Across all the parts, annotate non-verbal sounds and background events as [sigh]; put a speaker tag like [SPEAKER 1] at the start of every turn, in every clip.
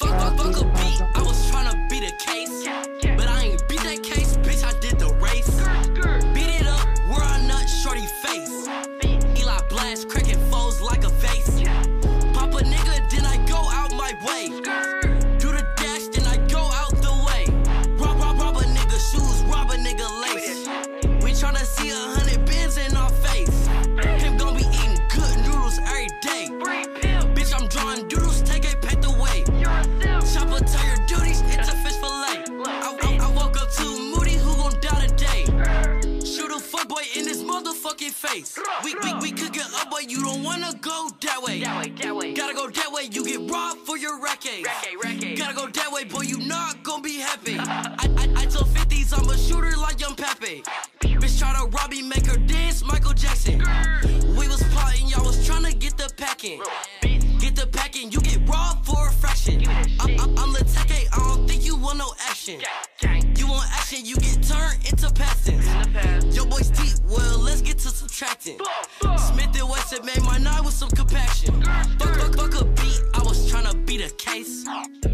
[SPEAKER 1] fuck a beat. I was tryna beat a case. But I ain't beat that case, bitch. I did the race. Beat it up, we're a nut, shorty face. Eli blast, cracking foes like a vase. Pop a nigga, then I go out my way. Do the dash, then I go out the way. Rob, rob, rob a nigga shoes, rob a nigga lace. We tryna see a hundred bins in our face. Him gon' be eating good noodles every day. Bitch, I'm drawing doodles, take a pet away. Chopper, tell your duties, it's a fish fillet. I, I, I woke up to Moody, who gon' die today? Shoot a fuckboy in his motherfucking face. We, we, we cook it up, but you don't wanna go that way. Gotta go that way, you get robbed for your racket. Gotta go that way, boy, you not gonna be happy. I, I, I told 50s I'm a shooter like Young Pepe. Bitch tryna rob me, make her dance, Michael Jackson. We was plotting, y'all was tryna get the packing. Get the packing, you get robbed for a fraction. I, I, I'm Latake, I don't think you want no action. You want action, you get turned into passings. Your boy's deep, well, let's get to subtracting. Smith and Wesson made my night with some compassion. Fuck, fuck, fuck a beat, I was tryna beat a case.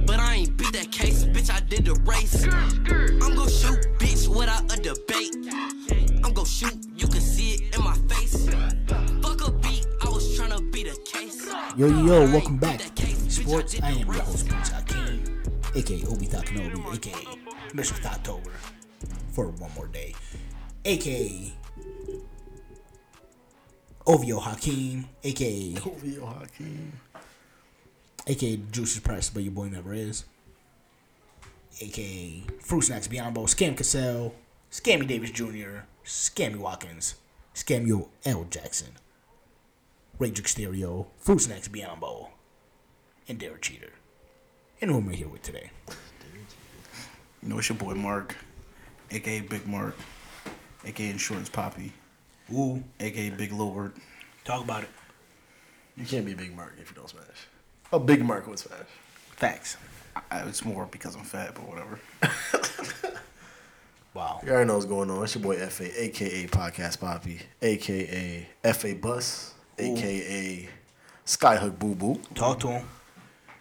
[SPEAKER 1] But I ain't beat that case, bitch, I did the race. I'm gon' shoot, bitch, without a debate. I'm gon' shoot, you can see it in my face. Fuck a beat, I was tryna beat a case.
[SPEAKER 2] Yo, yo, yo, welcome back. Sports, I am your host, Prince Hakeem, aka Obi Takanobi, aka Mr. Tatober, for one more day, aka Ovio Hakeem, aka
[SPEAKER 3] oh,
[SPEAKER 4] Ovio Hakeem.
[SPEAKER 2] aka Juice is Price, but your boy never is, aka Fruit Snacks Biombo, Scam Cassell, Scammy Davis Jr., Scammy Watkins, Scamio L. Jackson, Rage Exterio, Fruit Snacks Biombo, and Derek Cheater. And who am I here with today?
[SPEAKER 4] You know, it's your boy Mark, aka Big Mark, aka Insurance Poppy,
[SPEAKER 2] Ooh,
[SPEAKER 4] aka Big Lord.
[SPEAKER 2] talk about it.
[SPEAKER 3] You can't be Big Mark if you don't smash. Oh, Big Mark would smash.
[SPEAKER 2] Facts.
[SPEAKER 4] I, it's more because I'm fat, but whatever.
[SPEAKER 2] Wow.
[SPEAKER 3] You already know what's going on. It's your boy FA, aka Podcast Poppy, aka FA Bus, aka Skyhook Boo Boo,
[SPEAKER 2] Talk to him.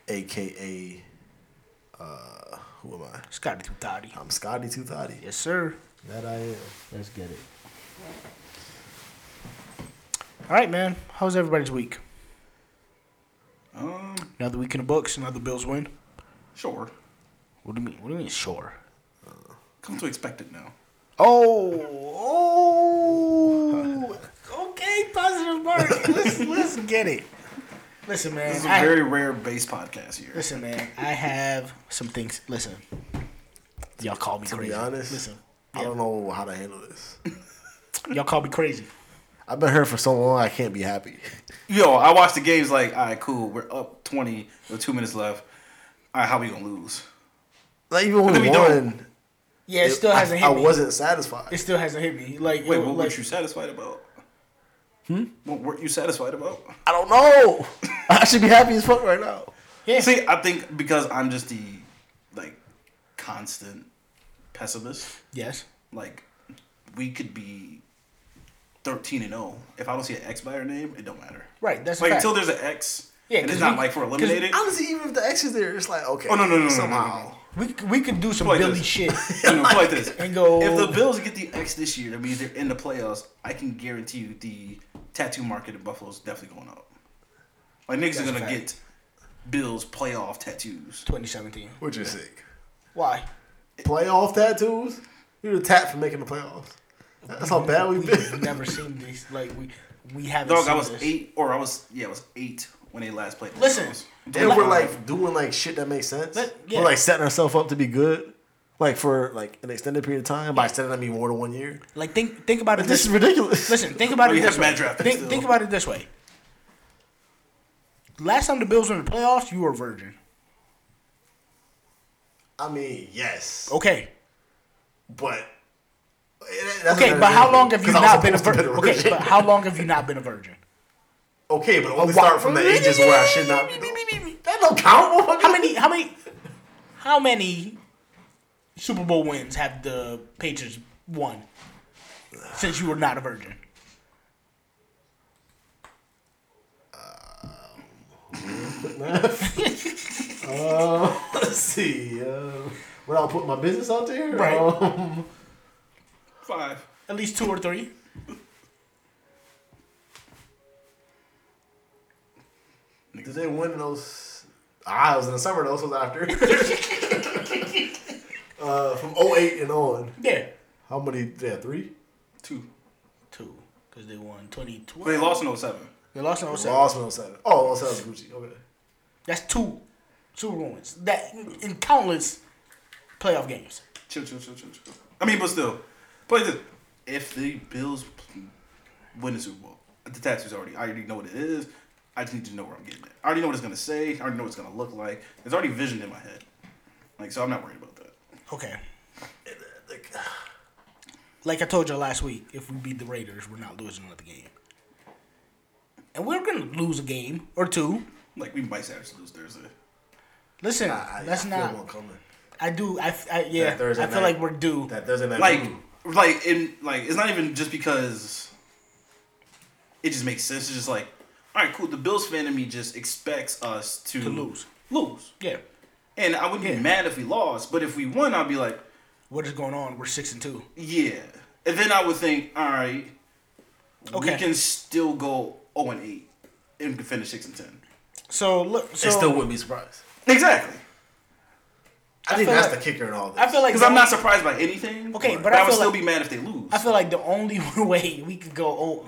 [SPEAKER 3] aka uh, who am I?
[SPEAKER 2] Scotty Tutati.
[SPEAKER 3] I'm Scotty Two Thotty.
[SPEAKER 2] Yes, sir.
[SPEAKER 3] That I am.
[SPEAKER 2] Let's get it. All right, man. How's everybody's week?
[SPEAKER 4] Um,
[SPEAKER 2] Another week in the books. Another Bills win.
[SPEAKER 4] sure.
[SPEAKER 2] What do you mean? What do you mean? Sure.
[SPEAKER 4] Come to expect it now.
[SPEAKER 2] Oh. Oh. okay. Positive mark. Let's [laughs] let's get it. Listen, man.
[SPEAKER 4] This is a
[SPEAKER 3] Ah.
[SPEAKER 2] I-
[SPEAKER 4] very rare base podcast here.
[SPEAKER 2] Listen, man, I have some things. Listen, y'all call me
[SPEAKER 3] To
[SPEAKER 2] crazy.
[SPEAKER 3] be honest,
[SPEAKER 2] listen,
[SPEAKER 3] I don't know how to handle this.
[SPEAKER 2] y'all call me crazy.
[SPEAKER 3] I've been here for so long. I can't be happy. [laughs]
[SPEAKER 4] Yo, I watched the games like, all right, cool. We're up 20 with two minutes left. All right, how we going to lose?
[SPEAKER 3] Like even when
[SPEAKER 4] then
[SPEAKER 3] we
[SPEAKER 4] we
[SPEAKER 3] won,
[SPEAKER 2] Yeah, it still
[SPEAKER 3] I-
[SPEAKER 2] hasn't
[SPEAKER 3] I,
[SPEAKER 2] hit me.
[SPEAKER 3] wasn't satisfied.
[SPEAKER 2] It still hasn't hit me. Like,
[SPEAKER 4] Wait,
[SPEAKER 2] it-
[SPEAKER 4] what
[SPEAKER 2] like
[SPEAKER 4] weren't you satisfied about? Hmm? What weren't you satisfied about?
[SPEAKER 3] I don't know. [laughs] I should be happy as fuck right now.
[SPEAKER 2] yeah,
[SPEAKER 4] See, I think because I'm just the, like, constant pessimist.
[SPEAKER 2] yes,
[SPEAKER 4] Like, we could be 13 and 0. If I don't see an X by her name, it don't matter.
[SPEAKER 2] right. That's
[SPEAKER 4] Like,
[SPEAKER 2] a fact.
[SPEAKER 4] until there's an X,
[SPEAKER 2] Yeah,
[SPEAKER 4] and
[SPEAKER 2] 'cause
[SPEAKER 4] it's not
[SPEAKER 2] we-
[SPEAKER 4] like we're eliminated.
[SPEAKER 3] Honestly, even if the X is there, it's like okay.
[SPEAKER 4] Oh, no, no, no, no, no, no,
[SPEAKER 3] somehow.
[SPEAKER 4] no.
[SPEAKER 2] we c- we could do some
[SPEAKER 4] Like
[SPEAKER 2] Billy
[SPEAKER 4] this.
[SPEAKER 2] shit.
[SPEAKER 4] [laughs] You know, put it like this.
[SPEAKER 2] And go-
[SPEAKER 4] If the Bills get the X this year, that means they're in the playoffs. I can guarantee you the tattoo market in Buffalo's definitely going up. Like niggas
[SPEAKER 2] That's
[SPEAKER 4] are
[SPEAKER 2] a
[SPEAKER 4] gonna
[SPEAKER 2] fact.
[SPEAKER 4] get Bills playoff tattoos.
[SPEAKER 2] 2017.
[SPEAKER 3] Which is sick.
[SPEAKER 2] Why?
[SPEAKER 3] Playoff tattoos? You're the tat for making the playoffs. That's how bad we've
[SPEAKER 2] We've
[SPEAKER 3] been.
[SPEAKER 2] never seen these. Like we we haven't.
[SPEAKER 4] Dog,
[SPEAKER 2] seen
[SPEAKER 4] I was
[SPEAKER 2] this.
[SPEAKER 4] eight, or I was yeah, I was eight when they last played. the
[SPEAKER 2] Listen,
[SPEAKER 4] playoffs.
[SPEAKER 3] [laughs] And we're like doing like shit that makes sense.
[SPEAKER 2] Let- yeah.
[SPEAKER 3] We're like setting ourselves up to be good, like for like an extended period of time. By extended, I mean more than one year.
[SPEAKER 2] Like think think about it.
[SPEAKER 3] This
[SPEAKER 2] This
[SPEAKER 3] is [laughs] ridiculous.
[SPEAKER 2] listen. Think about
[SPEAKER 4] Oh,
[SPEAKER 2] it
[SPEAKER 4] you have
[SPEAKER 2] this
[SPEAKER 4] mad
[SPEAKER 2] way.
[SPEAKER 4] drafting
[SPEAKER 2] Think,
[SPEAKER 4] still.
[SPEAKER 2] think about it this way. Last time the Bills were in the playoffs, you were a virgin.
[SPEAKER 3] I mean, yes,
[SPEAKER 2] Okay,
[SPEAKER 3] but that's
[SPEAKER 2] Okay,
[SPEAKER 3] another
[SPEAKER 2] but how
[SPEAKER 3] example,
[SPEAKER 2] long have you
[SPEAKER 3] 'cause I was
[SPEAKER 2] not been a
[SPEAKER 3] supposed to
[SPEAKER 2] virgin?
[SPEAKER 3] be
[SPEAKER 2] Okay, but how long have you not been a virgin?
[SPEAKER 3] Okay, but only start [laughs] from the ages where I should not. be. That don't count. motherfucker.
[SPEAKER 2] How many? How many? How many Super Bowl wins have the Patriots won since you were not a virgin?
[SPEAKER 3] Uh, let's see. Uh, without putting my business out there,
[SPEAKER 2] Right.
[SPEAKER 3] Um,
[SPEAKER 4] Five.
[SPEAKER 2] At least two or three.
[SPEAKER 3] did they win those? Ah, it was in the summer. Those was after. uh, from 08 and on.
[SPEAKER 2] Yeah.
[SPEAKER 3] How many? Yeah, three.
[SPEAKER 4] Two.
[SPEAKER 2] Two. Because they won 2012.
[SPEAKER 4] But they lost in 07.
[SPEAKER 2] They lost in 07.
[SPEAKER 3] Lost in 07. Oh, 07 was Gucci. Okay.
[SPEAKER 2] That's two. Two ruins. That in countless playoff games.
[SPEAKER 4] Chill, chill, chill, chill, chill. I mean, but still. Play this. If the Bills win the Super Bowl, the tattoo's already. I already know what it is. I just need to know where I'm getting it. I already know what it's gonna say. I already know what it's gonna look like. It's already visioned in my head. Like, so I'm not worried about that.
[SPEAKER 2] Okay.
[SPEAKER 3] [sighs]
[SPEAKER 2] Like I told you last week, if we beat the Raiders, we're not losing another game. And we're gonna lose a game or two.
[SPEAKER 4] Like, we might have to lose Thursday.
[SPEAKER 2] Listen,
[SPEAKER 3] I,
[SPEAKER 2] that's
[SPEAKER 3] I
[SPEAKER 2] not.
[SPEAKER 3] Feel one coming.
[SPEAKER 2] I do. I, I yeah. I
[SPEAKER 3] That Thursday
[SPEAKER 2] feel
[SPEAKER 3] night.
[SPEAKER 2] like we're due.
[SPEAKER 3] That doesn't that
[SPEAKER 4] Like,
[SPEAKER 2] Mm.
[SPEAKER 4] like, in like, it's not even just because it just makes sense. It's just like, all right, cool. The Bills fan in me just expects us to,
[SPEAKER 2] To lose.
[SPEAKER 4] lose.
[SPEAKER 2] yeah.
[SPEAKER 4] And I wouldn't be mad if we lost, but if we won, I'd be like,
[SPEAKER 2] What is going on? We're six and two.
[SPEAKER 4] Yeah. And then I would think, all right,
[SPEAKER 2] Okay.
[SPEAKER 4] we can still go 0 and 8 and we can finish 6 and 10.
[SPEAKER 2] So look. So
[SPEAKER 5] It still wouldn't be surprised.
[SPEAKER 4] Exactly.
[SPEAKER 3] I, think
[SPEAKER 2] feel
[SPEAKER 3] that's
[SPEAKER 2] like-
[SPEAKER 3] the kicker in all this.
[SPEAKER 2] I feel like
[SPEAKER 4] Because I'm not surprised by anything.
[SPEAKER 2] Okay, but
[SPEAKER 4] I,
[SPEAKER 2] I
[SPEAKER 4] would
[SPEAKER 2] feel
[SPEAKER 4] still
[SPEAKER 2] like-
[SPEAKER 4] be mad if they lose.
[SPEAKER 2] I feel like the only [laughs] way we could go. Oh,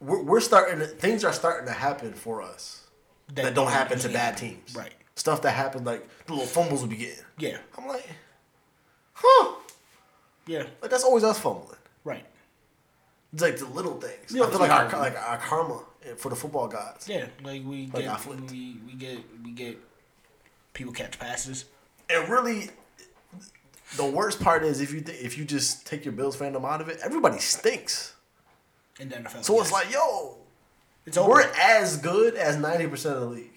[SPEAKER 3] we're, we're starting. To, things are starting to happen for us that, don't happen to bad teams.
[SPEAKER 2] Right.
[SPEAKER 3] Stuff that happened like the little fumbles we be getting.
[SPEAKER 2] Yeah.
[SPEAKER 3] I'm like, huh?
[SPEAKER 2] Yeah.
[SPEAKER 3] Like that's always us fumbling.
[SPEAKER 2] Right.
[SPEAKER 3] It's like the little things.
[SPEAKER 4] Yeah,
[SPEAKER 3] I feel like our
[SPEAKER 4] it's like-
[SPEAKER 3] like our karma for the football gods.
[SPEAKER 2] Yeah. Like we
[SPEAKER 3] Like I
[SPEAKER 2] get
[SPEAKER 3] flipped.
[SPEAKER 2] we, we get we get people catch passes.
[SPEAKER 3] And really, the worst part is if you th- if you just take your Bills fandom out of it, everybody stinks.
[SPEAKER 2] in the NFL.
[SPEAKER 3] So it's like, yo,
[SPEAKER 2] it's over.
[SPEAKER 3] we're as good as ninety percent of the league.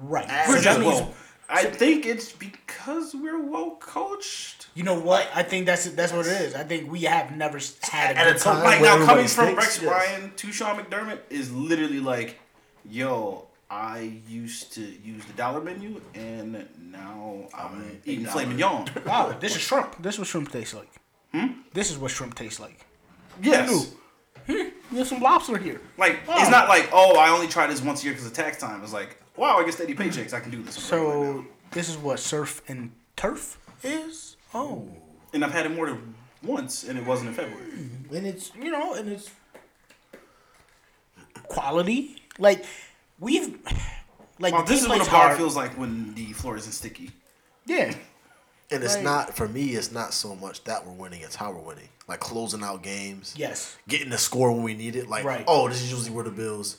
[SPEAKER 2] right.
[SPEAKER 3] We're
[SPEAKER 4] We're
[SPEAKER 2] Which
[SPEAKER 4] just
[SPEAKER 2] means-
[SPEAKER 4] woke. I think it's because we're well coached.
[SPEAKER 2] You know what? I think that's that's what it is. I think we have never s- had a
[SPEAKER 3] At a
[SPEAKER 2] good
[SPEAKER 3] time
[SPEAKER 2] coach.
[SPEAKER 4] Like,
[SPEAKER 3] where
[SPEAKER 4] now, coming
[SPEAKER 3] everybody
[SPEAKER 4] from Rex
[SPEAKER 3] stinks, yes.
[SPEAKER 4] Ryan to Sean McDermott is literally like, yo, I used to use the dollar menu and now I'm eating filet mignon.
[SPEAKER 2] Wow, this is shrimp. This is what shrimp tastes like.
[SPEAKER 3] Hmm?
[SPEAKER 2] This is what shrimp tastes like.
[SPEAKER 4] yes.
[SPEAKER 2] There's some lobster here.
[SPEAKER 4] Like
[SPEAKER 2] Wow.
[SPEAKER 4] it's not like oh I only try this once a year because of tax time. It's like wow I get steady paychecks I can do this. right now.
[SPEAKER 2] So this is what surf and turf is. Oh,
[SPEAKER 4] and I've had it more than once and it wasn't in February.
[SPEAKER 2] and it's you know, and it's quality. Like we've [sighs] like
[SPEAKER 4] Wow,
[SPEAKER 2] the
[SPEAKER 4] this
[SPEAKER 2] team
[SPEAKER 4] is what a
[SPEAKER 2] plays
[SPEAKER 4] bar
[SPEAKER 2] hard.
[SPEAKER 4] feels like when the floor isn't sticky.
[SPEAKER 2] Yeah,
[SPEAKER 3] And it's
[SPEAKER 2] Right.
[SPEAKER 3] not for me. It's not so much that we're winning; it's how we're winning. Like closing out games.
[SPEAKER 2] yes,
[SPEAKER 3] Getting the score when we need it. Like,
[SPEAKER 2] Right.
[SPEAKER 3] oh, this is usually where the Bills,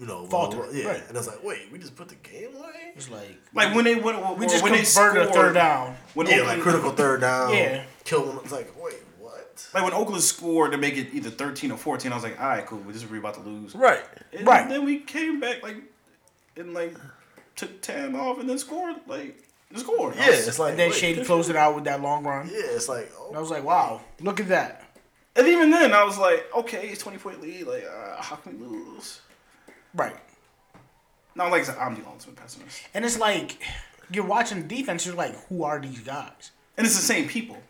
[SPEAKER 3] you know, blah,
[SPEAKER 2] Falter,
[SPEAKER 3] blah, yeah.
[SPEAKER 2] right.
[SPEAKER 3] And I was like, wait, we just put the game away.
[SPEAKER 2] it's like
[SPEAKER 4] Like when they went
[SPEAKER 2] we
[SPEAKER 4] or
[SPEAKER 2] just
[SPEAKER 4] when they
[SPEAKER 2] converted a
[SPEAKER 4] scored-
[SPEAKER 2] third down.
[SPEAKER 4] When
[SPEAKER 3] Yeah, like
[SPEAKER 4] Oakland,
[SPEAKER 3] critical third down.
[SPEAKER 2] Yeah.
[SPEAKER 3] Kill them. It's like, wait, what?
[SPEAKER 4] like when Oakland scored to make it either thirteen or fourteen. I was like all right cool this is we're about to lose.
[SPEAKER 3] Right.
[SPEAKER 4] And
[SPEAKER 2] Right.
[SPEAKER 4] Then we came back like and like took ten off and then scored like and scored.
[SPEAKER 3] Yeah. It's like
[SPEAKER 2] And then
[SPEAKER 3] wait,
[SPEAKER 2] Shady
[SPEAKER 3] this-
[SPEAKER 2] closed it out with that long run.
[SPEAKER 3] Yeah. It's like,
[SPEAKER 2] I
[SPEAKER 3] oh,
[SPEAKER 2] was like, wow, look at that.
[SPEAKER 4] and even then I was like okay it's twenty point lead like uh, how can we lose?
[SPEAKER 2] Right.
[SPEAKER 4] Now like I said, I'm the ultimate pessimist.
[SPEAKER 2] And it's like you're watching the defense, you're like, who are these guys?
[SPEAKER 4] And it's the same people.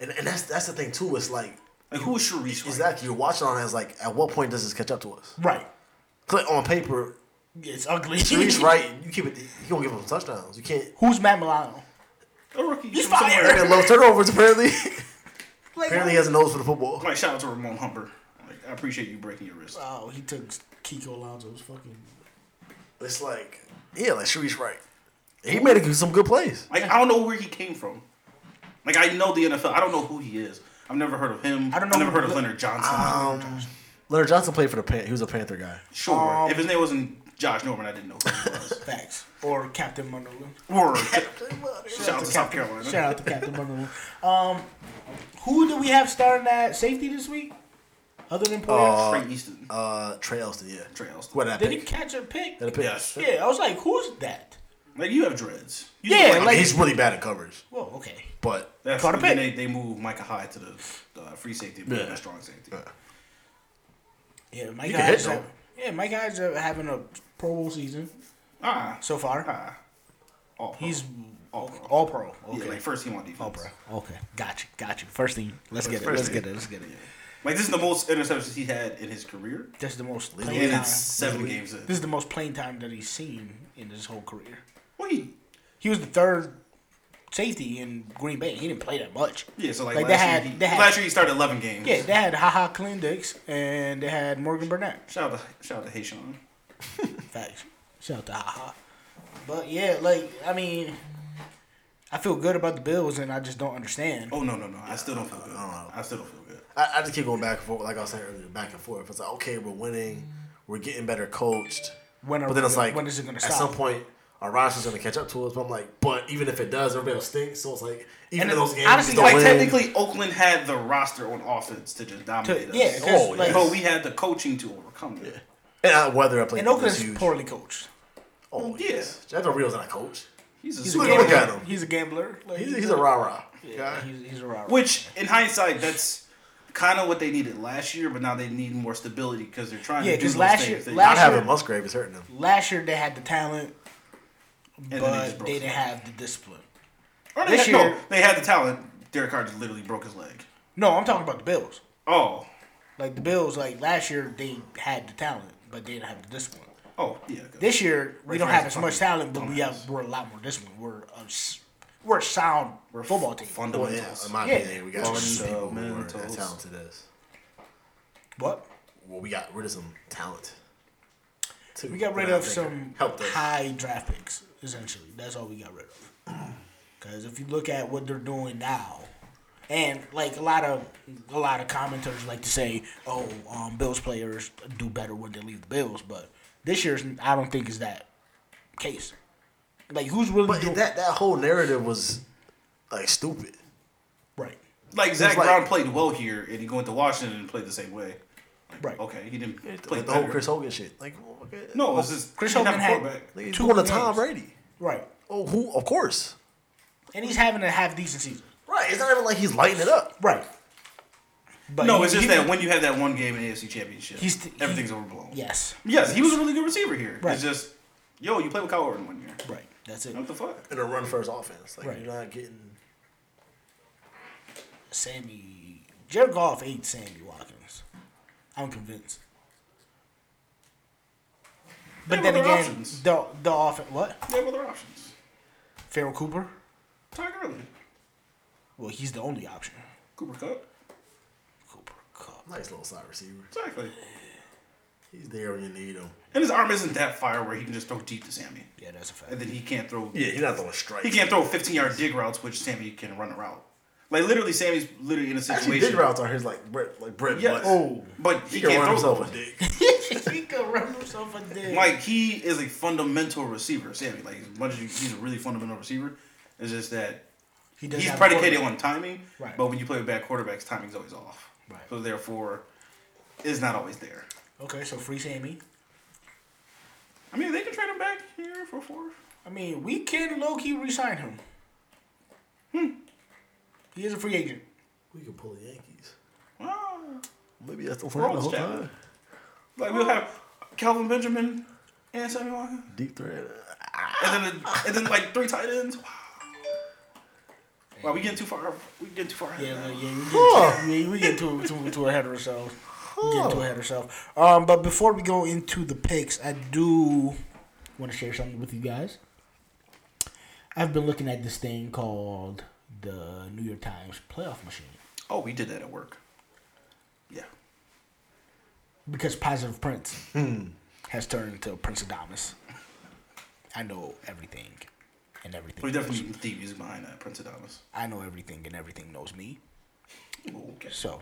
[SPEAKER 3] and, and that's that's the thing too. It's like
[SPEAKER 4] Like who is Sharice? right
[SPEAKER 3] exactly you're watching on it, it's like, at what point does this catch up to us?
[SPEAKER 2] Right.
[SPEAKER 3] Click on
[SPEAKER 2] [laughs]
[SPEAKER 3] paper.
[SPEAKER 2] It's ugly.
[SPEAKER 3] Reach right. You keep it. You don't give them touchdowns. You can't.
[SPEAKER 2] [laughs] Who's Matt Milano?
[SPEAKER 4] now? A rookie.
[SPEAKER 2] He's
[SPEAKER 4] from somewhere.
[SPEAKER 2] fired.
[SPEAKER 3] And low turnovers apparently. [laughs]
[SPEAKER 2] Like,
[SPEAKER 3] apparently he has a nose for the football.
[SPEAKER 4] Like shout out to Ramon Humber. Like, I appreciate you breaking your wrist.
[SPEAKER 2] oh, he took Kiko Alonso's fucking.
[SPEAKER 3] It's like, yeah, like Sharice Wright. He made a, some good plays.
[SPEAKER 4] Like I don't know where he came from. Like I know the NFL. I don't know who he is. I've never heard of him.
[SPEAKER 2] I
[SPEAKER 4] I
[SPEAKER 2] don't
[SPEAKER 4] don't
[SPEAKER 2] know
[SPEAKER 4] I've
[SPEAKER 2] who-
[SPEAKER 4] never heard of Leonard Johnson.
[SPEAKER 3] Leonard Johnson played for the Pan- he was a Panther guy.
[SPEAKER 4] sure.
[SPEAKER 2] Um,
[SPEAKER 4] if his name wasn't Josh Norman, I didn't know who
[SPEAKER 2] [laughs]
[SPEAKER 4] he was.
[SPEAKER 2] Facts. Or Captain Munderland.
[SPEAKER 4] Word. shout out to South Carolina.
[SPEAKER 2] Shout out to [laughs] Captain Munderland. Um, who do we have starting at safety this week? Other than Poyer?
[SPEAKER 4] Frank Easton.
[SPEAKER 3] Uh, Trey Elston, yeah.
[SPEAKER 4] Trey Elston.
[SPEAKER 3] What that
[SPEAKER 2] Did he
[SPEAKER 3] pick?
[SPEAKER 2] catch a pick?
[SPEAKER 3] That a pick?
[SPEAKER 4] Yes.
[SPEAKER 2] Yeah, I was like, who's that?
[SPEAKER 4] Like you have dreads. You
[SPEAKER 2] Yeah,
[SPEAKER 4] look
[SPEAKER 3] I
[SPEAKER 4] like,
[SPEAKER 3] mean, he's really bad at coverage,
[SPEAKER 2] Whoa, okay.
[SPEAKER 3] but
[SPEAKER 4] that's,
[SPEAKER 2] caught a
[SPEAKER 4] then they,
[SPEAKER 2] pick.
[SPEAKER 4] they move Micah High to the uh, free safety, but
[SPEAKER 3] Yeah.
[SPEAKER 4] the strong safety.
[SPEAKER 3] Yeah.
[SPEAKER 2] Yeah, Mike
[SPEAKER 3] can hit,
[SPEAKER 2] Hines.
[SPEAKER 3] though.
[SPEAKER 2] Yeah, Mike Hyde's uh, having a Pro Bowl season
[SPEAKER 4] Ah,
[SPEAKER 2] so far.
[SPEAKER 4] ah. All pro.
[SPEAKER 2] He's Oh,
[SPEAKER 4] all pro.
[SPEAKER 2] all pro. Okay.
[SPEAKER 4] Yeah, like first team on defense.
[SPEAKER 2] all pro. Okay. Got you. Got you. First thing. Let's get it.
[SPEAKER 4] first
[SPEAKER 2] Let's
[SPEAKER 4] thing.
[SPEAKER 2] get it. Let's get it.
[SPEAKER 4] Like this is the most interceptions he had in his career,
[SPEAKER 2] That's the most
[SPEAKER 4] and
[SPEAKER 2] playing time.
[SPEAKER 4] it's seven games in.
[SPEAKER 2] This is the most playing time that he's seen in his whole career.
[SPEAKER 4] Well, he,
[SPEAKER 2] He was the third safety in Green Bay. He didn't play that much.
[SPEAKER 4] yeah. So like,
[SPEAKER 2] Like, they
[SPEAKER 4] last,
[SPEAKER 2] had-
[SPEAKER 4] year he,
[SPEAKER 2] they had-
[SPEAKER 4] last year he started eleven games.
[SPEAKER 2] Yeah, they had Haha Klendix and they had Morgan Burnett.
[SPEAKER 4] Shout out to shout out to Hayshawn.
[SPEAKER 2] Facts. Shout out to Haha. But yeah, like I mean, I feel good about the Bills, and I just don't understand.
[SPEAKER 4] Oh no no no! I still don't feel good. I still don't feel good.
[SPEAKER 3] I, I just keep going back and forth, like I was saying earlier, back and forth. It's like, okay, we're winning, we're getting better coached.
[SPEAKER 2] When are
[SPEAKER 3] but then
[SPEAKER 2] we
[SPEAKER 3] it's
[SPEAKER 2] gonna-
[SPEAKER 3] like,
[SPEAKER 2] when is it gonna
[SPEAKER 3] at
[SPEAKER 2] stop?
[SPEAKER 3] some point, our roster's going to catch up to us. But I'm like, but even if it does, everybody else stinks. So it's like,
[SPEAKER 2] And
[SPEAKER 3] even in
[SPEAKER 2] it-
[SPEAKER 3] those games,
[SPEAKER 2] honestly,
[SPEAKER 3] don't
[SPEAKER 2] like,
[SPEAKER 3] win,
[SPEAKER 4] Technically, Oakland had the roster on offense to just dominate
[SPEAKER 2] To- yeah,
[SPEAKER 4] us.
[SPEAKER 2] 'cause, Oh,
[SPEAKER 3] like- yes.
[SPEAKER 4] but we had the coaching to overcome that.
[SPEAKER 3] and uh, weather I played
[SPEAKER 2] and
[SPEAKER 3] was
[SPEAKER 2] Oakland's
[SPEAKER 3] huge.
[SPEAKER 2] poorly coached.
[SPEAKER 3] Oh,
[SPEAKER 4] Yeah.
[SPEAKER 3] yes. Jeff O'Real's not a coach.
[SPEAKER 4] He's a
[SPEAKER 3] a
[SPEAKER 4] super
[SPEAKER 3] gamer.
[SPEAKER 4] guy.
[SPEAKER 3] at him.
[SPEAKER 2] He's a gambler. Like,
[SPEAKER 3] He's, he's a rah rah.
[SPEAKER 2] yeah, he's, he's a robber.
[SPEAKER 4] Which, in hindsight, that's kind of what they needed last year, but now they need more stability because they're trying
[SPEAKER 2] Yeah,
[SPEAKER 4] to do
[SPEAKER 2] 'cause
[SPEAKER 4] those
[SPEAKER 2] last
[SPEAKER 4] things.
[SPEAKER 2] year-
[SPEAKER 4] that-
[SPEAKER 3] Not
[SPEAKER 2] last-
[SPEAKER 3] having Musgrave is hurting them.
[SPEAKER 2] last year they had the talent,
[SPEAKER 4] then they
[SPEAKER 2] but
[SPEAKER 4] just broke
[SPEAKER 2] they
[SPEAKER 4] it.
[SPEAKER 2] didn't have the discipline.
[SPEAKER 4] or they
[SPEAKER 2] this
[SPEAKER 4] had, no,
[SPEAKER 2] year-
[SPEAKER 4] they had the talent. Derek Carr just literally broke his leg.
[SPEAKER 2] No, I'm talking about the Bills.
[SPEAKER 4] Oh,
[SPEAKER 2] Like the Bills, like last year they had the talent, but they didn't have the discipline.
[SPEAKER 4] oh yeah.
[SPEAKER 2] This year we don't have as much talent, but we
[SPEAKER 4] Dumbass.
[SPEAKER 2] have we're a lot more disciplined. We're a, s- we're a sound football team.
[SPEAKER 3] Well, yeah,
[SPEAKER 4] fundamentals.
[SPEAKER 3] in my
[SPEAKER 2] Yeah.
[SPEAKER 3] opinion, we got some people who are
[SPEAKER 4] Fundamentals.
[SPEAKER 3] as talented as.
[SPEAKER 2] What?
[SPEAKER 3] Well, we got rid of some talent. too.
[SPEAKER 2] We got rid
[SPEAKER 3] But I
[SPEAKER 2] of
[SPEAKER 3] think
[SPEAKER 2] some
[SPEAKER 3] it helped us.
[SPEAKER 2] high draft picks, essentially. That's all we got rid of. [clears throat] Because if you look at what they're doing now, and like a lot of a lot of commenters like to say, "Oh, um, Bills players do better when they leave the Bills," but this year's I don't think is that case. Like who's really
[SPEAKER 3] But
[SPEAKER 2] doing
[SPEAKER 3] that that whole narrative was like stupid.
[SPEAKER 2] right?
[SPEAKER 4] like Zach
[SPEAKER 3] like-
[SPEAKER 4] Brown played well here, and he went to Washington and played the same way. Like,
[SPEAKER 2] Right.
[SPEAKER 4] Okay, he didn't play
[SPEAKER 3] Like the whole
[SPEAKER 4] better.
[SPEAKER 3] Chris Hogan shit. Like, well, okay.
[SPEAKER 4] No, it's just
[SPEAKER 2] Chris
[SPEAKER 4] he didn't
[SPEAKER 2] Hogan
[SPEAKER 4] have a
[SPEAKER 2] had-
[SPEAKER 4] quarterback.
[SPEAKER 3] Like, he's
[SPEAKER 2] Two
[SPEAKER 3] going to
[SPEAKER 2] games.
[SPEAKER 3] Tom Brady.
[SPEAKER 2] Right,
[SPEAKER 3] Oh, who? Of course.
[SPEAKER 2] and he's having a half decent season.
[SPEAKER 3] Right. It's not even like he's lighting it up.
[SPEAKER 2] Right. But
[SPEAKER 4] No,
[SPEAKER 2] he-
[SPEAKER 4] it's just
[SPEAKER 2] he-
[SPEAKER 4] that when you have that one game in the AFC Championship,
[SPEAKER 2] He's th- he-
[SPEAKER 4] everything's overblown.
[SPEAKER 2] Yes.
[SPEAKER 4] Yes, he was a really good receiver here.
[SPEAKER 2] Right.
[SPEAKER 4] It's just, yo, you played with Kyle Orton one year.
[SPEAKER 2] Right. That's it.
[SPEAKER 4] What the fuck?
[SPEAKER 3] In a run first offense. Like
[SPEAKER 2] Right.
[SPEAKER 3] you're not getting.
[SPEAKER 2] Sammy Jared Goff ate Sammy Watkins. I'm convinced. But
[SPEAKER 4] They
[SPEAKER 2] then
[SPEAKER 4] have other
[SPEAKER 2] again,
[SPEAKER 4] options.
[SPEAKER 2] the the offense what?
[SPEAKER 4] They have other options.
[SPEAKER 2] Farrell Cooper?
[SPEAKER 4] Ty Gurley,
[SPEAKER 2] Well, he's the only option.
[SPEAKER 4] Cooper Cup.
[SPEAKER 2] Cooper Cup.
[SPEAKER 3] Nice little side receiver.
[SPEAKER 4] Exactly.
[SPEAKER 3] He's there when you need him.
[SPEAKER 4] And his arm isn't that fire where he can just throw deep to Sammy.
[SPEAKER 2] Yeah, that's a fact.
[SPEAKER 4] And then he can't throw.
[SPEAKER 3] Yeah, he's not throwing strikes.
[SPEAKER 4] He can't throw 15 yard dig routes, which Sammy can run a route. Like, literally, Sammy's literally in a situation.
[SPEAKER 3] Actually, dig routes are his like bread, like bread.
[SPEAKER 4] Yeah.
[SPEAKER 3] Yeah.
[SPEAKER 2] Oh.
[SPEAKER 4] But he,
[SPEAKER 3] he,
[SPEAKER 4] can't
[SPEAKER 3] can run
[SPEAKER 4] throw.
[SPEAKER 3] himself a
[SPEAKER 4] them.
[SPEAKER 3] dig. [laughs]
[SPEAKER 2] he could run himself a dick.
[SPEAKER 4] Like, he is a fundamental receiver, Sammy. Like, as much as you- he's a really fundamental receiver, it's just that
[SPEAKER 2] he doesn't
[SPEAKER 4] he's
[SPEAKER 2] have a
[SPEAKER 4] predicated
[SPEAKER 2] quarterback.
[SPEAKER 4] on timing,
[SPEAKER 2] Right.
[SPEAKER 4] but when you play with bad quarterbacks, timing's always off.
[SPEAKER 2] Right.
[SPEAKER 4] So therefore, it's not always there.
[SPEAKER 2] Okay, so free Sammy.
[SPEAKER 4] I mean, they can trade him back here for four.
[SPEAKER 2] I mean, we can low key resign him. Hmm. He is a free agent.
[SPEAKER 3] We can pull the Yankees.
[SPEAKER 4] Ah,
[SPEAKER 3] Maybe that's the plan the
[SPEAKER 4] Rome's
[SPEAKER 3] whole
[SPEAKER 4] down.
[SPEAKER 3] time.
[SPEAKER 4] like we'll have Calvin Benjamin and Sammy Watkins,
[SPEAKER 3] Deep threat.
[SPEAKER 4] and then and then like three tight ends. Wow. Wow, we getting too far. We getting too far. ahead
[SPEAKER 2] Yeah,
[SPEAKER 4] now.
[SPEAKER 2] no, yeah, we get, too, yeah, we get too, too, too ahead of ourselves. We get too ahead of ourselves. Um, but before we go into the picks, I do want to share something with you guys. I've been looking at this thing called the New York Times Playoff Machine
[SPEAKER 4] Oh, we did that at work. Yeah.
[SPEAKER 2] because Positive Prince
[SPEAKER 4] Hmm.
[SPEAKER 2] has turned into Prince Adamus. I know everything and everything.
[SPEAKER 4] We
[SPEAKER 2] knows
[SPEAKER 4] definitely
[SPEAKER 2] me.
[SPEAKER 4] need the music behind that, Prince Adamas.
[SPEAKER 2] I know everything and everything knows me.
[SPEAKER 4] Okay.
[SPEAKER 2] So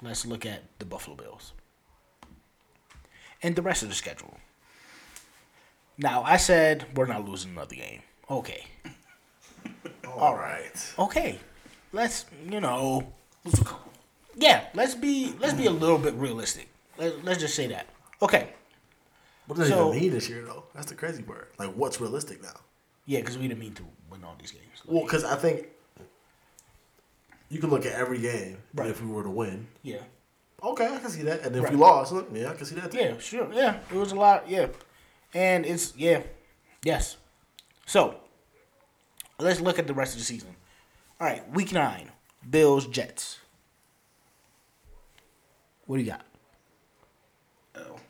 [SPEAKER 2] let's look at the Buffalo Bills and the rest of the schedule. Now, I said we're not losing another game. Okay.
[SPEAKER 3] All right.
[SPEAKER 2] Okay. Let's, you know,
[SPEAKER 4] Lose a couple.
[SPEAKER 2] yeah, let's be let's be a little bit realistic. Let, let's just say that. Okay.
[SPEAKER 3] What does
[SPEAKER 2] So-
[SPEAKER 3] it even mean this year though? That's the crazy part. Like, what's realistic now?
[SPEAKER 2] Yeah, cuz we didn't mean to win all these games.
[SPEAKER 3] Well, because I think you can look at every game.
[SPEAKER 2] Right.
[SPEAKER 3] If we were to win,
[SPEAKER 2] Yeah.
[SPEAKER 3] Okay, I can see that. And if
[SPEAKER 2] Right.
[SPEAKER 3] we lost, look, yeah, I can see that. Too.
[SPEAKER 2] Yeah, sure. Yeah, it was a lot. Yeah, and it's yeah, yes. So let's look at the rest of the season. All right, week nine, Bills Jets. What do you got?
[SPEAKER 4] L.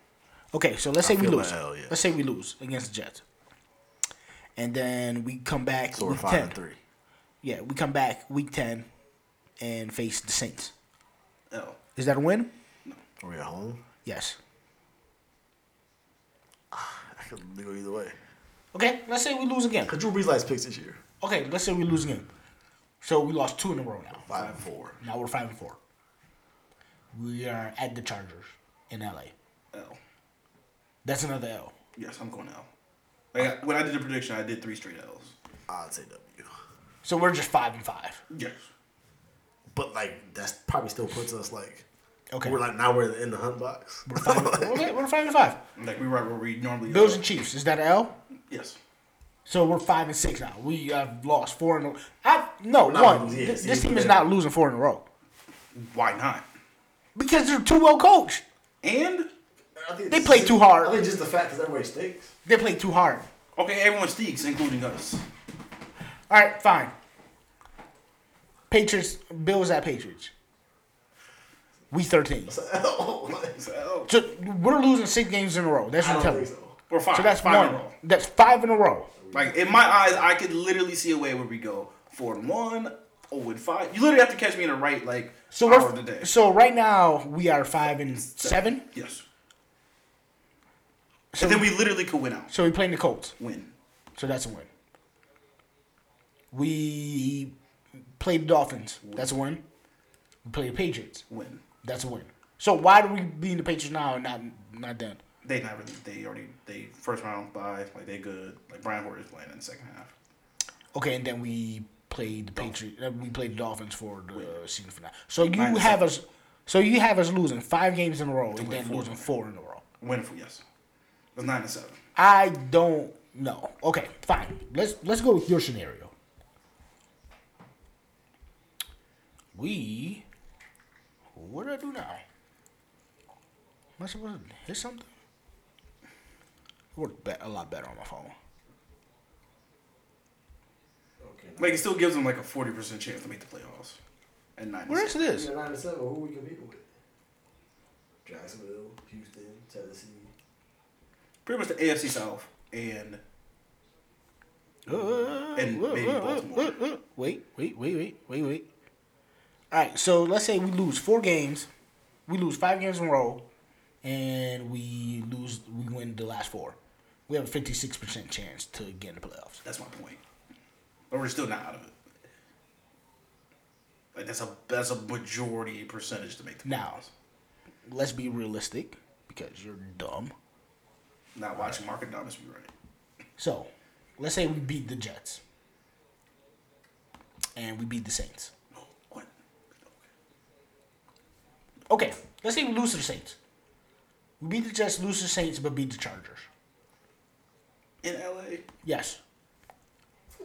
[SPEAKER 2] Okay, so let's say we
[SPEAKER 5] feel
[SPEAKER 2] lose.
[SPEAKER 5] the L, yeah.
[SPEAKER 2] Let's say we lose against the Jets, and then we come back.
[SPEAKER 5] So we're
[SPEAKER 2] week
[SPEAKER 5] five
[SPEAKER 2] 10.
[SPEAKER 5] and three.
[SPEAKER 2] Yeah, we come back week ten, and face the Saints.
[SPEAKER 4] L.
[SPEAKER 2] Is that a win?
[SPEAKER 5] Are we at home?
[SPEAKER 2] Yes.
[SPEAKER 5] I could go either way.
[SPEAKER 2] Okay, let's say we lose again.
[SPEAKER 5] Cause Drew Brees last picks this year.
[SPEAKER 2] Okay, let's say we lose again. So we lost two in a row now.
[SPEAKER 5] Five and four.
[SPEAKER 2] Now we're five and four. We are at the Chargers in LA.
[SPEAKER 4] L.
[SPEAKER 2] That's another L.
[SPEAKER 4] Yes, I'm going L. Like, when I did the prediction, I did three straight L's.
[SPEAKER 5] I'd say W.
[SPEAKER 2] So we're just five and five.
[SPEAKER 4] Yes.
[SPEAKER 3] But like that's probably still puts us like
[SPEAKER 2] Okay.
[SPEAKER 3] we're like now we're in the hunt box. [laughs]
[SPEAKER 2] We're five, okay, we're five and five.
[SPEAKER 4] Like we right where we normally
[SPEAKER 2] Bills
[SPEAKER 4] are.
[SPEAKER 2] and Chiefs. Is that an L?
[SPEAKER 4] Yes.
[SPEAKER 2] So we're five and six now. We have lost four in a I no
[SPEAKER 3] not
[SPEAKER 2] one.
[SPEAKER 3] losing, yeah,
[SPEAKER 2] This,
[SPEAKER 3] see,
[SPEAKER 2] this team is
[SPEAKER 3] yeah.
[SPEAKER 2] not losing four in a row
[SPEAKER 4] Why not?
[SPEAKER 2] because they're too well coached.
[SPEAKER 4] And
[SPEAKER 3] I think
[SPEAKER 2] They
[SPEAKER 3] it's
[SPEAKER 2] play
[SPEAKER 3] just-
[SPEAKER 2] too hard.
[SPEAKER 3] I think just the fact that everybody stinks. [laughs]
[SPEAKER 2] They play too hard.
[SPEAKER 4] okay, everyone stinks, including us.
[SPEAKER 2] All right, fine. Patriots. Bills at Patriots. We thirteen.
[SPEAKER 3] Oh, like,
[SPEAKER 4] It's a L.
[SPEAKER 2] So we're losing six games in a row. That's
[SPEAKER 3] I
[SPEAKER 2] what
[SPEAKER 3] don't
[SPEAKER 2] I'm telling
[SPEAKER 3] think
[SPEAKER 2] you.
[SPEAKER 3] so.
[SPEAKER 4] Or five.
[SPEAKER 2] So that's
[SPEAKER 4] five
[SPEAKER 2] one.
[SPEAKER 4] in a row.
[SPEAKER 2] That's five in a row.
[SPEAKER 4] Like in my eyes, I could literally see a way where we go four and one, oh and five. You literally have to catch me in the right like
[SPEAKER 2] So
[SPEAKER 4] hour of the
[SPEAKER 2] we're
[SPEAKER 4] day.
[SPEAKER 2] so right now we are five and seven.
[SPEAKER 4] yes.
[SPEAKER 2] So
[SPEAKER 4] and then we literally could win out.
[SPEAKER 2] so we playing the Colts.
[SPEAKER 4] Win.
[SPEAKER 2] So that's a win. We played the Dolphins. That's a win. We played the Patriots.
[SPEAKER 4] Win.
[SPEAKER 2] That's a win. So why do we beat the Patriots now and not not then?
[SPEAKER 4] They not really. They already. They first round bye. Like they good. Like Brian Hoyer is playing in the second half.
[SPEAKER 2] Okay, and then we played the Patriots. uh, We played the Dolphins for the season finale. So you
[SPEAKER 4] Minus
[SPEAKER 2] have
[SPEAKER 4] seven.
[SPEAKER 2] us. So you have us losing five games in a row and
[SPEAKER 4] win
[SPEAKER 2] then
[SPEAKER 4] four.
[SPEAKER 2] losing four in a row.
[SPEAKER 4] Win for yes. That's nine and seven.
[SPEAKER 2] I don't know. Okay, fine. Let's let's go with your scenario. We what did I do now? Am I supposed to hit something? It worked be- a lot better on my phone.
[SPEAKER 4] Like it still gives them like a forty percent chance to make the playoffs. And nine. and
[SPEAKER 2] Where is
[SPEAKER 4] seven.
[SPEAKER 2] this?
[SPEAKER 3] Yeah, nine and seven. Who we competing with? Jacksonville, Houston, Tennessee.
[SPEAKER 4] Pretty much the AFC South and
[SPEAKER 2] Uh,
[SPEAKER 4] and
[SPEAKER 2] uh,
[SPEAKER 4] maybe
[SPEAKER 2] uh,
[SPEAKER 4] Baltimore.
[SPEAKER 2] uh, uh, Wait, wait, wait, wait, wait, wait. All right, so let's say we lose four games, we lose five games in a row, and we lose, we win the last four. We have a fifty-six percent chance to get in the playoffs.
[SPEAKER 4] That's my point. But we're still not out of it. Like that's a that's a majority percentage to make the playoffs.
[SPEAKER 2] Now. Let's be realistic, because you're dumb.
[SPEAKER 4] Not watching Mark Adamas be right.
[SPEAKER 2] So, let's say we beat the Jets, and we beat the Saints.
[SPEAKER 4] No, what?
[SPEAKER 2] Okay, let's say we lose to the Saints. We beat the Jets, lose to the Saints, but beat the Chargers.
[SPEAKER 4] In LA?
[SPEAKER 2] Yes,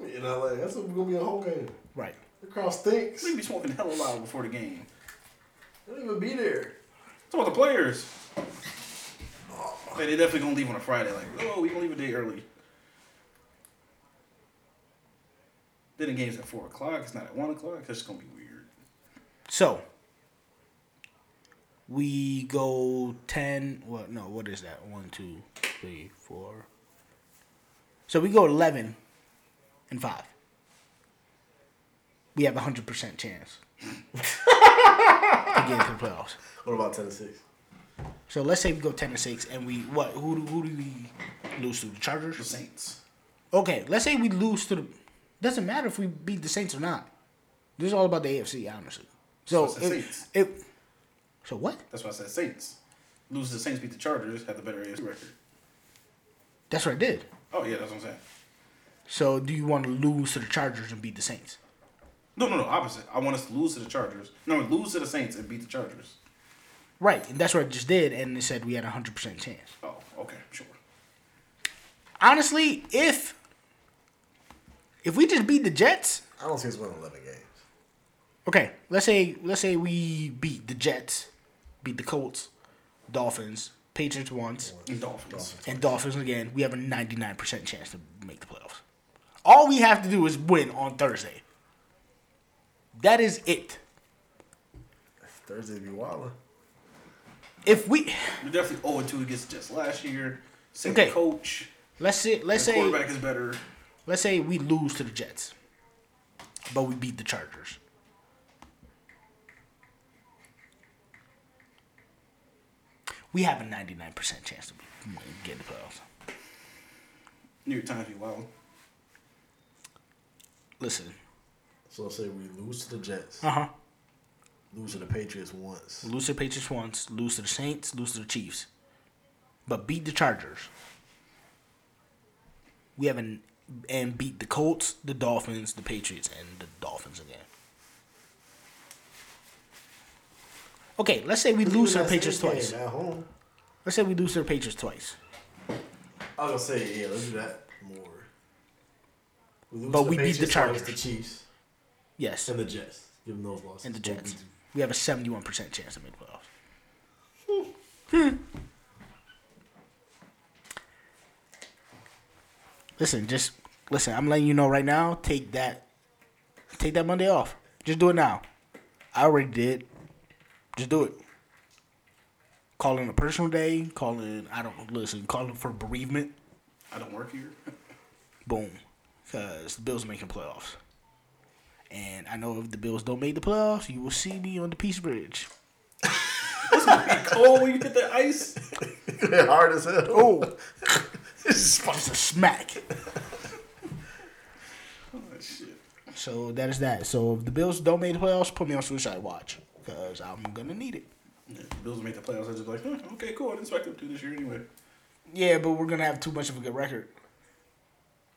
[SPEAKER 3] In LA, that's gonna be a whole game.
[SPEAKER 2] right.
[SPEAKER 3] The crowd stinks.
[SPEAKER 4] We be smoking hella loud before the game.
[SPEAKER 3] They don't even be there.
[SPEAKER 4] It's about the players. Like, they definitely gonna leave on a Friday. Like, oh, we gonna leave a day early. Then the game's at four o'clock. It's not at one o'clock. It's just gonna be weird.
[SPEAKER 2] So we go ten. What? No. What is that? One, two, three, four. So we go eleven and five. We have a hundred percent chance to get into the playoffs.
[SPEAKER 3] What about Tennessee?
[SPEAKER 2] So let's say we go ten and six, and we what? Who do who do we lose to? The
[SPEAKER 4] The
[SPEAKER 2] Chargers.
[SPEAKER 4] Saints.
[SPEAKER 2] Okay. Let's say we lose to the. Doesn't matter if we beat the Saints or not. This is all about the AFC, honestly. So,
[SPEAKER 4] So it's the Saints.
[SPEAKER 2] if, if so, what?
[SPEAKER 4] That's why I said Saints. Lose to the Saints, beat the Chargers, have the better AFC record.
[SPEAKER 2] That's what I did.
[SPEAKER 4] Oh yeah, that's what I'm saying.
[SPEAKER 2] So do you want to lose to the Chargers and beat the Saints?
[SPEAKER 4] No, no, no. Opposite. I want us to lose to the Chargers. No, lose to the Saints and beat the Chargers.
[SPEAKER 2] Right, and that's what I just did, and they said we had a hundred percent chance.
[SPEAKER 4] Oh, okay, sure.
[SPEAKER 2] Honestly, if if we just beat the Jets,
[SPEAKER 3] I don't see us winning eleven games.
[SPEAKER 2] okay, let's say let's say we beat the Jets, beat the Colts, Dolphins, Patriots once,
[SPEAKER 4] Dolphins.
[SPEAKER 2] and Dolphins again. We have a 99% chance to make the playoffs. All we have to do is win on Thursday. That is it.
[SPEAKER 3] Thursday be wildin'.
[SPEAKER 2] If we
[SPEAKER 4] We definitely owe it to against the Jets last year. Same
[SPEAKER 2] Okay.
[SPEAKER 4] coach.
[SPEAKER 2] let's say let's say
[SPEAKER 4] Quarterback is better.
[SPEAKER 2] let's say we lose to the Jets, but we beat the Chargers. We have a 99% chance to be- get the playoffs.
[SPEAKER 4] New York Times be wild.
[SPEAKER 2] Listen,
[SPEAKER 3] So say we lose to the Jets,
[SPEAKER 2] uh huh.
[SPEAKER 3] lose to the Patriots once.
[SPEAKER 2] Lose to the Patriots once, lose to the Saints, lose to the Chiefs, but beat the Chargers. We haven't and beat the Colts, the Dolphins, the Patriots, and the Dolphins again. Okay, let's say we lose to the
[SPEAKER 3] Even that
[SPEAKER 2] Patriots
[SPEAKER 3] same game
[SPEAKER 2] twice.
[SPEAKER 3] At home.
[SPEAKER 2] Let's say we lose to the Patriots twice,
[SPEAKER 3] I was gonna say yeah, let's do that more. We lose
[SPEAKER 2] But
[SPEAKER 3] to
[SPEAKER 2] we beat the
[SPEAKER 3] Patriots twice,
[SPEAKER 2] Chargers.
[SPEAKER 3] the Chiefs,
[SPEAKER 2] yes,
[SPEAKER 3] and the Jets. Give them those losses.
[SPEAKER 2] and the
[SPEAKER 3] We'll
[SPEAKER 2] Jets.
[SPEAKER 3] beat them.
[SPEAKER 2] We have a seventy-one percent chance to make the Hmm. playoffs. Listen, just listen. I'm letting you know right now. Take that, take that Monday off. Just do it now. I already did. Just do it. Call in a personal day. Call in. I don't listen. Call in for bereavement.
[SPEAKER 4] I don't work here. [laughs]
[SPEAKER 2] Boom. Because the Bills are making playoffs. And I know if the Bills don't make the playoffs, you will see me on the Peace Bridge.
[SPEAKER 4] oh, when you hit the ice.
[SPEAKER 3] They're [laughs] hard as hell. [laughs]
[SPEAKER 2] Oh, it's a smack.
[SPEAKER 4] [laughs] Oh, shit.
[SPEAKER 2] So that is that. So if the Bills don't make the playoffs, put me on suicide watch because I'm gonna need it.
[SPEAKER 4] Yeah, the Bills make the playoffs. I just be like, huh, okay, cool. I didn't expect them to this year anyway.
[SPEAKER 2] Yeah, but we're gonna have too much of a good record.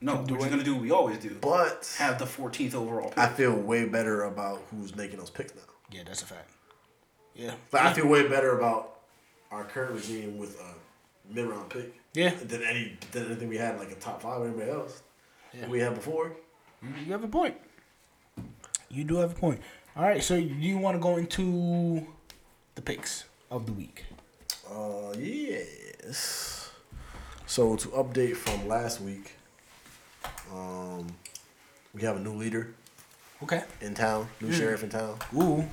[SPEAKER 4] No, we're just gonna do what we always do.
[SPEAKER 3] But
[SPEAKER 4] have the 14th overall pick.
[SPEAKER 3] I feel way better about who's making those picks now.
[SPEAKER 2] Yeah, that's a fact. Yeah,
[SPEAKER 3] Like I feel way better about our current regime with a mid round pick.
[SPEAKER 2] Yeah.
[SPEAKER 3] Than any than anything we had like a top five or anybody else. We had before.
[SPEAKER 2] you have a point. You do have a point. All right, so do you want to go into the picks of the week?
[SPEAKER 3] Uh yes. So to update from last week, um, we have a new leader
[SPEAKER 2] Okay.
[SPEAKER 3] in town,
[SPEAKER 2] Hmm.
[SPEAKER 3] new sheriff in town,
[SPEAKER 2] Ooh.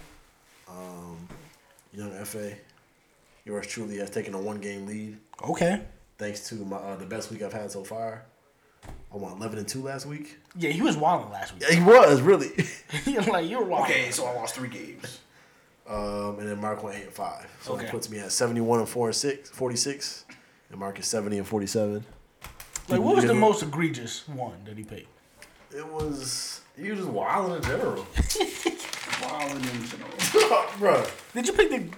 [SPEAKER 3] young FA. Yours truly has taken a one game lead
[SPEAKER 2] Okay.
[SPEAKER 3] thanks to my uh, the best week I've had so far. I won eleven and two last week.
[SPEAKER 2] Yeah, he was wilding last week. [laughs]
[SPEAKER 3] Yeah, he was really. [laughs]
[SPEAKER 2] like you were wilding.
[SPEAKER 4] Okay, so I lost three games.
[SPEAKER 3] Um, and then Mark went eight and five, so
[SPEAKER 2] Okay.
[SPEAKER 3] it puts me at seventy-one and four and six, 46. and Mark is seventy and forty-seven.
[SPEAKER 2] Like, what was the most egregious one that he paid?
[SPEAKER 3] It was he was just wild in [laughs] general,
[SPEAKER 4] Wow, and then, you know,
[SPEAKER 3] bro.
[SPEAKER 2] Did you pick the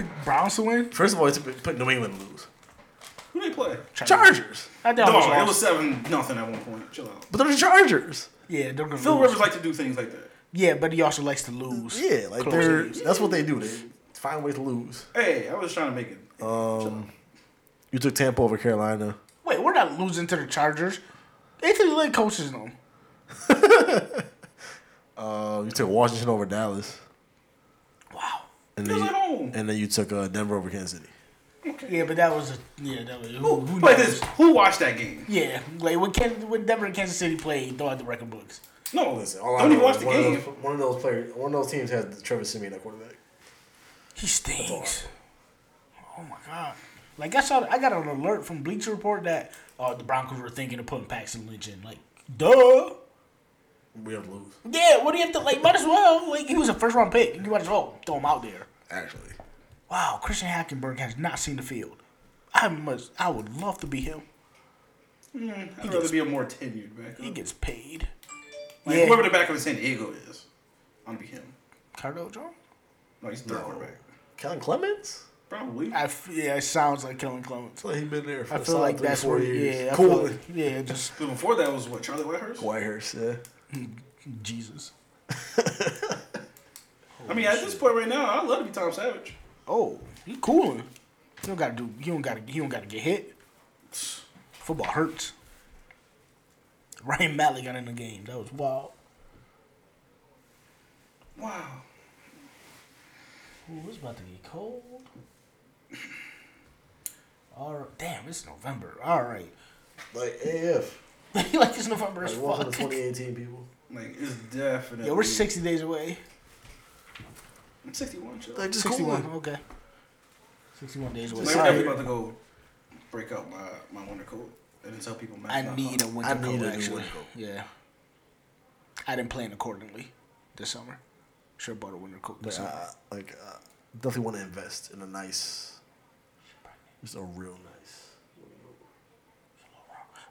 [SPEAKER 2] the Browns to win?
[SPEAKER 3] First of all, it's put New England to lose.
[SPEAKER 4] who they play?
[SPEAKER 3] Chargers,
[SPEAKER 2] I
[SPEAKER 4] No,
[SPEAKER 2] doubt no,
[SPEAKER 4] it was seven nothing at one point. Chill out.
[SPEAKER 3] but they're the Chargers.
[SPEAKER 2] Yeah, they're gonna
[SPEAKER 4] Phil
[SPEAKER 2] lose.
[SPEAKER 4] Rivers like to do things like that.
[SPEAKER 2] Yeah, but he also likes to lose.
[SPEAKER 3] Yeah, like
[SPEAKER 2] Close
[SPEAKER 3] they're
[SPEAKER 2] games.
[SPEAKER 3] that's what they do. They find ways to lose.
[SPEAKER 4] Hey, I was trying to make it. Um,
[SPEAKER 3] You took Tampa over Carolina.
[SPEAKER 2] Wait, we're not losing to the Chargers. Anthony Lynn coaches them.
[SPEAKER 3] Uh, you took Washington over Dallas,
[SPEAKER 2] Wow.
[SPEAKER 3] and
[SPEAKER 4] It
[SPEAKER 3] then
[SPEAKER 4] was
[SPEAKER 3] you,
[SPEAKER 4] at home.
[SPEAKER 3] and then you took uh, Denver over Kansas City.
[SPEAKER 2] Yeah, but that was a yeah, that was who,
[SPEAKER 4] Who,
[SPEAKER 2] who
[SPEAKER 4] like
[SPEAKER 2] knows?
[SPEAKER 4] this? Who watched that game?
[SPEAKER 2] Yeah, like when Ken, when Denver and Kansas City played, throw out the record books.
[SPEAKER 4] No,
[SPEAKER 3] Listen, all I
[SPEAKER 4] don't even
[SPEAKER 3] know
[SPEAKER 4] watch
[SPEAKER 3] is
[SPEAKER 4] the
[SPEAKER 3] one
[SPEAKER 4] game.
[SPEAKER 3] Of those, one of those players, one of those teams has Trevor Simeon at quarterback.
[SPEAKER 2] He stinks. Oh my god! Like I saw, I got an alert from Bleacher Report that uh, the Broncos were thinking of putting Paxton Lynch in. Like, duh.
[SPEAKER 3] We have to lose.
[SPEAKER 2] Yeah, what do you have to like? Might as well. Like he was a first round pick. You might as well throw him out there.
[SPEAKER 3] Actually,
[SPEAKER 2] Wow, Christian Hackenberg has not seen the field. I must. I would love to be him.
[SPEAKER 4] I'd rather be a more tenured backup.
[SPEAKER 2] He gets paid.
[SPEAKER 4] like,
[SPEAKER 2] yeah.
[SPEAKER 4] Whoever the backup in San Diego is, I'm gonna be him.
[SPEAKER 2] Cardell Jones.
[SPEAKER 4] No, he's third quarterback.
[SPEAKER 3] Kellen Clemens.
[SPEAKER 4] Probably.
[SPEAKER 2] I f- yeah, it sounds like Kellen Clemens.
[SPEAKER 3] Like he been there for
[SPEAKER 2] I feel like that's
[SPEAKER 3] four
[SPEAKER 2] where
[SPEAKER 3] years.
[SPEAKER 2] yeah, I feel
[SPEAKER 3] cool. [laughs]
[SPEAKER 2] like- yeah, just
[SPEAKER 4] But before that was what Charlie Whitehurst.
[SPEAKER 3] Whitehurst, yeah.
[SPEAKER 2] Jesus.
[SPEAKER 4] I mean, at this point right now, I'd love to be Tom Savage.
[SPEAKER 2] Oh, he cooling. He don't gotta do. He don't gotta. He don't gotta get hit. Football hurts. Ryan Malley got in the game. That was wild.
[SPEAKER 4] Wow.
[SPEAKER 2] Ooh, it's about to get cold. All right. Damn, it's November. All right. [laughs]
[SPEAKER 6] Like AF.
[SPEAKER 2] like it's November as
[SPEAKER 6] Like, welcome to
[SPEAKER 2] fuck.
[SPEAKER 6] 2018, people.
[SPEAKER 4] Like it's definitely.
[SPEAKER 2] Yo, we're 60 days away.
[SPEAKER 4] I'm 61. Chill.
[SPEAKER 3] Like, just Google
[SPEAKER 2] 61.
[SPEAKER 3] it.
[SPEAKER 2] Okay. 61 days away.
[SPEAKER 4] Like,
[SPEAKER 2] All
[SPEAKER 4] I'm
[SPEAKER 2] right.
[SPEAKER 4] definitely about to go break out my, my winter coat and then tell people. man,
[SPEAKER 2] I
[SPEAKER 4] it's not
[SPEAKER 2] need a
[SPEAKER 4] hot.
[SPEAKER 2] winter
[SPEAKER 3] I
[SPEAKER 2] coat.
[SPEAKER 3] need a new
[SPEAKER 2] actually,
[SPEAKER 3] winter coat.
[SPEAKER 2] yeah. I didn't plan accordingly this summer. Should have bought a winter coat this
[SPEAKER 3] Like,
[SPEAKER 2] summer.
[SPEAKER 3] I, I- like uh, definitely want to invest in a nice, just a real nice.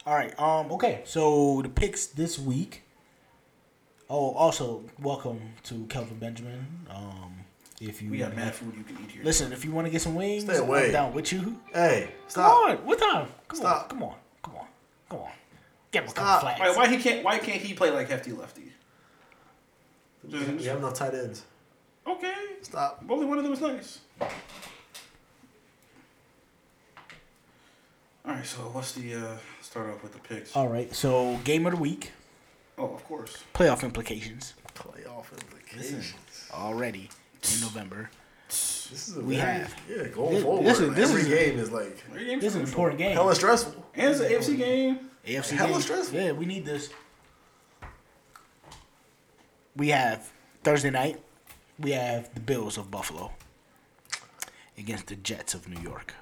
[SPEAKER 2] All right. Um. Okay. So the picks this week. Oh, also welcome to Kelvin Benjamin. Um, if you
[SPEAKER 4] We got mad food you can eat here.
[SPEAKER 2] listen, if you want to get some wings,
[SPEAKER 3] Stay away.
[SPEAKER 2] I'm down with you.
[SPEAKER 3] Hey,
[SPEAKER 2] Come
[SPEAKER 3] stop!
[SPEAKER 2] on. What time? Come on.
[SPEAKER 3] Stop.
[SPEAKER 2] Come on. Come on. Come on. Get him a couple
[SPEAKER 3] Stop.
[SPEAKER 2] flags.
[SPEAKER 4] Like, why he can't? Why can't he play like hefty lefty?
[SPEAKER 3] We have- we have enough tight ends.
[SPEAKER 4] Okay,
[SPEAKER 3] Stop.
[SPEAKER 4] only one of them is nice. All right, so what's the uh, start off with the picks?
[SPEAKER 2] All right. So game of the week,
[SPEAKER 4] oh, of course.
[SPEAKER 2] playoff implications
[SPEAKER 3] Playoff implications.
[SPEAKER 2] already in November.
[SPEAKER 6] This is a
[SPEAKER 2] We
[SPEAKER 6] very-
[SPEAKER 2] have.
[SPEAKER 6] Yeah, going
[SPEAKER 2] This-
[SPEAKER 6] forward.
[SPEAKER 2] this is-
[SPEAKER 6] like,
[SPEAKER 2] this
[SPEAKER 6] every
[SPEAKER 2] is-
[SPEAKER 6] game is like
[SPEAKER 4] Three games
[SPEAKER 2] This is an
[SPEAKER 4] crucial.
[SPEAKER 2] important game.
[SPEAKER 3] Hella stressful.
[SPEAKER 4] And it's an AFC game.
[SPEAKER 2] AFC
[SPEAKER 3] Hella
[SPEAKER 2] game.
[SPEAKER 3] stressful.
[SPEAKER 2] Yeah, we need this. We have Thursday night. We have the Bills of Buffalo against the Jets of New York.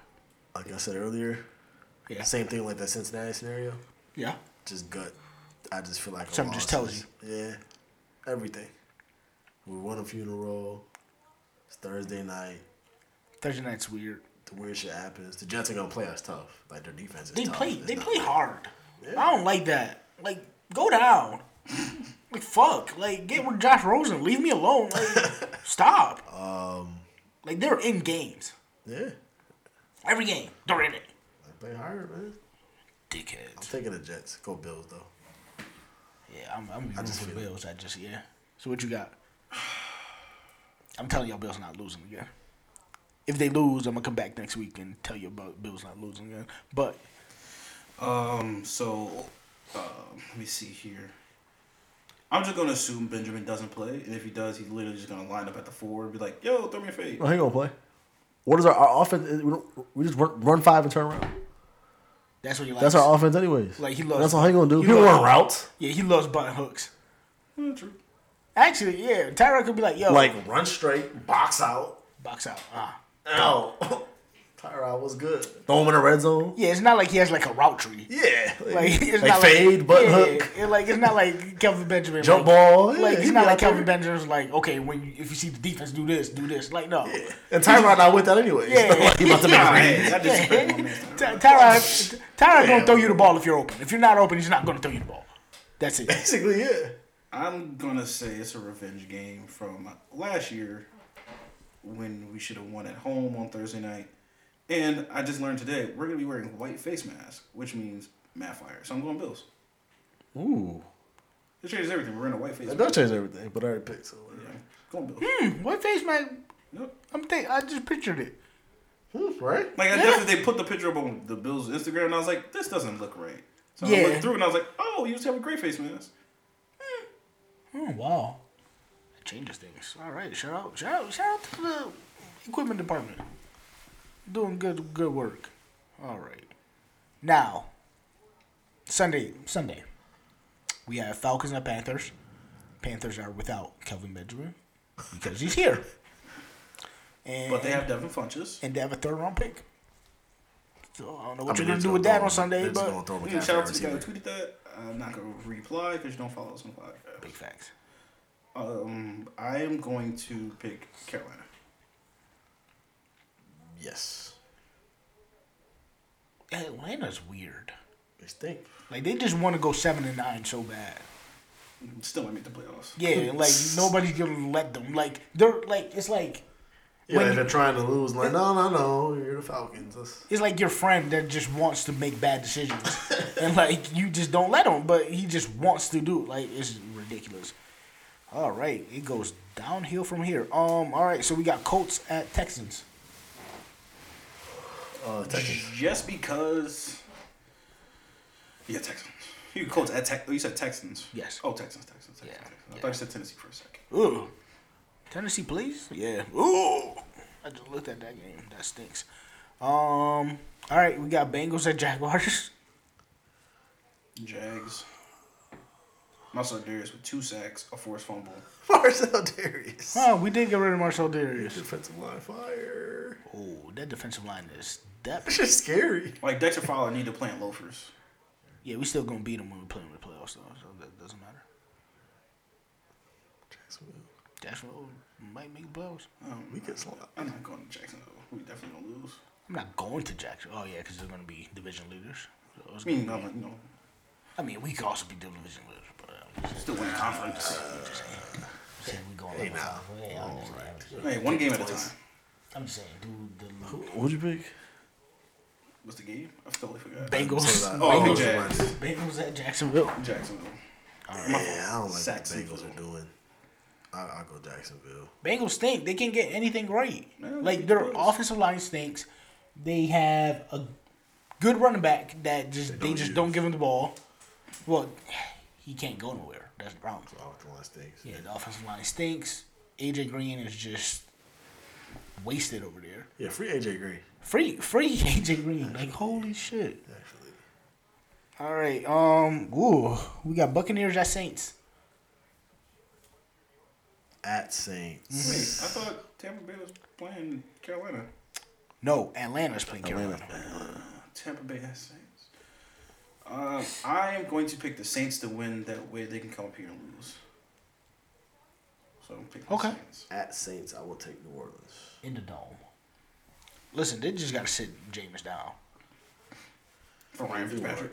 [SPEAKER 3] Like I said earlier,
[SPEAKER 2] Yeah.
[SPEAKER 3] same thing like that Cincinnati scenario.
[SPEAKER 2] Yeah.
[SPEAKER 3] Just gut. I just feel like a
[SPEAKER 2] Something just
[SPEAKER 3] loss
[SPEAKER 2] tells
[SPEAKER 3] is- Yeah, everything. We won a funeral. It's Thursday night.
[SPEAKER 2] Thursday night's weird.
[SPEAKER 3] The weird shit happens. The Jets are gonna play us tough. Like their defense is
[SPEAKER 2] They
[SPEAKER 3] tough.
[SPEAKER 2] play.
[SPEAKER 3] It's
[SPEAKER 2] They
[SPEAKER 3] not
[SPEAKER 2] play
[SPEAKER 3] good.
[SPEAKER 2] hard.
[SPEAKER 3] Yeah.
[SPEAKER 2] I don't like that. Like go
[SPEAKER 3] [laughs]
[SPEAKER 2] down. like fuck. Like get with Josh Rosen. Leave me alone.
[SPEAKER 3] [laughs]
[SPEAKER 2] Like stop. Um. Like they're in games.
[SPEAKER 3] Yeah,
[SPEAKER 2] Every game. They're in it.
[SPEAKER 3] they play hard, man.
[SPEAKER 2] Dickheads.
[SPEAKER 3] I'm taking the Jets. Go Bills though.
[SPEAKER 2] Yeah, I'm, I'm rooting
[SPEAKER 3] just
[SPEAKER 2] for the
[SPEAKER 3] feel it.
[SPEAKER 2] Bills. I just yeah. So what you got? I'm telling y'all, Bills not losing again. If they lose, I'm gonna come back next week and tell you about Bills not losing again. But
[SPEAKER 4] Um, so um, let me see here. I'm just gonna assume Benjamin doesn't play, and if he does, he's literally just gonna line up at the four and be like, "Yo, throw me a fade."
[SPEAKER 3] Oh, he gonna play. What is our, our offense? is- We, don't, we just run, run five and turn around.
[SPEAKER 2] that's what he likes.
[SPEAKER 3] That's our offense, anyways.
[SPEAKER 2] Like, he loves-
[SPEAKER 3] That's all he gonna do.
[SPEAKER 2] he
[SPEAKER 3] He gonna
[SPEAKER 2] loves-
[SPEAKER 3] run routes.
[SPEAKER 2] Yeah, he loves button hooks.
[SPEAKER 4] Yeah, true.
[SPEAKER 2] Actually, yeah, Tyrod could be like, yo,
[SPEAKER 3] Like run straight, box out.
[SPEAKER 2] box out. Ah.
[SPEAKER 3] Ow. [laughs] Tyrod was good. Throw him in the red zone.
[SPEAKER 2] Yeah, it's not like he has like a route tree.
[SPEAKER 3] Yeah.
[SPEAKER 2] Like it's
[SPEAKER 3] Like
[SPEAKER 2] not
[SPEAKER 3] fade,
[SPEAKER 2] like,
[SPEAKER 3] button
[SPEAKER 2] yeah,
[SPEAKER 3] hook.
[SPEAKER 2] yeah, like it's not like Kelvin Benjamin.
[SPEAKER 3] Jump
[SPEAKER 2] like,
[SPEAKER 3] ball. Yeah,
[SPEAKER 2] Like
[SPEAKER 3] he
[SPEAKER 2] it's not
[SPEAKER 3] be
[SPEAKER 2] like
[SPEAKER 3] out there.
[SPEAKER 2] Kelvin Benjamin's like, okay, when you, if you see the defense do this, do this. Like no.
[SPEAKER 3] And Tyrod not with that anyway.
[SPEAKER 2] Yeah.
[SPEAKER 3] [laughs] he about to make
[SPEAKER 4] All
[SPEAKER 3] a
[SPEAKER 4] right,
[SPEAKER 2] [laughs]
[SPEAKER 4] I disrespect my man.
[SPEAKER 2] Ty- Tyrod, Tyrod gonna throw you the ball if you're open. If you're not open, he's not gonna throw you the ball. That's it.
[SPEAKER 3] Basically, yeah.
[SPEAKER 4] I'm gonna say it's a revenge game from last year when we should have won at home on Thursday night. And I just learned today we're gonna be wearing white face masks, which means Matt Fire. So I'm going Bills.
[SPEAKER 3] Ooh.
[SPEAKER 4] It changes everything. We're in a white face.
[SPEAKER 3] That
[SPEAKER 4] mask.
[SPEAKER 3] does change everything, but I already picked. So
[SPEAKER 4] Yeah, going Bills.
[SPEAKER 2] [laughs] What face man?
[SPEAKER 4] Yep.
[SPEAKER 2] I'm think I just pictured it.
[SPEAKER 3] Hmm, right?
[SPEAKER 4] Like I definitely they put the picture up on the Bills' Instagram, and I was like, this doesn't look right. So I
[SPEAKER 2] Yeah.
[SPEAKER 4] looked through and I was like, oh, you just have a gray face mask.
[SPEAKER 2] Oh wow, that changes things. All right, shout out, shout out, shout out to the equipment department. Doing good, good work. All right, now Sunday, Sunday, we have Falcons and Panthers. Panthers are without Kelvin Benjamin because he's here. And
[SPEAKER 4] But they have Devin Funches.
[SPEAKER 2] and they have a third round pick. So I don't know what
[SPEAKER 3] I mean,
[SPEAKER 2] you're gonna
[SPEAKER 3] it's
[SPEAKER 2] do with
[SPEAKER 3] throw
[SPEAKER 2] that on
[SPEAKER 3] him-
[SPEAKER 2] Sunday,
[SPEAKER 3] they're just gonna
[SPEAKER 2] but
[SPEAKER 3] throw him a
[SPEAKER 4] Yeah,
[SPEAKER 3] guy
[SPEAKER 4] Hmm, shout out
[SPEAKER 3] for
[SPEAKER 4] to the guy who
[SPEAKER 3] receiver.
[SPEAKER 4] tweeted that. I'm not gonna reply because you don't follow us on podcast.
[SPEAKER 2] big facts.
[SPEAKER 4] Um, I am going to pick Carolina.
[SPEAKER 3] Yes.
[SPEAKER 2] Atlanta's weird.
[SPEAKER 3] They stink.
[SPEAKER 2] Like they just want to go seven and nine so bad.
[SPEAKER 4] Still might make the playoffs.
[SPEAKER 2] Yeah, like nobody's gonna let them. Like they're like it's like
[SPEAKER 3] Yeah,
[SPEAKER 2] When
[SPEAKER 3] like
[SPEAKER 2] you-
[SPEAKER 3] they're trying to lose. Like, no, no, no. You're the Falcons. That's- [laughs]
[SPEAKER 2] it's like your friend that just wants to make bad decisions, and like you just don't let him, but he just wants to do it. Like it's ridiculous. All right, it goes downhill from here. Um, all right, so we got Colts at Texans.
[SPEAKER 3] Uh, Texans.
[SPEAKER 4] [laughs] Just because. Yeah, Texans. You called at Tex. oh, You said Texans.
[SPEAKER 2] Yes.
[SPEAKER 4] Oh, Texans, Texans, Texans.
[SPEAKER 2] Yeah,
[SPEAKER 4] Texans. I
[SPEAKER 2] yeah.
[SPEAKER 4] thought you said Tennessee for a second.
[SPEAKER 2] Ooh. Tennessee, please? Yeah. Ooh. I just looked at that game. That stinks. Um. All right, we got Bengals at Jaguars.
[SPEAKER 4] Jags. My son Darius with two sacks, a forced fumble.
[SPEAKER 3] Marcel Darius.
[SPEAKER 2] [laughs] Oh, we did get rid of Marcel Darius.
[SPEAKER 3] Defensive line fire.
[SPEAKER 2] Oh, that defensive line is
[SPEAKER 3] That's
[SPEAKER 2] depth.
[SPEAKER 3] just scary.
[SPEAKER 4] Like Dexter Fowler need to play in loafers.
[SPEAKER 2] Yeah, we still gonna beat them when we play them in the playoffs, though. So that doesn't matter.
[SPEAKER 3] Jacksonville,
[SPEAKER 2] Jacksonville might make the playoffs.
[SPEAKER 3] We get slot.
[SPEAKER 4] Um, I'm not going to Jacksonville. We definitely gonna lose.
[SPEAKER 2] I'm not going to Jacksonville. Oh yeah, because they're gonna be division leaders. So it's
[SPEAKER 4] I mean,
[SPEAKER 2] gonna
[SPEAKER 4] I'm,
[SPEAKER 2] be-
[SPEAKER 4] like, you know,
[SPEAKER 2] I mean, we could also be division leaders, but I'm just
[SPEAKER 4] still win the conference.
[SPEAKER 2] saying we going. Hey, now. Yeah, I'm, just saying,
[SPEAKER 4] Hey, one game at a time.
[SPEAKER 2] I'm just saying, dude. The
[SPEAKER 3] What'd you pick?
[SPEAKER 4] What's the game? I totally forgot.
[SPEAKER 2] Bengals.
[SPEAKER 4] Oh,
[SPEAKER 3] Bengals
[SPEAKER 4] Jags.
[SPEAKER 3] are-
[SPEAKER 2] Bengals at Jacksonville.
[SPEAKER 4] Jacksonville.
[SPEAKER 3] Yeah, I don't like what the
[SPEAKER 4] Saxonville.
[SPEAKER 3] Bengals are doing. I, I'll go Jacksonville.
[SPEAKER 2] Bengals stink. They can't get anything right.
[SPEAKER 4] Man,
[SPEAKER 2] like
[SPEAKER 4] they
[SPEAKER 2] their
[SPEAKER 4] close.
[SPEAKER 2] offensive line stinks. They have a good running back that just they,
[SPEAKER 3] don't
[SPEAKER 2] just
[SPEAKER 3] use.
[SPEAKER 2] don't give him the ball. Well, he can't go nowhere. That's the problem.
[SPEAKER 3] The offensive line stinks.
[SPEAKER 2] Yeah, the offensive line stinks. AJ Green is just wasted over there.
[SPEAKER 3] Yeah, free AJ Green.
[SPEAKER 2] Free, free [laughs] AJ Green. Like holy shit.
[SPEAKER 3] Actually,
[SPEAKER 2] All right. Um. Ooh, we got Buccaneers at Saints.
[SPEAKER 3] at Saints.
[SPEAKER 4] Mm-hmm. Wait, I thought Tampa Bay was playing Carolina.
[SPEAKER 2] No, Atlanta's playing Carolina.
[SPEAKER 4] Tampa Bay has Saints. Um, I am going to pick the Saints to win. That way they can come up here and lose. So I'm picking
[SPEAKER 2] Okay.
[SPEAKER 4] the Saints.
[SPEAKER 3] At Saints, I will take New Orleans.
[SPEAKER 2] in the dome. Listen, they just gotta sit Jameis down.
[SPEAKER 4] For Ryan [laughs] Fitzpatrick.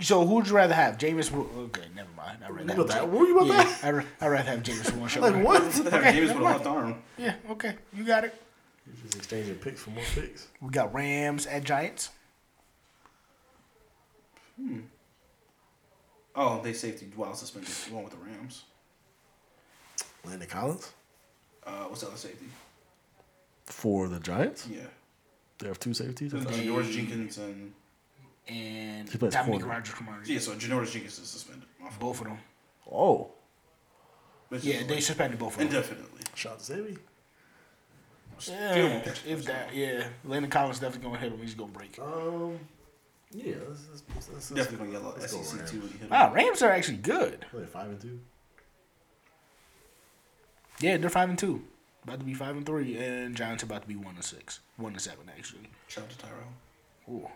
[SPEAKER 2] So who'd you rather have, Jameis? Wi- Okay, never mind. I rather
[SPEAKER 3] You about
[SPEAKER 2] have
[SPEAKER 3] that?
[SPEAKER 2] Jame-
[SPEAKER 3] What you about
[SPEAKER 2] yeah,
[SPEAKER 3] that?
[SPEAKER 2] I ra- I'd rather have Jameis
[SPEAKER 3] [laughs]
[SPEAKER 2] with one shoulder.
[SPEAKER 3] Like what?
[SPEAKER 4] Have
[SPEAKER 2] Okay,
[SPEAKER 4] James with
[SPEAKER 2] never
[SPEAKER 4] a
[SPEAKER 2] mind.
[SPEAKER 4] left arm.
[SPEAKER 2] Yeah. Okay, you got it.
[SPEAKER 3] Just exchanging picks for more picks.
[SPEAKER 2] We got Rams at Giants.
[SPEAKER 4] Oh, they safety while suspended. The one with the Rams.
[SPEAKER 3] Landon Collins
[SPEAKER 4] Uh, what's the other safety?
[SPEAKER 3] for the Giants.
[SPEAKER 4] Yeah.
[SPEAKER 3] They have two safeties. I
[SPEAKER 4] There's
[SPEAKER 3] thought.
[SPEAKER 4] Janoris Jenkins and
[SPEAKER 2] And
[SPEAKER 3] He plays
[SPEAKER 2] Dominic
[SPEAKER 3] corner.
[SPEAKER 2] Rogers Kamara.
[SPEAKER 4] yeah, so Janoris Jenkins is suspended. My fault.
[SPEAKER 2] Both of them.
[SPEAKER 3] Oh,
[SPEAKER 4] Which is
[SPEAKER 2] Yeah, they
[SPEAKER 4] like
[SPEAKER 2] suspended both of them.
[SPEAKER 4] indefinitely.
[SPEAKER 3] shout out to Sammy.
[SPEAKER 2] Yeah, if that, yeah. Landon Collins definitely gonna hit him. He's gonna break.
[SPEAKER 3] Um, yeah, let's, let's, let's, let's,
[SPEAKER 4] Definitely gonna yell out
[SPEAKER 3] let's go
[SPEAKER 4] SEC
[SPEAKER 3] Rams.
[SPEAKER 4] too E when you hit him.
[SPEAKER 2] Wow, Rams are actually good.
[SPEAKER 3] What are they, five and two.
[SPEAKER 2] Yeah, they're five and two, about to be five and three, and Giants about to be one and six, one and seven actually.
[SPEAKER 4] Shout out to Tyrell.
[SPEAKER 2] Ooh.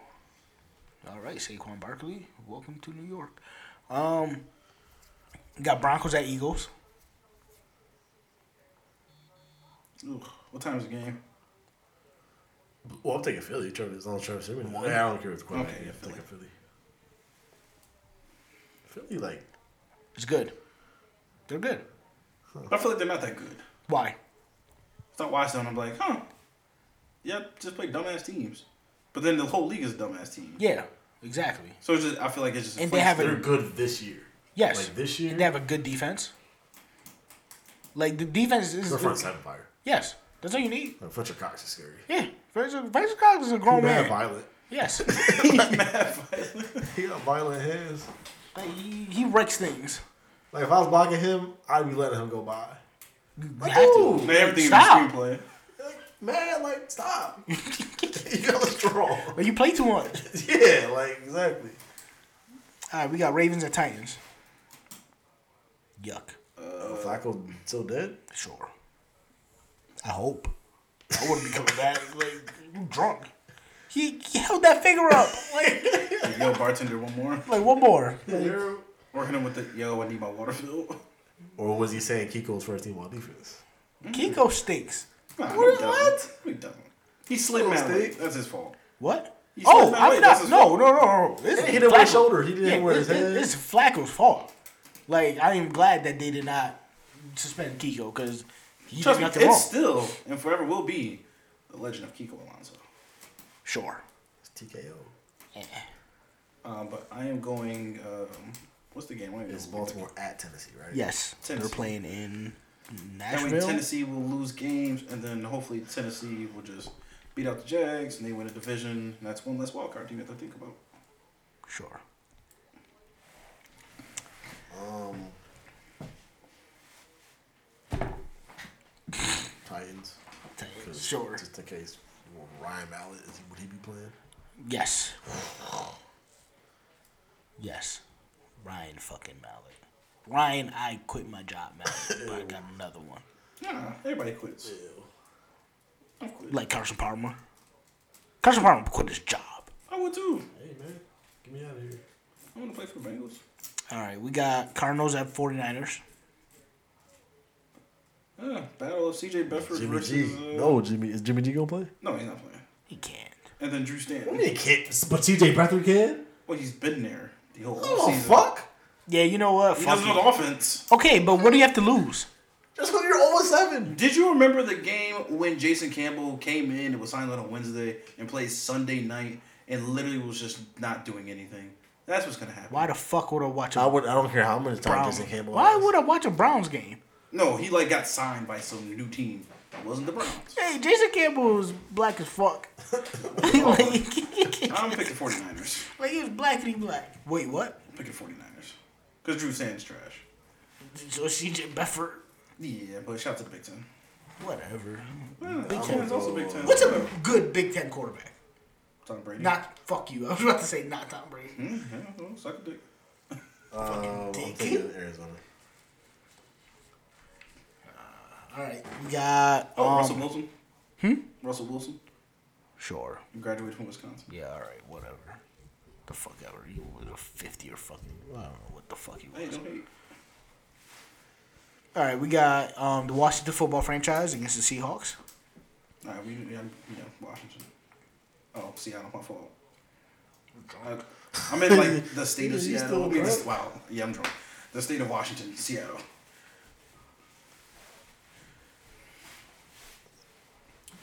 [SPEAKER 2] All right, Saquon Barkley, welcome to New York. Um, got Broncos at Eagles.
[SPEAKER 4] Ooh, what time is the game?
[SPEAKER 3] Well, I'm taking Philly. Trevor, as long as Trevor Simeon. Yeah, I don't care what the quarterback
[SPEAKER 4] Okay,
[SPEAKER 3] is.
[SPEAKER 4] yeah,
[SPEAKER 3] I'm taking Philly. Philly, like,
[SPEAKER 2] It's good. They're good.
[SPEAKER 4] I feel like they're not that good.
[SPEAKER 2] Why?
[SPEAKER 4] Start watching them. I'm like, huh? Yep, just play dumbass teams. But then the whole league is a dumbass team.
[SPEAKER 2] Yeah, exactly.
[SPEAKER 4] So it's just, I feel like it's just.
[SPEAKER 2] And they have a-
[SPEAKER 3] they're good this year.
[SPEAKER 2] Yes.
[SPEAKER 3] Like this year,
[SPEAKER 2] And they have a good defense. Like the defense is.
[SPEAKER 3] their front seven fire.
[SPEAKER 2] Yes, that's all you need.
[SPEAKER 3] Like, Fletcher Cox is scary.
[SPEAKER 2] Yeah, Fraser Fraser Cox is a grown
[SPEAKER 3] Mad
[SPEAKER 2] Oh, man.
[SPEAKER 3] violent. [laughs]
[SPEAKER 2] Yes,
[SPEAKER 3] He got violent hands.
[SPEAKER 2] Like, he, he wrecks things.
[SPEAKER 3] Like if I was blocking him, I'd be letting him go by.
[SPEAKER 2] You
[SPEAKER 3] Like,
[SPEAKER 2] have to.
[SPEAKER 3] dude,
[SPEAKER 4] They everything
[SPEAKER 2] Stop.
[SPEAKER 4] in the screenplay.
[SPEAKER 3] like, man, like stop. [laughs] you got strong.
[SPEAKER 2] Like, you play too much.
[SPEAKER 3] Yeah, like exactly.
[SPEAKER 2] All right, we got Ravens at Titans. Yuck.
[SPEAKER 3] Uh, Flacco still dead.
[SPEAKER 2] Sure. I hope. I wouldn't be coming back. Like, you drunk. He, he held that finger
[SPEAKER 3] [laughs]
[SPEAKER 2] up. Like,
[SPEAKER 4] Like, yo, bartender, one more.
[SPEAKER 2] like one more.
[SPEAKER 4] Or hit him with the yo, I need my water filled.
[SPEAKER 3] Or was he saying Kiko's first team on defense?
[SPEAKER 2] Kiko stinks.
[SPEAKER 4] [laughs] Nah,
[SPEAKER 3] What?
[SPEAKER 4] He doesn't. He doesn't. He slid
[SPEAKER 3] Little
[SPEAKER 4] man.
[SPEAKER 3] stick.
[SPEAKER 4] That's his fault.
[SPEAKER 2] What?
[SPEAKER 4] He's
[SPEAKER 2] Oh,
[SPEAKER 4] still not
[SPEAKER 2] I'm
[SPEAKER 4] late. That's
[SPEAKER 2] not.
[SPEAKER 4] his
[SPEAKER 2] No, no,
[SPEAKER 4] fault.
[SPEAKER 2] no, no. This
[SPEAKER 3] He
[SPEAKER 2] is
[SPEAKER 3] didn't wear his
[SPEAKER 2] Flacco.
[SPEAKER 3] shoulder. He didn't
[SPEAKER 2] Yeah,
[SPEAKER 3] wear
[SPEAKER 2] this,
[SPEAKER 3] his head.
[SPEAKER 2] this is Flacco's fault. Like, I am glad that they did not suspend Kiko because he
[SPEAKER 4] Trust
[SPEAKER 2] did
[SPEAKER 4] me,
[SPEAKER 2] nothing
[SPEAKER 4] it's
[SPEAKER 2] wrong.
[SPEAKER 4] still and forever will be the legend of Kiko Alonso.
[SPEAKER 2] sure.
[SPEAKER 3] It's TKO.
[SPEAKER 2] Eh.
[SPEAKER 4] Um, but I am going. Um, what's the game? What am I
[SPEAKER 3] It's
[SPEAKER 4] going with?
[SPEAKER 3] Baltimore at Tennessee, right?
[SPEAKER 2] Yes,
[SPEAKER 4] Tennessee.
[SPEAKER 2] they're playing in
[SPEAKER 4] That way
[SPEAKER 2] Nashville.
[SPEAKER 4] Tennessee will lose games, and then hopefully Tennessee will just beat out the Jags, and they win a division. And that's one less wild card team you have to think about.
[SPEAKER 2] Sure.
[SPEAKER 3] Titans. 'cause
[SPEAKER 2] Sure.
[SPEAKER 3] Just in case Ryan Mallett is he, would he be playing?
[SPEAKER 2] Yes. Yes. Ryan fucking Mallett. Ryan, I quit my job, Mallett, but I got another one.
[SPEAKER 4] Nah, everybody quits. I quit.
[SPEAKER 2] Like Carson Palmer. Carson Palmer quit his job.
[SPEAKER 4] I would too.
[SPEAKER 3] Hey man, get me out of here.
[SPEAKER 4] I want to play for the Bengals.
[SPEAKER 2] All right, we got Cardinals at 49ers.
[SPEAKER 4] Yeah, battle of C.J. Beathard
[SPEAKER 3] Jimmy G.
[SPEAKER 4] versus. Uh,
[SPEAKER 3] No, Jimmy is Jimmy G gonna play?
[SPEAKER 4] no, he's not playing.
[SPEAKER 2] He can't.
[SPEAKER 4] And then Drew Stanton.
[SPEAKER 3] He can't, but TJ Bradford can.
[SPEAKER 4] Well, he's been there the whole
[SPEAKER 3] Oh
[SPEAKER 4] season.
[SPEAKER 3] fuck!
[SPEAKER 2] Yeah, you know what?
[SPEAKER 4] He
[SPEAKER 2] Fuck
[SPEAKER 4] doesn't
[SPEAKER 2] it.
[SPEAKER 4] know the offense.
[SPEAKER 2] Okay, but what do you have to lose?
[SPEAKER 3] Just because you're over seven.
[SPEAKER 4] Did you remember the game when Jason Campbell came in and was signed on a Wednesday and played Sunday night and literally was just not doing anything? That's what's gonna happen.
[SPEAKER 2] Why the fuck would I watch a
[SPEAKER 3] I would. I don't care how many times
[SPEAKER 2] Browns?
[SPEAKER 3] Jason Campbell.
[SPEAKER 2] Why
[SPEAKER 3] has.
[SPEAKER 2] would I watch a Browns game?
[SPEAKER 4] No, he like got signed by some new team. It wasn't the [laughs] Browns.
[SPEAKER 2] Hey, Jason Campbell is black as [laughs] fuck. like,
[SPEAKER 4] I'm picking 49ers.
[SPEAKER 2] like he's blackity black. Wait, what?
[SPEAKER 4] I'm picking 49ers. Because Drew Sand's trash.
[SPEAKER 2] So CJ Befford.
[SPEAKER 4] Yeah, but shout out to the Big Ten.
[SPEAKER 2] Whatever.
[SPEAKER 4] Big Ten is also Big Ten.
[SPEAKER 2] What's a good Big Ten quarterback?
[SPEAKER 4] Tom Brady.
[SPEAKER 2] Not fuck you. I was about to say not Tom Brady.
[SPEAKER 4] Mm, yeah, well, suck a dick.
[SPEAKER 3] Uh, I'm
[SPEAKER 2] Dick.
[SPEAKER 3] taking Arizona.
[SPEAKER 2] All right, we got.
[SPEAKER 4] Oh,
[SPEAKER 2] um,
[SPEAKER 4] Russell Wilson. Hmm. Russell Wilson.
[SPEAKER 2] Sure.
[SPEAKER 4] You graduated from Wisconsin.
[SPEAKER 2] Yeah. All right. Whatever. The fuck ever. You were fifty or fucking. I don't know what the fuck you
[SPEAKER 4] Hey,
[SPEAKER 2] was.
[SPEAKER 4] don't hate.
[SPEAKER 2] All right, we got um, the Washington football franchise against the Seahawks.
[SPEAKER 4] All right, we yeah, yeah Washington. Oh, Seattle, my fault. I, I'm
[SPEAKER 2] [laughs]
[SPEAKER 4] in like the state of
[SPEAKER 3] He's
[SPEAKER 4] Seattle.
[SPEAKER 3] still
[SPEAKER 4] I mean,
[SPEAKER 3] drunk.
[SPEAKER 4] wow, yeah, I'm drunk. The state of Washington, Seattle.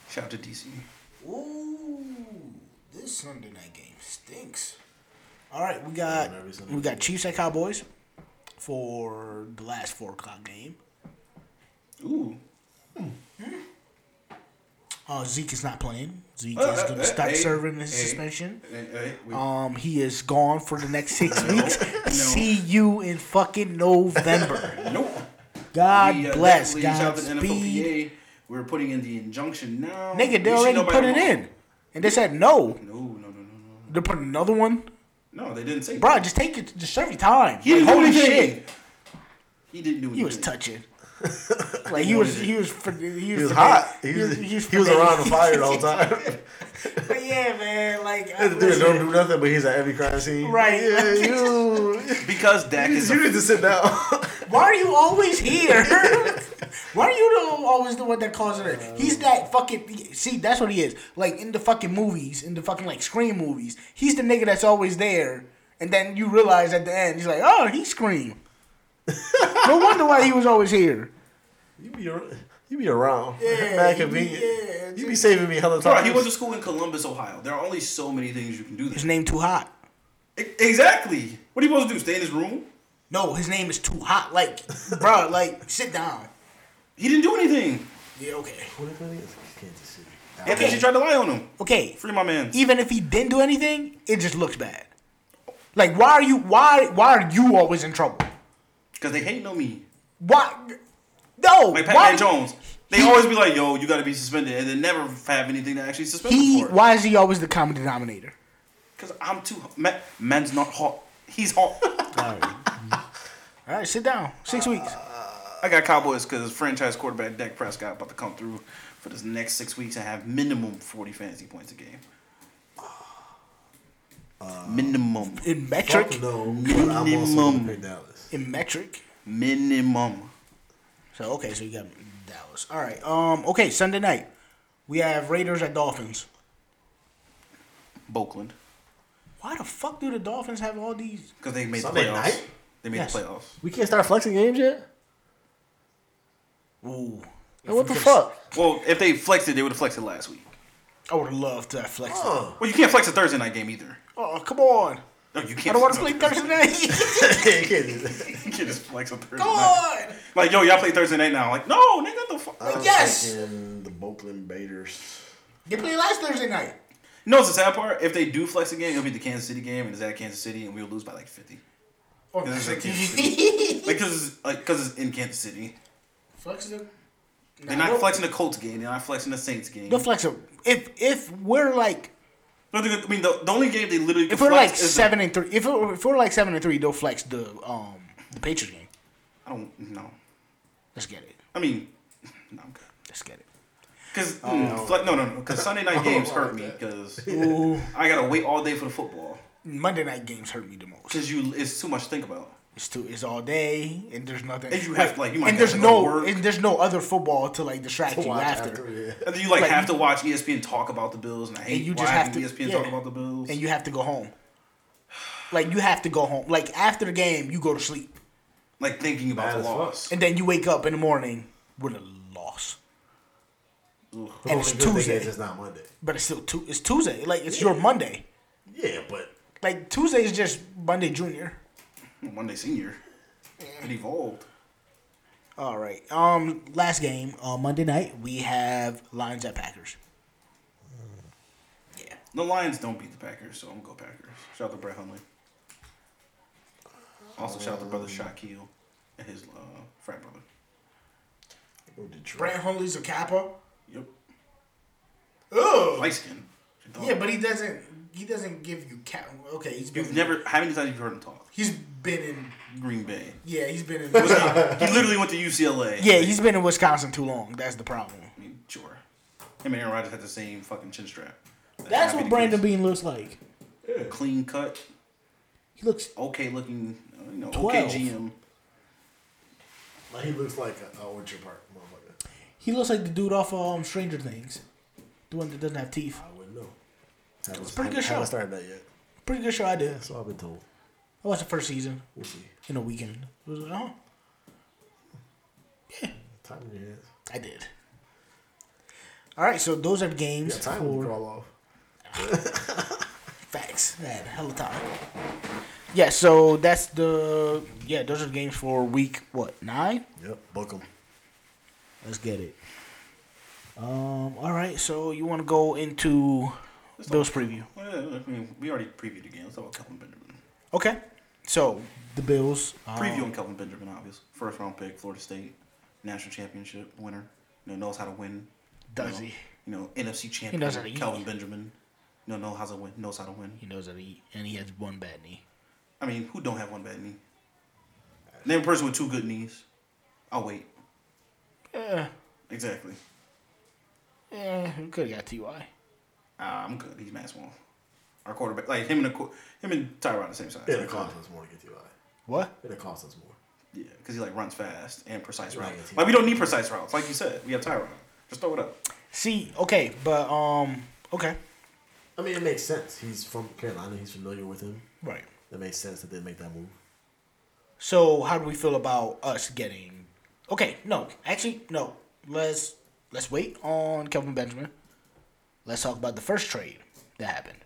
[SPEAKER 4] Shout out to DC.
[SPEAKER 2] Ooh, this Sunday night game stinks. All right, we got
[SPEAKER 3] Yeah, every Sunday
[SPEAKER 2] we got Chiefs at Cowboys for the last four o'clock game.
[SPEAKER 4] Ooh,
[SPEAKER 2] Uh, Zeke is not playing. Zeke
[SPEAKER 4] Uh,
[SPEAKER 2] is going
[SPEAKER 4] uh,
[SPEAKER 2] to stop
[SPEAKER 4] hey,
[SPEAKER 2] serving his
[SPEAKER 4] hey.
[SPEAKER 2] suspension.
[SPEAKER 4] Hey, hey, we-
[SPEAKER 2] Um, he is gone for the next [laughs] six weeks.
[SPEAKER 4] no.
[SPEAKER 2] See you in fucking November.
[SPEAKER 4] nope.
[SPEAKER 2] God
[SPEAKER 4] We, uh,
[SPEAKER 2] bless.
[SPEAKER 4] definitely shout
[SPEAKER 2] God
[SPEAKER 4] out to the NFLPA.
[SPEAKER 2] speed.
[SPEAKER 4] We're putting in the injunction now.
[SPEAKER 2] Nigga,
[SPEAKER 4] We
[SPEAKER 2] they
[SPEAKER 4] should
[SPEAKER 2] already
[SPEAKER 4] know by
[SPEAKER 2] put it
[SPEAKER 4] tomorrow.
[SPEAKER 2] in, and they said no.
[SPEAKER 4] No, no, no, no,
[SPEAKER 2] They're putting another one.
[SPEAKER 4] no. No, they didn't say.
[SPEAKER 2] Bro, just take it. Just serve your time.
[SPEAKER 4] He didn't
[SPEAKER 2] Like,
[SPEAKER 4] do
[SPEAKER 2] holy
[SPEAKER 4] anything.
[SPEAKER 2] shit.
[SPEAKER 4] He didn't do anything.
[SPEAKER 2] He was touching. Like he was, he was, he was, he
[SPEAKER 3] He
[SPEAKER 2] was
[SPEAKER 3] was hot. He was,
[SPEAKER 2] he
[SPEAKER 3] he
[SPEAKER 2] was
[SPEAKER 3] was,
[SPEAKER 2] familiar.
[SPEAKER 3] around the fire the [laughs] whole time.
[SPEAKER 2] But [laughs] yeah, man, like I
[SPEAKER 3] This dude don't
[SPEAKER 2] listen,
[SPEAKER 3] do nothing, but he's at every crime scene.
[SPEAKER 2] Right.
[SPEAKER 3] [laughs] Yeah, you.
[SPEAKER 4] Because Dak is.
[SPEAKER 3] You need to sit down.
[SPEAKER 2] why are you always [laughs] here? why are you the, always the one that causes it? He's that fucking see. That's what he is. Like in the fucking movies, in the fucking like scream movies, he's the nigga that's always there. And then you realize at the end, he's like, oh, he [laughs] screamed. no wonder why he was always here.
[SPEAKER 3] you be ar- you be around.
[SPEAKER 2] Yeah,
[SPEAKER 3] Mad
[SPEAKER 2] you be-
[SPEAKER 3] convenient.
[SPEAKER 2] yeah,
[SPEAKER 3] you be saving me hella
[SPEAKER 4] Bro,
[SPEAKER 3] times.
[SPEAKER 4] he went to school in Columbus, Ohio. There are only so many things you can do
[SPEAKER 2] His
[SPEAKER 4] there.
[SPEAKER 2] name too hot.
[SPEAKER 4] E- Exactly. What are you supposed to do? Stay in his room?
[SPEAKER 2] No, his name is too hot. Like, [laughs] bro, like sit down.
[SPEAKER 4] He didn't do anything.
[SPEAKER 2] Yeah, okay.
[SPEAKER 3] What if it is? Kansas City.
[SPEAKER 4] And then she tried to lie on him.
[SPEAKER 2] Okay.
[SPEAKER 4] Free my man.
[SPEAKER 2] Even if he didn't do anything, it just looks bad. Like why are you why why are you always in trouble?
[SPEAKER 4] Because they hate on me.
[SPEAKER 2] Why No
[SPEAKER 4] Like
[SPEAKER 2] why,
[SPEAKER 4] Pac-Man Jones. They always be like, yo, you got to be suspended. And they never have anything to actually suspend
[SPEAKER 2] He
[SPEAKER 4] him for.
[SPEAKER 2] why is he always the common denominator?
[SPEAKER 4] Because I'm too hot. Ma- man's not hot. He's hot. [laughs]
[SPEAKER 2] Alright, sit down. Six
[SPEAKER 3] Uh,
[SPEAKER 2] weeks.
[SPEAKER 4] I got Cowboys because franchise quarterback Dak Prescott about to come through for this next six weeks and have minimum 40 fantasy points a game.
[SPEAKER 2] Uh,
[SPEAKER 4] minimum.
[SPEAKER 2] In
[SPEAKER 3] Fuck
[SPEAKER 2] metric.
[SPEAKER 3] no, but I'm also gonna
[SPEAKER 4] Minimum.
[SPEAKER 3] pick Dallas.
[SPEAKER 2] In metric.
[SPEAKER 4] Minimum.
[SPEAKER 2] So okay, so you got Dallas. Alright. Um okay, Sunday night. We have Raiders at Dolphins.
[SPEAKER 4] Boakland.
[SPEAKER 2] Why the fuck do the Dolphins have all these
[SPEAKER 4] Because they made
[SPEAKER 3] Sunday
[SPEAKER 4] the playoffs.
[SPEAKER 3] night?
[SPEAKER 4] They made
[SPEAKER 2] Yes.
[SPEAKER 4] the playoffs.
[SPEAKER 3] We can't start flexing games yet.
[SPEAKER 2] Ooh.
[SPEAKER 3] Man, what the fuck?
[SPEAKER 4] Well, if they flexed it, they would have flexed it last week.
[SPEAKER 2] I would love to have flexed. it.
[SPEAKER 3] Huh.
[SPEAKER 4] Well, you can't flex a Thursday night game either.
[SPEAKER 2] Oh, come on.
[SPEAKER 4] No, you can't.
[SPEAKER 2] I don't want to
[SPEAKER 4] [laughs] no,
[SPEAKER 2] play Thursday night. [laughs]
[SPEAKER 3] [laughs] Yeah, you can't do that.
[SPEAKER 4] You can't just flex a Thursday
[SPEAKER 3] [laughs]
[SPEAKER 2] come
[SPEAKER 4] night.
[SPEAKER 2] on.
[SPEAKER 4] Like, yo, y'all play Thursday night now. Like, no, nigga, the fuck.
[SPEAKER 3] I'm
[SPEAKER 2] Yes.
[SPEAKER 3] taking the Oakland Raiders.
[SPEAKER 2] They played last Thursday night.
[SPEAKER 4] You know what's the sad part? If they do flex a game, it'll be the Kansas City game, and it's at Kansas City, and we'll lose by like fifty.
[SPEAKER 2] Oh,
[SPEAKER 4] Because it's in Kansas City. Like, cause it's like, cause it's in Kansas City.
[SPEAKER 2] [laughs] Flex them.
[SPEAKER 4] They're not flexing the Colts game. They're not flexing the Saints game.
[SPEAKER 2] They'll flex. a- If if we're like
[SPEAKER 4] No, they- I mean, the, the only game they literally
[SPEAKER 2] if
[SPEAKER 4] can
[SPEAKER 2] we're
[SPEAKER 4] flex
[SPEAKER 2] like
[SPEAKER 4] is the-
[SPEAKER 2] seven and three, if we're, if we're like seven and three, they'll flex the um the Patriots game.
[SPEAKER 4] I don't know.
[SPEAKER 2] Let's get it.
[SPEAKER 4] I mean, [laughs] no, I'm good.
[SPEAKER 2] Let's get it.
[SPEAKER 4] Because
[SPEAKER 3] Oh,
[SPEAKER 4] fle- no, no, no. Because Sunday
[SPEAKER 3] [laughs]
[SPEAKER 4] night games hurt me
[SPEAKER 2] [laughs]
[SPEAKER 4] because I gotta wait all day for the football.
[SPEAKER 2] Monday night games hurt me the most.
[SPEAKER 4] Because you, it's too much to think about.
[SPEAKER 2] It's too. It's all day, and there's nothing.
[SPEAKER 4] And you have, like, you might
[SPEAKER 2] and
[SPEAKER 4] have
[SPEAKER 2] there's
[SPEAKER 4] to
[SPEAKER 2] no
[SPEAKER 4] go work.
[SPEAKER 2] and there's no other football to like distract you after.
[SPEAKER 4] And then you like,
[SPEAKER 2] Like,
[SPEAKER 4] have to watch E ESPN talk about the Bills, and I hate
[SPEAKER 2] and you
[SPEAKER 4] watching E
[SPEAKER 2] just have to
[SPEAKER 4] ESPN
[SPEAKER 2] yeah.
[SPEAKER 4] talk about the Bills.
[SPEAKER 2] and you have to go home. Like you have to go home. Like after the game, you go to sleep,
[SPEAKER 4] like thinking about the
[SPEAKER 3] as fuck.
[SPEAKER 4] loss.
[SPEAKER 2] and then you wake up in the morning with a loss. And it's
[SPEAKER 3] Only good thing
[SPEAKER 2] Tuesday.
[SPEAKER 3] is It's not Monday.
[SPEAKER 2] But it's still two. It's Tuesday. Like it's your Monday.
[SPEAKER 3] Yeah, but
[SPEAKER 2] Like Tuesday is just Monday Junior.
[SPEAKER 4] Monday senior, it evolved.
[SPEAKER 2] All right. Um, last game on Monday night we have Lions at Packers.
[SPEAKER 4] Hmm.
[SPEAKER 2] Yeah.
[SPEAKER 4] The Lions don't beat the Packers, so I'm gonna go Packers. Shout out to Brett Hundley. Also, shout out to brother Shaquille and his uh, frat brother.
[SPEAKER 3] go Detroit.
[SPEAKER 2] Brett Hundley's a kappa.
[SPEAKER 4] Yep,
[SPEAKER 2] Ugh.
[SPEAKER 4] light skin.
[SPEAKER 2] Yeah, but he doesn't. He doesn't give you cap. Okay, he's
[SPEAKER 4] you've
[SPEAKER 2] been.
[SPEAKER 4] never. How many times have you heard him talk?
[SPEAKER 2] He's been in. [laughs]
[SPEAKER 4] Green Bay.
[SPEAKER 2] Yeah, he's been
[SPEAKER 4] [laughs]
[SPEAKER 2] in.
[SPEAKER 4] He literally went to UCLA.
[SPEAKER 2] yeah, he's been in Wisconsin too long. That's the problem.
[SPEAKER 4] I mean, sure. Him and Aaron Rodgers had the same fucking chin strap. That
[SPEAKER 2] That's
[SPEAKER 4] can't
[SPEAKER 2] what
[SPEAKER 4] be the
[SPEAKER 2] Brandon
[SPEAKER 4] case.
[SPEAKER 2] Bean looks like.
[SPEAKER 4] Clean cut,
[SPEAKER 2] He looks.
[SPEAKER 4] okay looking, uh, you know,
[SPEAKER 2] Twelve.
[SPEAKER 4] okay GM.
[SPEAKER 3] Like, he looks like a, a Orchard Park motherfucker.
[SPEAKER 2] He looks like the dude off um Stranger Things, the one that doesn't have teeth.
[SPEAKER 3] I wouldn't know. It's
[SPEAKER 2] pretty good show.
[SPEAKER 3] Haven't started that yet.
[SPEAKER 2] Pretty good show I did.
[SPEAKER 3] That's all I've been told.
[SPEAKER 2] I watched the first season
[SPEAKER 3] We'll see.
[SPEAKER 2] in a weekend. It was like, oh,
[SPEAKER 3] Time in your hands.
[SPEAKER 2] I did. All right, so those are the
[SPEAKER 3] You
[SPEAKER 2] games
[SPEAKER 3] got time when you
[SPEAKER 2] for
[SPEAKER 3] crawl off.
[SPEAKER 2] facts. Man, hella time. Yeah, so that's the yeah. Those are the games for week what nine.
[SPEAKER 3] Yep, book him.
[SPEAKER 2] Let's get it. Um. All right. So you want to go into Bills preview?
[SPEAKER 4] Well, I mean, we already previewed the game. Let's talk about Kelvin Benjamin.
[SPEAKER 2] Okay. So the Bills. Um,
[SPEAKER 4] Preview on Kelvin Benjamin, obvious. First round pick, Florida State, national championship winner. You know, knows how to win.
[SPEAKER 2] Does
[SPEAKER 4] you know,
[SPEAKER 2] he?
[SPEAKER 4] You know, NFC champion.
[SPEAKER 2] knows how to eat.
[SPEAKER 4] Kelvin Benjamin. You know, know how to win. Knows how to win.
[SPEAKER 2] He knows that he and he has one bad knee.
[SPEAKER 4] I mean, who don't have one bad knee? Name a person with two good knees. I'll wait.
[SPEAKER 2] Yeah.
[SPEAKER 4] Exactly.
[SPEAKER 2] Yeah. We could have Eh, got Ty.
[SPEAKER 4] Ah, I'm good. He's man small. Our quarterback, like him and the, qu- him and Tyrod, the same size.
[SPEAKER 3] It'll cost us more to get you out.
[SPEAKER 2] What?
[SPEAKER 3] It'll cost us more.
[SPEAKER 4] Yeah, because he like runs fast and precise
[SPEAKER 3] Right,
[SPEAKER 4] routes.
[SPEAKER 3] yeah.
[SPEAKER 4] Like we don't need precise routes, like you said. We have Tyrod. Just throw it up.
[SPEAKER 2] See. Okay. But um. Okay.
[SPEAKER 3] I mean, it makes sense. He's from Carolina. He's familiar with him.
[SPEAKER 2] Right.
[SPEAKER 3] It makes sense that they make that move.
[SPEAKER 2] So how do we feel about us getting? Okay. No. Actually, no. Let's let's wait on Kelvin Benjamin. Let's talk about the first trade that happened.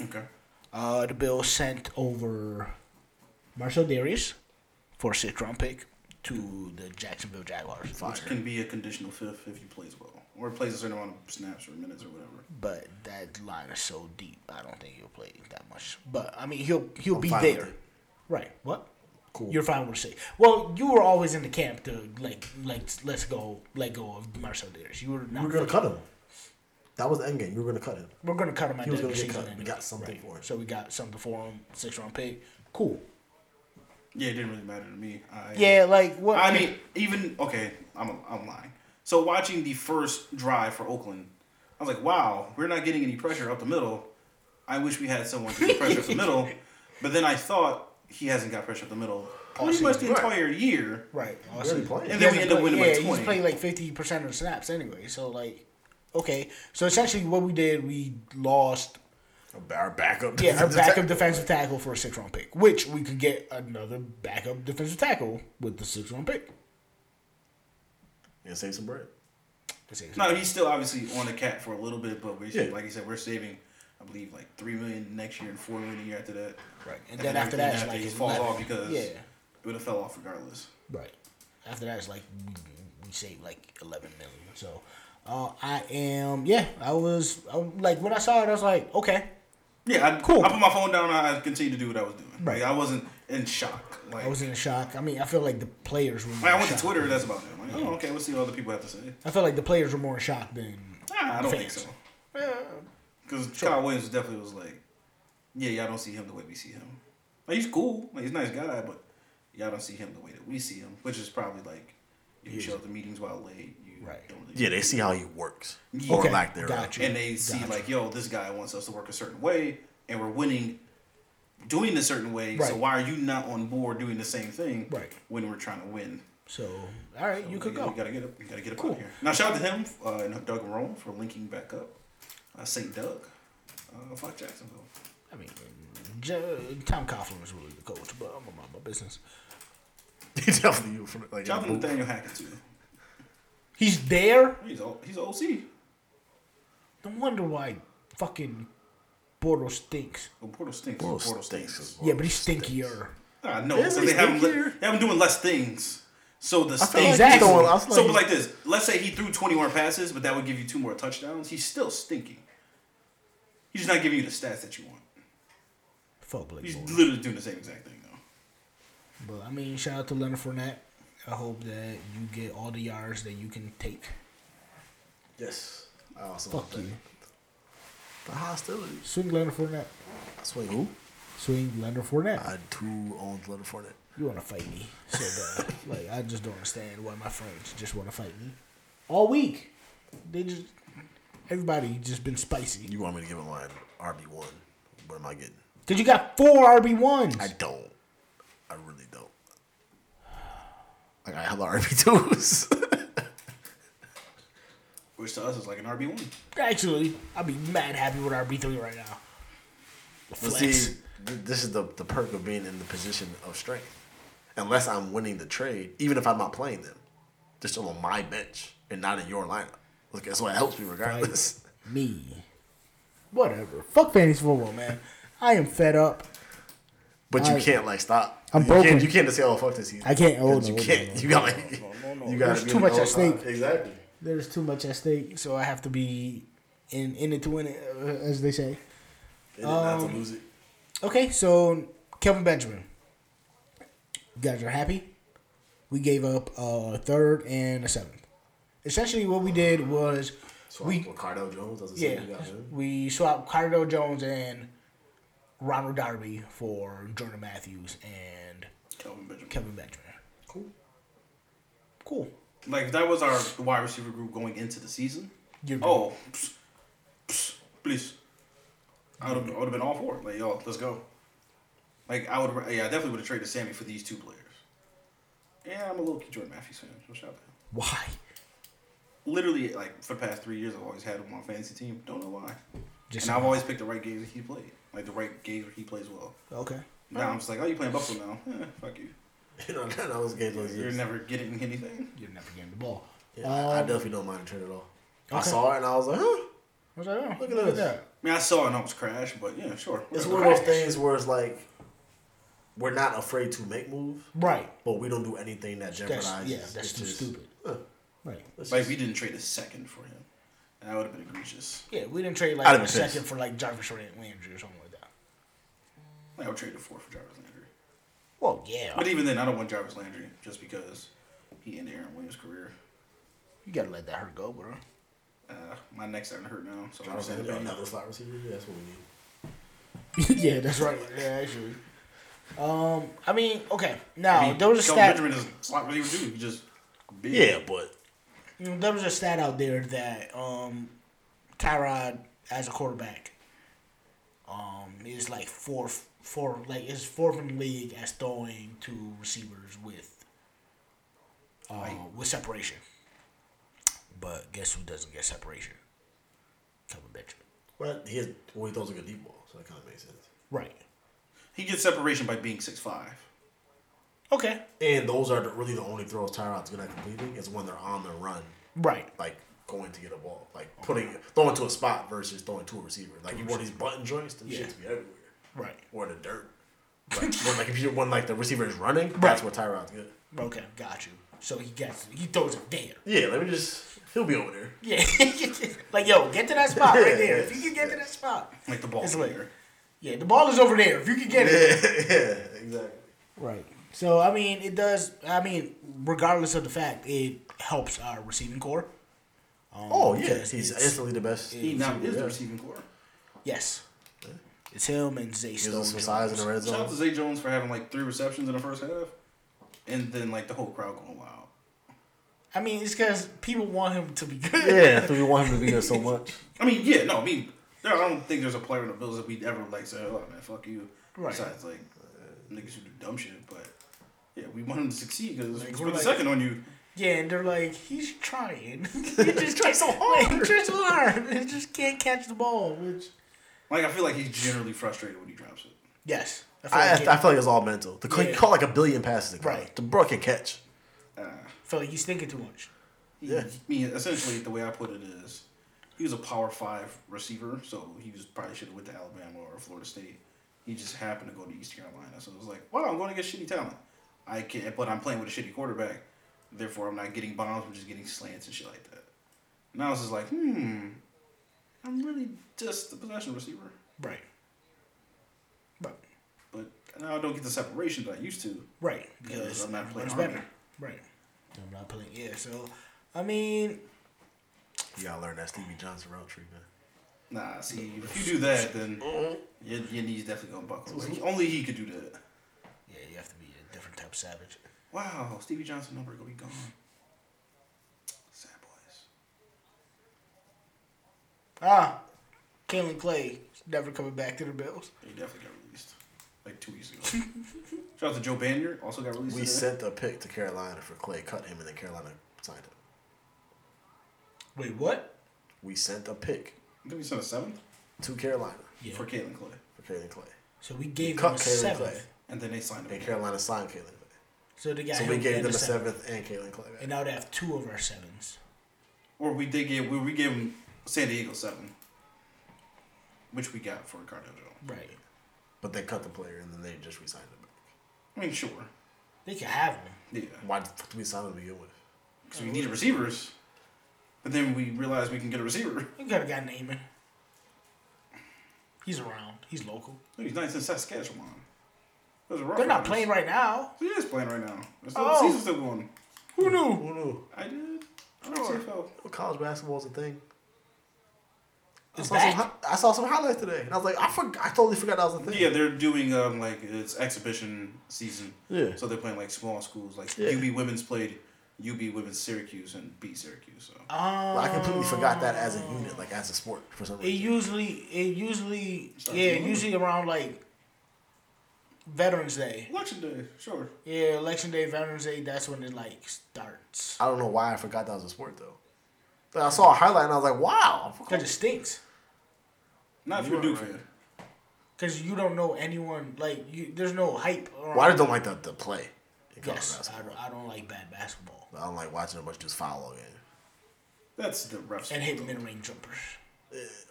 [SPEAKER 4] Okay.
[SPEAKER 2] Uh, the Bills sent over Marshall Darius for a sixth round pick to the Jacksonville Jaguars.
[SPEAKER 4] Which can be a conditional fifth if he plays well, or plays a certain amount of snaps or minutes or whatever.
[SPEAKER 2] But that line is so deep. I don't think he'll play that much. But I mean, he'll he'll
[SPEAKER 3] I'm
[SPEAKER 2] be
[SPEAKER 3] fine with
[SPEAKER 2] there.
[SPEAKER 3] it.
[SPEAKER 2] Right. What?
[SPEAKER 3] Cool.
[SPEAKER 2] You're fine with six. Well, you were always in the camp to like like let's go let go of Marcel Darius. You were not.
[SPEAKER 3] We were gonna cut him. That was the end game. You were gonna cut him.
[SPEAKER 2] We're gonna cut him at
[SPEAKER 3] He
[SPEAKER 2] the
[SPEAKER 3] was
[SPEAKER 2] end of
[SPEAKER 3] gonna
[SPEAKER 2] the
[SPEAKER 3] get
[SPEAKER 2] season.
[SPEAKER 3] cut. We
[SPEAKER 2] anyway.
[SPEAKER 3] got something
[SPEAKER 2] Right.
[SPEAKER 3] for him.
[SPEAKER 2] So we got something for him. Six round pick. Cool.
[SPEAKER 4] Yeah, it didn't really matter to me. I,
[SPEAKER 2] Yeah, like what?
[SPEAKER 4] I mean, even okay, I'm I'm lying. So watching the first drive for Oakland, I was like, wow, we're not getting any pressure up the middle. I wish we had someone to get pressure up the [laughs] middle. But then I thought he hasn't got pressure up the middle pretty much the entire year.
[SPEAKER 2] right.
[SPEAKER 3] Barely
[SPEAKER 2] Awesome.
[SPEAKER 3] playing.
[SPEAKER 4] And then we
[SPEAKER 2] hasn't
[SPEAKER 4] end up
[SPEAKER 2] played-
[SPEAKER 4] winning
[SPEAKER 2] yeah,
[SPEAKER 4] by
[SPEAKER 2] he's
[SPEAKER 4] 20.
[SPEAKER 2] played like fifty percent of the snaps anyway. So like, okay. So essentially, what we did, we lost.
[SPEAKER 3] Our backup.
[SPEAKER 2] Yeah,
[SPEAKER 3] [laughs]
[SPEAKER 2] our backup defensive tackle for a six round pick, which we could get another backup defensive tackle with the six round pick.
[SPEAKER 3] And save some bread.
[SPEAKER 2] Let's see.
[SPEAKER 4] No, he's still obviously on the cap for a little bit, but we
[SPEAKER 3] Yeah.
[SPEAKER 4] like you said, we're saving, I believe, like three million next year and four million the year after that.
[SPEAKER 2] Right, and, then, after that, it's like
[SPEAKER 4] it
[SPEAKER 2] it's
[SPEAKER 4] falls
[SPEAKER 2] eleven.
[SPEAKER 4] off because
[SPEAKER 2] yeah,
[SPEAKER 4] it would have fell off regardless.
[SPEAKER 2] right. After that, it's like we, we saved like eleven million. So, uh, I am yeah. I was I, was- like when I saw it, I was like, okay,
[SPEAKER 4] Yeah, I,
[SPEAKER 2] Cool.
[SPEAKER 4] I put my phone down and I continued to do what I was doing.
[SPEAKER 2] Right.
[SPEAKER 4] Like, I wasn't in shock. Like,
[SPEAKER 2] I was in shock. I mean, I feel like the players were. More
[SPEAKER 4] like, I went
[SPEAKER 2] shocked.
[SPEAKER 4] to Twitter. That's about it. I'm like, oh, okay. We'll see what other people have to say.
[SPEAKER 2] I felt like the players were more in shock than.
[SPEAKER 4] Nah, I don't think
[SPEAKER 2] fans.
[SPEAKER 4] so. Because Kyle Williams definitely was like, yeah, y'all don't see him the way we see him. Like he's cool. Like he's a nice guy, but y'all don't see him the way that we see him, which is probably like you show up to meetings while late. You
[SPEAKER 2] Right.
[SPEAKER 4] Don't really
[SPEAKER 3] Yeah, they see how he works.
[SPEAKER 4] Yeah.
[SPEAKER 3] Or
[SPEAKER 2] Okay,
[SPEAKER 3] lack thereof. [laughs]
[SPEAKER 2] gotcha.
[SPEAKER 4] and they see
[SPEAKER 2] Gotcha.
[SPEAKER 4] like, yo, this guy wants us to work a certain way, and we're winning, doing a certain way. So
[SPEAKER 2] Right.
[SPEAKER 4] why are you not on board doing the same thing
[SPEAKER 2] Right.
[SPEAKER 4] when we're trying to win?
[SPEAKER 2] So, all right, you could
[SPEAKER 4] we,
[SPEAKER 2] go.
[SPEAKER 4] We gotta get up. We gotta get up out here. Now shout out to him uh, and Doug Rome for linking back up. Uh, Saint Doug, uh, fuck Jacksonville.
[SPEAKER 2] I mean, J- Tom Coughlin was really the coach, but I'm gonna mind my business.
[SPEAKER 3] He definitely you from like
[SPEAKER 4] Jonathan
[SPEAKER 3] in the booth.
[SPEAKER 4] Nathaniel Hackett too.
[SPEAKER 2] He's there.
[SPEAKER 4] He's o- he's OC.
[SPEAKER 2] No wonder why fucking Bortles stinks.
[SPEAKER 4] Oh, Portal stinks.
[SPEAKER 3] Bro,
[SPEAKER 4] Portal,
[SPEAKER 3] stinks.
[SPEAKER 4] stinks.
[SPEAKER 3] as well.
[SPEAKER 2] Yeah, but he's stinkier.
[SPEAKER 4] I know.
[SPEAKER 3] Yeah,
[SPEAKER 4] so
[SPEAKER 3] he's
[SPEAKER 4] they have him li-
[SPEAKER 3] stinkier.
[SPEAKER 4] they have him doing less things. So the
[SPEAKER 3] feel like
[SPEAKER 4] stink.
[SPEAKER 3] he's
[SPEAKER 2] Exactly.
[SPEAKER 3] throwing- I feel
[SPEAKER 4] So,
[SPEAKER 3] like
[SPEAKER 4] but like this, let's say he threw 21 passes, but that would give you two more touchdowns. He's still stinking. He's just not giving you the stats that you want.
[SPEAKER 2] Fuck Blake
[SPEAKER 4] He's
[SPEAKER 2] Bortles.
[SPEAKER 4] literally doing the same exact thing, though.
[SPEAKER 2] But I mean, shout out to Leonard Fournette. I hope that you get all the yards that you can take.
[SPEAKER 7] Yes.
[SPEAKER 3] I also
[SPEAKER 2] Fuck
[SPEAKER 3] think
[SPEAKER 2] you.
[SPEAKER 3] The hostility.
[SPEAKER 2] Swing Leonard Fournette.
[SPEAKER 3] Swing who?
[SPEAKER 2] Swing Leonard Fournette.
[SPEAKER 3] I had two on Leonard Fournette.
[SPEAKER 2] You want to fight me so bad.
[SPEAKER 3] [laughs]
[SPEAKER 2] like I just don't understand why my friends just want to fight me all week. They just everybody just been spicy.
[SPEAKER 3] You want me to give him my RB one? What am I getting?
[SPEAKER 2] Cause you got four RB ones.
[SPEAKER 3] I don't. I really don't. Like I have RB [laughs] twos.
[SPEAKER 4] Which to us is like an RB one.
[SPEAKER 2] Actually, I'd be mad happy with RB three right now. The
[SPEAKER 3] But
[SPEAKER 2] Flex.
[SPEAKER 3] see, th- this is the, the perk of being in the position of strength. Unless I'm winning the trade, even if I'm not playing them, they're still on my bench and not in your lineup. Look, that's what helps me regardless.
[SPEAKER 2] Me. Whatever. Fuck fantasy football, man. I am fed up.
[SPEAKER 3] [laughs] But you
[SPEAKER 2] I-
[SPEAKER 3] can't like stop.
[SPEAKER 2] I'm
[SPEAKER 3] you
[SPEAKER 2] broken.
[SPEAKER 3] Can't, you can't just say, "Oh fuck this."
[SPEAKER 2] I can't- oh,
[SPEAKER 3] you
[SPEAKER 2] no,
[SPEAKER 3] can't.
[SPEAKER 2] no, no,
[SPEAKER 3] you got like. You got
[SPEAKER 2] There's too much at stake.
[SPEAKER 3] "Oh, Exactly.
[SPEAKER 2] There's too much at stake, so I have to be in in it to win it, uh, as they say.
[SPEAKER 3] And then not
[SPEAKER 2] Um,
[SPEAKER 3] to lose it.
[SPEAKER 2] Okay, so Kelvin Benjamin. You guys are happy. We gave up a third and a seventh. Essentially, what we did was
[SPEAKER 3] So
[SPEAKER 2] we
[SPEAKER 3] with Cardell Jones doesn't
[SPEAKER 2] yeah
[SPEAKER 3] say you got him.
[SPEAKER 2] we swapped Cardell Jones and Ronald Darby for Jordan Matthews and
[SPEAKER 4] Kelvin Benjamin.
[SPEAKER 2] Kelvin Benjamin. Cool. Cool.
[SPEAKER 4] Like if that was our wide receiver group going into the season.
[SPEAKER 2] You're
[SPEAKER 4] Oh, psh, psh, please. I would have been all for it. Like yo, let's go. Like I would. Yeah, I definitely would have traded Sammy for these two players. Yeah, I'm a little key Jordan Matthews fan. So shout out. to him.
[SPEAKER 2] Why?
[SPEAKER 4] literally like for the past three years, I've always had him on my fantasy team. Don't know why.
[SPEAKER 2] Just
[SPEAKER 4] and I've always picked the right games that he played, like the right games where he plays well.
[SPEAKER 2] okay.
[SPEAKER 4] Now I'm just like, oh, you playing Buffalo now? Eh, fuck you.
[SPEAKER 3] [laughs] You know, that was game losing.
[SPEAKER 4] You're never getting anything.
[SPEAKER 2] You're never getting the ball.
[SPEAKER 3] Yeah, I I
[SPEAKER 2] Um,
[SPEAKER 3] definitely don't mind the trade at all. I
[SPEAKER 2] Okay.
[SPEAKER 3] saw it and I was like, huh.
[SPEAKER 2] I was like, oh,
[SPEAKER 3] Look at
[SPEAKER 2] look at
[SPEAKER 3] us.
[SPEAKER 2] that.
[SPEAKER 4] I mean, I saw it and almost crashed, but yeah, sure.
[SPEAKER 3] It's
[SPEAKER 4] whatever.
[SPEAKER 3] one of those things where it's like we're not afraid to make moves,
[SPEAKER 2] Right.
[SPEAKER 3] but we don't do anything that jeopardizes.
[SPEAKER 2] That's yeah. That's
[SPEAKER 3] It's
[SPEAKER 2] too
[SPEAKER 3] just-
[SPEAKER 2] stupid.
[SPEAKER 3] Huh.
[SPEAKER 2] Right.
[SPEAKER 3] It's
[SPEAKER 4] Like
[SPEAKER 3] just-
[SPEAKER 4] we didn't trade a second for him, and that would have been egregious.
[SPEAKER 2] Yeah, we didn't trade like
[SPEAKER 3] I'd've
[SPEAKER 2] a
[SPEAKER 3] been
[SPEAKER 2] second
[SPEAKER 3] pissed.
[SPEAKER 2] for like Jarvis Landry or something like that.
[SPEAKER 4] Like, I would trade a four for Jarvis Landry.
[SPEAKER 2] Well, yeah,
[SPEAKER 4] But even then, I don't want Jarvis Landry just because he ended Aaron Williams' career.
[SPEAKER 2] you gotta let that hurt go, bro.
[SPEAKER 4] Uh, my neck's starting to hurt now, so I'm
[SPEAKER 3] I was
[SPEAKER 4] saying
[SPEAKER 3] like,
[SPEAKER 4] about
[SPEAKER 3] another slot receiver. Yeah, that's what we
[SPEAKER 2] [laughs]
[SPEAKER 3] need.
[SPEAKER 2] yeah, that's right. [laughs] Yeah, actually. Um, I mean, okay. Now
[SPEAKER 4] I mean,
[SPEAKER 2] there was a
[SPEAKER 4] Kelvin
[SPEAKER 2] stat.
[SPEAKER 4] Benjamin is a slot receiver too. He just big.
[SPEAKER 3] Yeah, but
[SPEAKER 2] you know, there was a stat out there that um, Tyrod as a quarterback, um, is like fourth, four like is fourth in the league as throwing to receivers with, uh, with separation. But guess who doesn't get separation? Kelvin Benjamin.
[SPEAKER 3] but he has well, he throws like a deep ball, so that kind of makes sense.
[SPEAKER 2] Right.
[SPEAKER 4] He gets separation by being six five.
[SPEAKER 2] Okay.
[SPEAKER 3] And those are the, really the only throws Tyrod's good at completing is when they're on the run,
[SPEAKER 2] Right.
[SPEAKER 3] like going to get a ball, like putting throwing to a spot versus throwing to a receiver. Like you want these button joints, the
[SPEAKER 2] Yeah.
[SPEAKER 3] shit to be everywhere
[SPEAKER 2] Right.
[SPEAKER 3] or the dirt. Like when like if you when like the receiver is running, that's where
[SPEAKER 2] Right.
[SPEAKER 3] Tyrod's good.
[SPEAKER 2] Okay. Got you. So he gets he throws it there. [laughs]
[SPEAKER 3] Yeah, let me just. He'll be over there.
[SPEAKER 2] Yeah. like yo, get to that spot right there. If
[SPEAKER 3] Yes.
[SPEAKER 2] you can get to that spot.
[SPEAKER 4] Like the ball
[SPEAKER 2] It's
[SPEAKER 4] player.
[SPEAKER 2] like- Yeah, the ball is over there. If you can get it.
[SPEAKER 3] [laughs] yeah, exactly.
[SPEAKER 2] Right. So I mean, it does. I mean, regardless of the fact, it helps our receiving core. Um,
[SPEAKER 3] Oh yeah,
[SPEAKER 2] because
[SPEAKER 3] he's
[SPEAKER 2] it's-
[SPEAKER 3] instantly the best.
[SPEAKER 4] He now is the
[SPEAKER 3] Yeah.
[SPEAKER 4] receiving core.
[SPEAKER 2] yes. It's him and Zay
[SPEAKER 3] Gives
[SPEAKER 2] Stone.
[SPEAKER 3] us some size in the red
[SPEAKER 4] Shout out to
[SPEAKER 3] zone.
[SPEAKER 4] Zay Jones for having like three receptions in the first half, and then like the whole crowd going wild.
[SPEAKER 2] I mean, it's because people want him to be good.
[SPEAKER 3] Yeah, I think we want him to be
[SPEAKER 2] [laughs]
[SPEAKER 3] there so much.
[SPEAKER 4] I mean, yeah, no, I mean, there, I don't think there's a player in the Bills that we'd ever like say, "Oh man, fuck you."
[SPEAKER 2] Right.
[SPEAKER 4] Besides, like
[SPEAKER 2] Uh,
[SPEAKER 4] niggas who do dumb shit, but yeah, we want him to succeed because
[SPEAKER 2] Like,
[SPEAKER 4] we
[SPEAKER 2] we're
[SPEAKER 4] put the
[SPEAKER 2] like-
[SPEAKER 4] second on you.
[SPEAKER 2] Yeah, and they're like, he's trying. [laughs] he just tries so hard. He tries so hard. [laughs] He just can't catch the ball. Which
[SPEAKER 4] Like, I feel like he's generally frustrated when he drops it.
[SPEAKER 2] yes, I feel
[SPEAKER 3] I,
[SPEAKER 2] like,
[SPEAKER 3] I
[SPEAKER 2] it-
[SPEAKER 3] feel like it's all mental. The he
[SPEAKER 2] Yeah.
[SPEAKER 3] caught like a billion passes. To
[SPEAKER 2] Right.
[SPEAKER 3] right. The bro can catch.
[SPEAKER 4] Uh,
[SPEAKER 2] feel like he's thinking too much.
[SPEAKER 4] yeah, I mean, essentially, the way I put it is, he was a Power Five receiver, so he was probably should have went to Alabama or Florida State. He just happened to go to East Carolina, so it was like, wow, I'm going to get shitty talent. I can, but I'm playing with a shitty quarterback, therefore I'm not getting bombs. I'm just getting slants and shit like that. And I was just like, hmm, I'm really just the possession receiver,
[SPEAKER 2] Right. But
[SPEAKER 4] but now I don't get the separation that I used to.
[SPEAKER 2] right
[SPEAKER 4] Because
[SPEAKER 2] because
[SPEAKER 4] I'm not playing
[SPEAKER 2] it's
[SPEAKER 4] Army.
[SPEAKER 2] better. Right. I'm not playing. Yeah. So I mean,
[SPEAKER 3] You gotta learn that Stevie Johnson route tree, man.
[SPEAKER 4] Nah, see, if you do that, then your, your knees definitely gonna buckle. Like, only he could do that.
[SPEAKER 2] yeah, you have to be a different type of savage.
[SPEAKER 4] Wow, Stevie Johnson number gonna be gone. Sad boys.
[SPEAKER 2] Ah, Kalen Clay is never coming back to the Bills.
[SPEAKER 4] He definitely got released like two weeks ago. [laughs] Shout out to Joe Banier, also got released.
[SPEAKER 3] We
[SPEAKER 4] today.
[SPEAKER 3] sent a pick to Carolina for Clay, cut him, and then Carolina signed him.
[SPEAKER 2] Wait, what?
[SPEAKER 3] We sent a pick
[SPEAKER 4] Didn't we sent a seventh
[SPEAKER 3] to Carolina
[SPEAKER 2] Yeah.
[SPEAKER 4] for Caitlin Clay,
[SPEAKER 3] for Caitlin Clay,
[SPEAKER 2] So we gave him
[SPEAKER 3] cut
[SPEAKER 2] a
[SPEAKER 3] Kalen
[SPEAKER 2] seventh.
[SPEAKER 3] Clay.
[SPEAKER 4] and then they signed him.
[SPEAKER 3] and Carolina signed Caitlin Clay.
[SPEAKER 2] So they got
[SPEAKER 3] So
[SPEAKER 2] him
[SPEAKER 3] we gave
[SPEAKER 2] and
[SPEAKER 3] them a
[SPEAKER 2] a
[SPEAKER 3] seventh and Caitlin Clay.
[SPEAKER 2] And now they have two of our sevens.
[SPEAKER 4] Or we did give we, we gave him San Diego seven, which we got for Cardell Jones.
[SPEAKER 2] Right.
[SPEAKER 3] But they cut the player, and then they just re-signed him. back.
[SPEAKER 4] I mean, sure,
[SPEAKER 2] They can have him.
[SPEAKER 4] yeah,
[SPEAKER 3] Why the fuck did we sign him to begin with?
[SPEAKER 4] because we needed receivers, but then we realized we can get a receiver. [laughs]
[SPEAKER 2] We got a guy Naaman. He's around. He's local.
[SPEAKER 4] Dude, he's nice in Saskatchewan. Those are rough
[SPEAKER 2] They're not
[SPEAKER 4] riders.
[SPEAKER 2] playing right now.
[SPEAKER 4] He is playing right now. It's Still,
[SPEAKER 2] Oh.
[SPEAKER 4] The season's still going.
[SPEAKER 2] Who knew?
[SPEAKER 3] Who knew?
[SPEAKER 4] I did. I don't know CFL.
[SPEAKER 3] Well, College basketball's a thing. I
[SPEAKER 2] It's
[SPEAKER 3] saw, some,
[SPEAKER 2] back.
[SPEAKER 3] hi- I saw some highlights today, and I was like, I forgot, I totally forgot that was a thing.
[SPEAKER 4] Yeah, they're doing um like it's exhibition season.
[SPEAKER 3] Yeah.
[SPEAKER 4] So they're playing like small schools. Like
[SPEAKER 3] Yeah.
[SPEAKER 4] UB women's played UB women's Syracuse and beat Syracuse. So
[SPEAKER 2] Um,
[SPEAKER 3] I completely forgot that as a unit, like as a sport for some
[SPEAKER 2] It
[SPEAKER 3] reason.
[SPEAKER 2] usually, it usually,
[SPEAKER 4] Starts
[SPEAKER 2] yeah,
[SPEAKER 4] tomorrow.
[SPEAKER 2] usually around like Veterans Day.
[SPEAKER 4] election day, sure.
[SPEAKER 2] Yeah, Election Day, Veterans Day. That's when it like starts.
[SPEAKER 3] I don't know why I forgot that was a sport though. Like, I saw a highlight and I was like, wow. I
[SPEAKER 2] Cause it
[SPEAKER 3] forgot-
[SPEAKER 2] stinks.
[SPEAKER 4] Not if
[SPEAKER 3] You
[SPEAKER 4] you're a
[SPEAKER 3] are
[SPEAKER 4] Duke
[SPEAKER 3] right.
[SPEAKER 4] fan.
[SPEAKER 2] Cause you don't know anyone. Like you, there's no hype. Around.
[SPEAKER 3] Well, I just don't like the, the play in college
[SPEAKER 2] Yes, I,
[SPEAKER 3] basketball.
[SPEAKER 2] I don't like bad basketball
[SPEAKER 3] I, don't like watching a bunch of dudes foul all game.
[SPEAKER 4] That's the refs.
[SPEAKER 2] and
[SPEAKER 4] fault,
[SPEAKER 2] hit mid-range jumpers.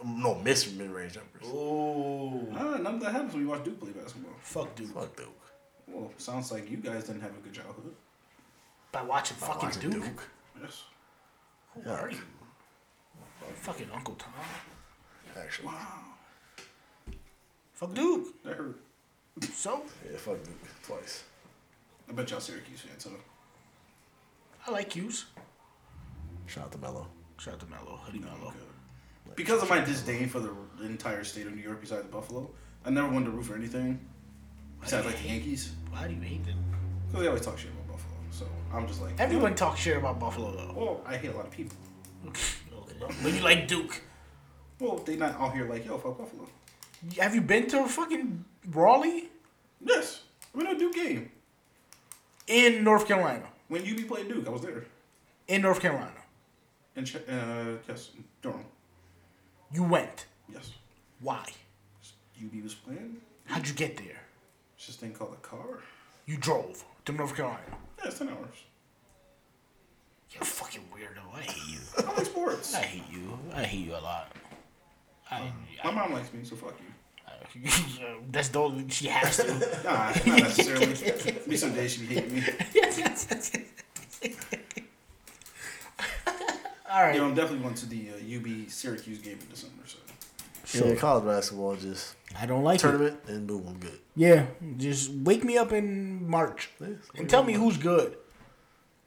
[SPEAKER 3] No, miss mid range jumpers.
[SPEAKER 4] though. Nah, Uh, none of that happens when you watch Duke play basketball.
[SPEAKER 2] Fuck Duke.
[SPEAKER 3] Fuck Duke.
[SPEAKER 4] Well, sounds like you guys didn't have a good childhood.
[SPEAKER 2] By watching fucking
[SPEAKER 3] Watching
[SPEAKER 2] Duke.
[SPEAKER 3] Duke.
[SPEAKER 4] Yes.
[SPEAKER 2] Who are you? Fucking Uncle Tom.
[SPEAKER 3] Actually.
[SPEAKER 2] Fuck Duke.
[SPEAKER 4] That hurt.
[SPEAKER 2] So
[SPEAKER 3] Yeah, fuck Duke. Twice.
[SPEAKER 4] I bet y'all Syracuse fans, huh?
[SPEAKER 2] I like Hughes.
[SPEAKER 3] Shout out to Melo.
[SPEAKER 2] Shout out to Melo, Hoodie Melo.
[SPEAKER 4] Because of my disdain for the entire state of New York besides Buffalo, I never wanted to root for anything besides like the Yankees.
[SPEAKER 2] Why do you hate them?
[SPEAKER 4] Because they always talk shit about Buffalo. So I'm just like,
[SPEAKER 2] Everyone talks shit about Buffalo though.
[SPEAKER 4] Well, I hate a lot of people.
[SPEAKER 2] okay. [laughs] But you like Duke.
[SPEAKER 4] Well, they not out here like, yo, fuck Buffalo.
[SPEAKER 2] Have you been to fucking Raleigh
[SPEAKER 4] Yes. I mean, a Duke game.
[SPEAKER 2] in North Carolina?
[SPEAKER 4] When UB played Duke, I was there.
[SPEAKER 2] In North Carolina,
[SPEAKER 4] And, Ch- uh, yes, Durham.
[SPEAKER 2] you went.
[SPEAKER 4] Yes.
[SPEAKER 2] Why?
[SPEAKER 4] UB was playing.
[SPEAKER 2] How'd you get there?
[SPEAKER 4] It's this thing called a car.
[SPEAKER 2] You drove to North Carolina.
[SPEAKER 4] Yeah, it's 10 hours.
[SPEAKER 2] You're a fucking weirdo. I hate you.
[SPEAKER 4] I
[SPEAKER 2] [laughs]
[SPEAKER 4] like sports.
[SPEAKER 2] I hate you. I hate you a lot. I,
[SPEAKER 4] My mom likes me, so fuck you.
[SPEAKER 2] I- [laughs] that's the only she has to.
[SPEAKER 4] Nah, not necessarily. Maybe someday she
[SPEAKER 2] [laughs]
[SPEAKER 4] be hating me.
[SPEAKER 2] All right.
[SPEAKER 4] Yeah, I'm definitely going to the uh, UB Syracuse game in December, so.
[SPEAKER 3] Yeah,
[SPEAKER 2] Sure.
[SPEAKER 3] college basketball just
[SPEAKER 2] [laughs] I don't like it.
[SPEAKER 3] tournament and boom, I'm good.
[SPEAKER 2] Yeah, just wake me up in March and tell me who's good.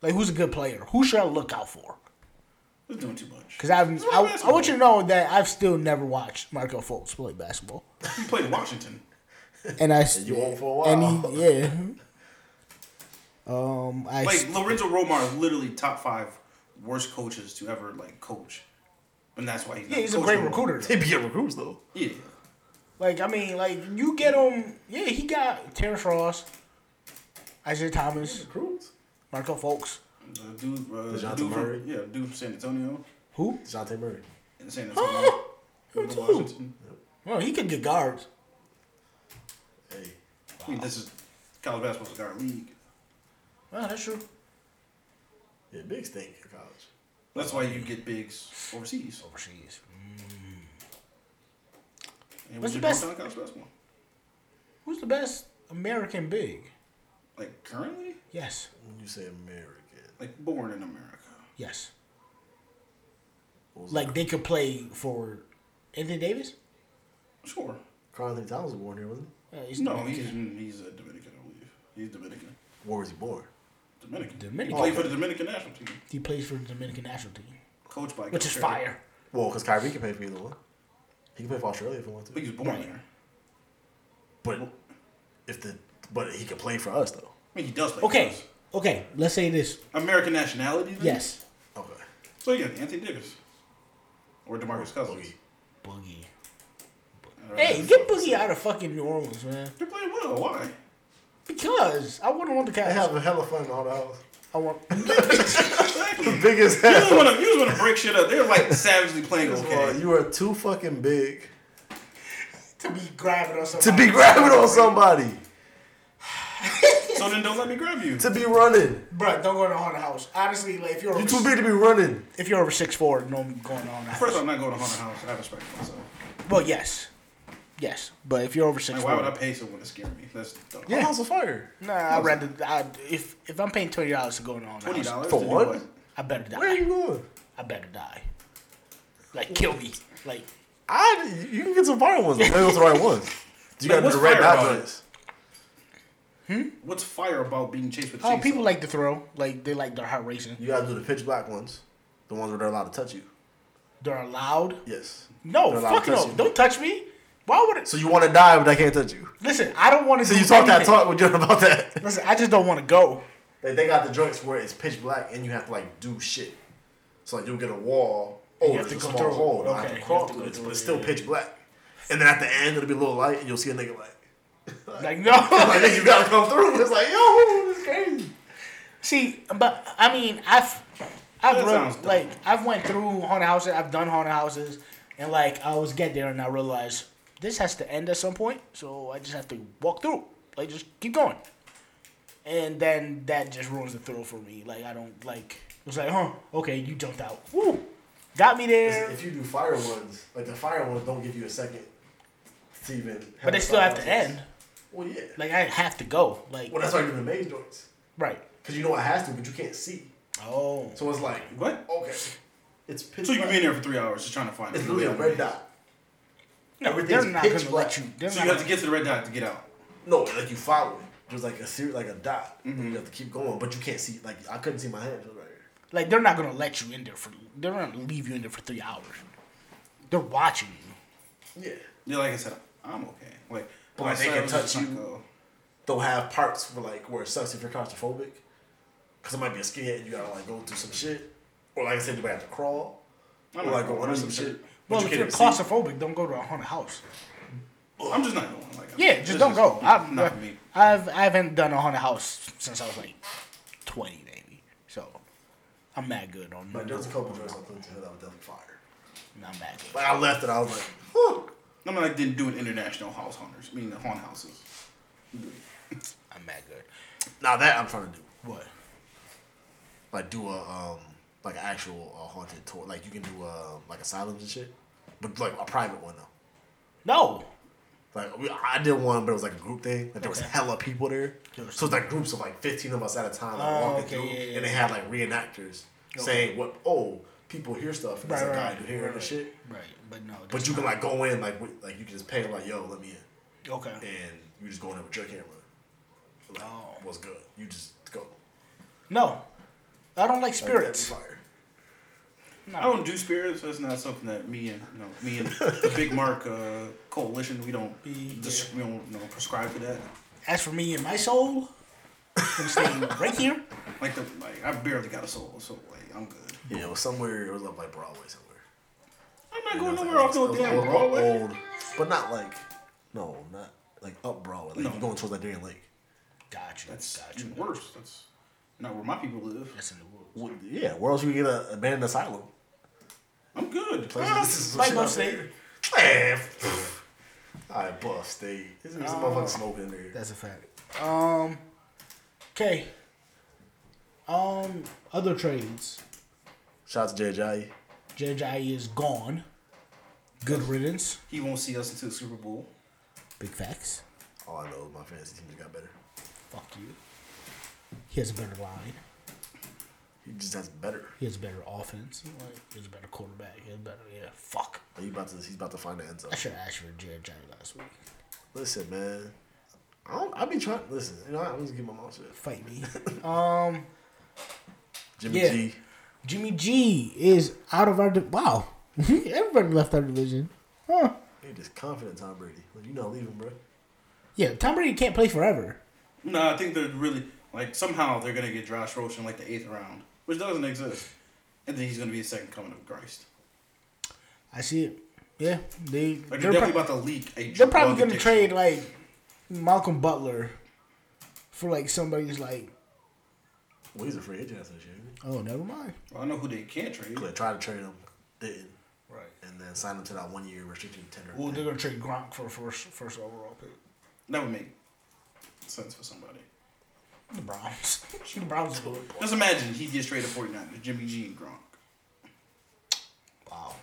[SPEAKER 2] Like who's a good player? Who should I look out for?
[SPEAKER 4] It's doing too much.
[SPEAKER 2] Because I've
[SPEAKER 4] why
[SPEAKER 2] I, I
[SPEAKER 4] basketball.
[SPEAKER 2] want you to know that I've still never watched Marco Fultz play basketball,
[SPEAKER 4] He played in Washington.
[SPEAKER 2] and I
[SPEAKER 3] you won't for a while.
[SPEAKER 2] [laughs] And he, yeah. Um, I
[SPEAKER 4] Like Lorenzo Romar is literally top five worst coaches to ever like coach, and that's why he's
[SPEAKER 2] yeah,
[SPEAKER 4] not
[SPEAKER 2] he's a
[SPEAKER 4] coach
[SPEAKER 2] great
[SPEAKER 4] no more.
[SPEAKER 2] recruiter.
[SPEAKER 5] They be getting recruits though.
[SPEAKER 4] Yeah,
[SPEAKER 2] Like I mean, like you get him. Yeah, he got Terrence Ross, Isaiah Thomas,
[SPEAKER 5] Recruits.
[SPEAKER 2] Marco Fultz.
[SPEAKER 4] the dude, uh, the
[SPEAKER 3] DeJounte
[SPEAKER 4] dude
[SPEAKER 3] Murray?
[SPEAKER 4] from, yeah, dude from San Antonio
[SPEAKER 2] Who?
[SPEAKER 3] Dejounte Murray.
[SPEAKER 2] [laughs]
[SPEAKER 4] and San Antonio.
[SPEAKER 2] Who
[SPEAKER 4] Went to
[SPEAKER 2] too?
[SPEAKER 4] Washington.
[SPEAKER 2] Well, he can get guards.
[SPEAKER 3] Hey,
[SPEAKER 4] I mean, this is college basketball's a guard league.
[SPEAKER 2] Well, that's true.
[SPEAKER 3] yeah, big stink in college.
[SPEAKER 4] That's why you get bigs overseas.
[SPEAKER 3] Oh,
[SPEAKER 2] Overseas.
[SPEAKER 4] And
[SPEAKER 2] What's
[SPEAKER 4] we
[SPEAKER 2] the best-
[SPEAKER 4] just don't talk college basketball.
[SPEAKER 2] Who's the best American big?
[SPEAKER 4] Like currently,
[SPEAKER 2] Yes.
[SPEAKER 3] When you say American,
[SPEAKER 4] like born in America.
[SPEAKER 2] Yes.
[SPEAKER 3] what was
[SPEAKER 2] Like
[SPEAKER 3] it?
[SPEAKER 2] they could play for Anthony Davis?
[SPEAKER 4] Sure.
[SPEAKER 3] Carl Anthony Towns was born here, wasn't
[SPEAKER 2] Uh, he's
[SPEAKER 4] No,
[SPEAKER 2] Dominican.
[SPEAKER 4] he's he's a Dominican. I believe he's Dominican.
[SPEAKER 3] he? Where was he born?
[SPEAKER 4] Dominican.
[SPEAKER 2] Dominican.
[SPEAKER 4] He played for the Dominican national team,
[SPEAKER 2] he plays for the Dominican national team,
[SPEAKER 4] coached by
[SPEAKER 2] which
[SPEAKER 4] Coach
[SPEAKER 2] is
[SPEAKER 4] Perry.
[SPEAKER 2] fire.
[SPEAKER 3] Well, because Kyrie can pay for either one. He can play for Australia if he wants
[SPEAKER 4] But
[SPEAKER 3] to.
[SPEAKER 4] he was born
[SPEAKER 2] Right.
[SPEAKER 4] there.
[SPEAKER 3] But if the but he can play for us though.
[SPEAKER 4] I mean, he does play.
[SPEAKER 2] Okay.
[SPEAKER 4] for us.
[SPEAKER 2] Okay. Let's say this.
[SPEAKER 4] American nationality. Then?
[SPEAKER 2] Yes.
[SPEAKER 3] Okay.
[SPEAKER 4] So yeah, Anthony Davis or Demarcus Cousins.
[SPEAKER 3] Boogie.
[SPEAKER 2] Boogie.
[SPEAKER 4] I don't
[SPEAKER 2] Hey,
[SPEAKER 4] know.
[SPEAKER 2] get Boogie out of fucking New Orleans, man.
[SPEAKER 4] they're playing well. Why?
[SPEAKER 2] Because I wouldn't want the
[SPEAKER 3] They
[SPEAKER 2] Cavs.
[SPEAKER 3] have a hell of fun in all the house.
[SPEAKER 2] I want.
[SPEAKER 4] Exactly.
[SPEAKER 3] [laughs] Big as
[SPEAKER 4] You just
[SPEAKER 3] hell.
[SPEAKER 4] want to you just want to break shit up. They're like savagely playing
[SPEAKER 3] Well,
[SPEAKER 4] okay.
[SPEAKER 3] you are too fucking big
[SPEAKER 2] [laughs] to be grabbing on
[SPEAKER 3] to
[SPEAKER 2] something.
[SPEAKER 3] be grabbing on somebody.
[SPEAKER 4] So then don't let me grab you.
[SPEAKER 3] To be running.
[SPEAKER 2] Bruh, don't go in the haunted house. Honestly, like if you're,
[SPEAKER 3] You're
[SPEAKER 2] over,
[SPEAKER 3] too big to be running.
[SPEAKER 2] if you're over six four, no going on the haunted
[SPEAKER 4] First,
[SPEAKER 2] house.
[SPEAKER 4] I'm not going to Hunter House. I respect myself.
[SPEAKER 2] Well, yes, yes, but if you're over six
[SPEAKER 4] Like,
[SPEAKER 2] four,
[SPEAKER 4] why would I pay someone to scare me? That's dumb.
[SPEAKER 3] Yeah. House of Fire.
[SPEAKER 2] Nah, I'd rather I, if if I'm paying twenty dollars to go in on
[SPEAKER 4] Twenty dollars
[SPEAKER 3] For what?
[SPEAKER 2] I better
[SPEAKER 3] Where are you
[SPEAKER 2] die.
[SPEAKER 3] going?
[SPEAKER 2] I better die. Like kill me. Like
[SPEAKER 3] I you can get some fire ones. Maybe those are the right ones. You
[SPEAKER 4] Man,
[SPEAKER 3] gotta do
[SPEAKER 4] what's
[SPEAKER 3] the red
[SPEAKER 4] fire
[SPEAKER 3] dot
[SPEAKER 4] about
[SPEAKER 3] joints.
[SPEAKER 4] What's fire about being chased with? a
[SPEAKER 2] oh,
[SPEAKER 4] chainsaw?
[SPEAKER 2] people like to throw. Like they like their heart racing.
[SPEAKER 3] You gotta do the pitch black ones. The ones where they're allowed to touch you.
[SPEAKER 2] They're loud.
[SPEAKER 3] Yes.
[SPEAKER 2] No,
[SPEAKER 3] They're allowed to
[SPEAKER 2] fuck
[SPEAKER 3] touch
[SPEAKER 2] no.
[SPEAKER 3] you.
[SPEAKER 2] Don't touch me. Why would it?
[SPEAKER 3] So you wanna die but I can't touch you.
[SPEAKER 2] Listen, I don't want to.
[SPEAKER 3] [laughs] So you talk that talk with you about that.
[SPEAKER 2] Listen, I just don't want to go.
[SPEAKER 3] Like they got the joints where it's pitch black and you have to like do shit. So like you'll get a wall. Oh,
[SPEAKER 2] have
[SPEAKER 3] there's
[SPEAKER 2] to
[SPEAKER 3] a
[SPEAKER 2] go
[SPEAKER 3] small
[SPEAKER 2] through it.
[SPEAKER 3] hole. and I
[SPEAKER 2] Okay,
[SPEAKER 3] have
[SPEAKER 2] you
[SPEAKER 3] to
[SPEAKER 2] have
[SPEAKER 3] crawl
[SPEAKER 2] to
[SPEAKER 3] through
[SPEAKER 2] go
[SPEAKER 3] it,
[SPEAKER 2] through
[SPEAKER 3] but
[SPEAKER 2] it,
[SPEAKER 3] it's still
[SPEAKER 2] yeah.
[SPEAKER 3] pitch black. And then at the end it'll be a little light and you'll see a nigga
[SPEAKER 2] [laughs]
[SPEAKER 3] like, [laughs]
[SPEAKER 2] Like no.
[SPEAKER 3] like you gotta come through. It's like yo, this is crazy.
[SPEAKER 2] See, but I mean, I've, I've
[SPEAKER 4] That
[SPEAKER 2] real,
[SPEAKER 4] sounds dumb.
[SPEAKER 2] like I've went through haunted houses. I've done haunted houses, and like I always get there and I realize this has to end at some point. So I just have to walk through, like just keep going, and then that just ruins the thrill for me. Like I don't like. It's like, huh? Okay, you jumped out. Woo, got me there.
[SPEAKER 3] If you do fire ones, like the fire ones don't give you a second to even. Have
[SPEAKER 2] But they
[SPEAKER 3] a
[SPEAKER 2] still have to
[SPEAKER 3] process.
[SPEAKER 2] end.
[SPEAKER 3] Well, yeah.
[SPEAKER 2] Like I have to go. Like
[SPEAKER 3] well, that's why you do the maze joints,
[SPEAKER 2] right.
[SPEAKER 3] because you know it has to, but you can't see.
[SPEAKER 2] Oh,
[SPEAKER 3] So it's like
[SPEAKER 4] What?
[SPEAKER 3] Okay, it's pitch.
[SPEAKER 4] So you
[SPEAKER 3] black.
[SPEAKER 4] can be in there for three hours just trying to find.
[SPEAKER 3] It's
[SPEAKER 4] it.
[SPEAKER 3] literally a red dot.
[SPEAKER 2] no,
[SPEAKER 3] everything's
[SPEAKER 2] they're not gonna
[SPEAKER 3] pitch
[SPEAKER 2] let
[SPEAKER 3] black.
[SPEAKER 2] you. They're
[SPEAKER 4] So
[SPEAKER 2] not
[SPEAKER 4] you have
[SPEAKER 2] gonna-
[SPEAKER 4] to get to the red dot to get out.
[SPEAKER 3] No, like you follow it. There's like a series, like a dot. You have to keep going, but you can't see. Like I couldn't see my hand it was right here.
[SPEAKER 2] Like they're not gonna let you in there for they're not gonna leave you in there for three hours. They're watching you.
[SPEAKER 3] Yeah,
[SPEAKER 4] Yeah, like I said, I'm okay. Like,
[SPEAKER 3] But
[SPEAKER 4] my
[SPEAKER 3] like, they can
[SPEAKER 4] service
[SPEAKER 3] touch
[SPEAKER 4] is not
[SPEAKER 3] you.
[SPEAKER 4] go.
[SPEAKER 3] they'll have parts where like where it sucks if you're claustrophobic, because it might be a skinhead and you gotta like go through some shit, or like I said, you might have to crawl, or
[SPEAKER 4] I'm not
[SPEAKER 3] like
[SPEAKER 4] gonna
[SPEAKER 3] go under
[SPEAKER 4] do
[SPEAKER 3] some
[SPEAKER 4] some
[SPEAKER 3] shit.
[SPEAKER 4] shit.
[SPEAKER 3] but
[SPEAKER 2] Well,
[SPEAKER 3] you
[SPEAKER 2] if
[SPEAKER 3] can't
[SPEAKER 2] you're
[SPEAKER 3] even see.
[SPEAKER 2] claustrophobic, don't go to a haunted house.
[SPEAKER 4] I'm just not going. Like,
[SPEAKER 2] Yeah,
[SPEAKER 4] it's
[SPEAKER 2] just don't go. I've
[SPEAKER 4] not for me.
[SPEAKER 2] I've I haven't done a haunted house since I was like twenty, maybe. So I'm mad good on.
[SPEAKER 3] But
[SPEAKER 2] I'm
[SPEAKER 3] there's a couple joints I put to that was definitely fire.
[SPEAKER 2] not mad good.
[SPEAKER 3] Like I left it, I was like, huh.
[SPEAKER 4] I mean, I didn't do an international house hunters. I mean, the haunt houses.
[SPEAKER 2] I'm mad good.
[SPEAKER 3] now that I'm trying to do,
[SPEAKER 2] What?
[SPEAKER 3] like do a um like an actual uh, haunted tour. Like you can do uh, like asylums and shit, but like a private one though.
[SPEAKER 2] No.
[SPEAKER 3] Like we, I did one, but it was like a group thing. Like there was
[SPEAKER 2] Okay.
[SPEAKER 3] hella people there, so
[SPEAKER 2] There was-
[SPEAKER 3] it's like groups of like fifteen of us at a time, like
[SPEAKER 2] Oh,
[SPEAKER 3] walking
[SPEAKER 2] okay,
[SPEAKER 3] through,
[SPEAKER 2] yeah, yeah,
[SPEAKER 3] and they had like reenactors saying what, oh, people hear stuff and
[SPEAKER 2] Right,
[SPEAKER 3] it's like,
[SPEAKER 2] right,
[SPEAKER 3] all right, you hearing
[SPEAKER 2] right.
[SPEAKER 3] this shit.
[SPEAKER 2] Right, but no.
[SPEAKER 3] But you can like go in like with, like you can just pay like yo let me in,
[SPEAKER 2] Okay.
[SPEAKER 3] and you just go in there with your camera. Like,
[SPEAKER 2] Oh.
[SPEAKER 3] what's good? You just go. Like,
[SPEAKER 2] No. I don't like
[SPEAKER 3] that'd be
[SPEAKER 2] spirits.
[SPEAKER 3] fire.
[SPEAKER 4] I don't do spirits. That's not something that me and no, me and the Big Mark uh, coalition. We don't
[SPEAKER 2] Yeah.
[SPEAKER 4] dis- we don't you know, prescribe to that.
[SPEAKER 2] As for me and my soul, I'm staying right here.
[SPEAKER 4] Like the like, I barely got a soul, so like I'm good.
[SPEAKER 3] Yeah, it was somewhere. It was up like Broadway somewhere.
[SPEAKER 4] I'm not going
[SPEAKER 3] It was,
[SPEAKER 4] nowhere off
[SPEAKER 3] it
[SPEAKER 4] no
[SPEAKER 3] was
[SPEAKER 4] damn
[SPEAKER 3] up
[SPEAKER 4] Broadway.
[SPEAKER 3] Old, but not like no, not like up Broadway. Like
[SPEAKER 4] No.
[SPEAKER 3] you're going towards like Darien Lake.
[SPEAKER 2] Gotcha.
[SPEAKER 4] That's
[SPEAKER 2] gotcha.
[SPEAKER 4] even worse. That's not where my people live.
[SPEAKER 2] That's in the woods.
[SPEAKER 3] What, yeah, where else we get an abandoned asylum?
[SPEAKER 4] I'm good.
[SPEAKER 3] Places-
[SPEAKER 4] Ah,
[SPEAKER 3] this is some
[SPEAKER 2] Like
[SPEAKER 3] shit
[SPEAKER 2] Buff
[SPEAKER 3] out
[SPEAKER 2] State.
[SPEAKER 3] there. Man, pff. All right, Buff State. There's some
[SPEAKER 2] Oh.
[SPEAKER 3] motherfucking smoke in there.
[SPEAKER 2] That's a fact. Um. Okay. Um. Other trades.
[SPEAKER 3] Shout out to JJ.
[SPEAKER 2] Judge I is gone. Good riddance.
[SPEAKER 4] [laughs] he won't see us until the Super Bowl.
[SPEAKER 2] Big facts.
[SPEAKER 3] All I know is my fantasy team just got better.
[SPEAKER 2] Fuck you. He has a better line.
[SPEAKER 3] He just has better.
[SPEAKER 2] He has a better offense. Like, he has a better quarterback. He has better. Yeah. Fuck.
[SPEAKER 3] Like, he about to, he's about to find the end zone.
[SPEAKER 2] I should have asked for Judge I last week.
[SPEAKER 3] Listen, man. I don't. I be trying. Listen, you know, I always give my mouth shit.
[SPEAKER 2] Fight me. [laughs]
[SPEAKER 3] Jimmy
[SPEAKER 2] Yeah.
[SPEAKER 3] G.
[SPEAKER 2] Jimmy G is out of our. Di- wow. [laughs] Everybody left our division. Huh.
[SPEAKER 3] He just confident Tom Brady. Like, you not leaving, bro.
[SPEAKER 2] Yeah, Tom Brady can't play forever.
[SPEAKER 4] No, I think they're really like somehow they're gonna get Josh Rosen like the eighth round, which doesn't exist, and then he's gonna be the second coming of Christ.
[SPEAKER 2] I see it. Yeah, they
[SPEAKER 4] Like,
[SPEAKER 2] they're,
[SPEAKER 4] they're,
[SPEAKER 2] pro-
[SPEAKER 4] definitely about to leak. A
[SPEAKER 2] they're probably
[SPEAKER 4] drug
[SPEAKER 2] gonna
[SPEAKER 4] addiction.
[SPEAKER 2] trade like Malcolm Butler for like somebody's like
[SPEAKER 3] Well, he's a free agent after this year. isn't he?
[SPEAKER 2] oh never mind.
[SPEAKER 4] Well, I know who they can't trade.
[SPEAKER 3] Like, try to trade him, didn't,
[SPEAKER 2] Right.
[SPEAKER 3] and then sign him to that one year restricted tender.
[SPEAKER 2] Well, they're gonna trade Gronk for a first first overall pick.
[SPEAKER 4] That would make sense for somebody.
[SPEAKER 2] The Browns. [laughs] the Browns do it.
[SPEAKER 4] Just imagine he gets traded 49ers, Jimmy G and Gronk.
[SPEAKER 2] Wow.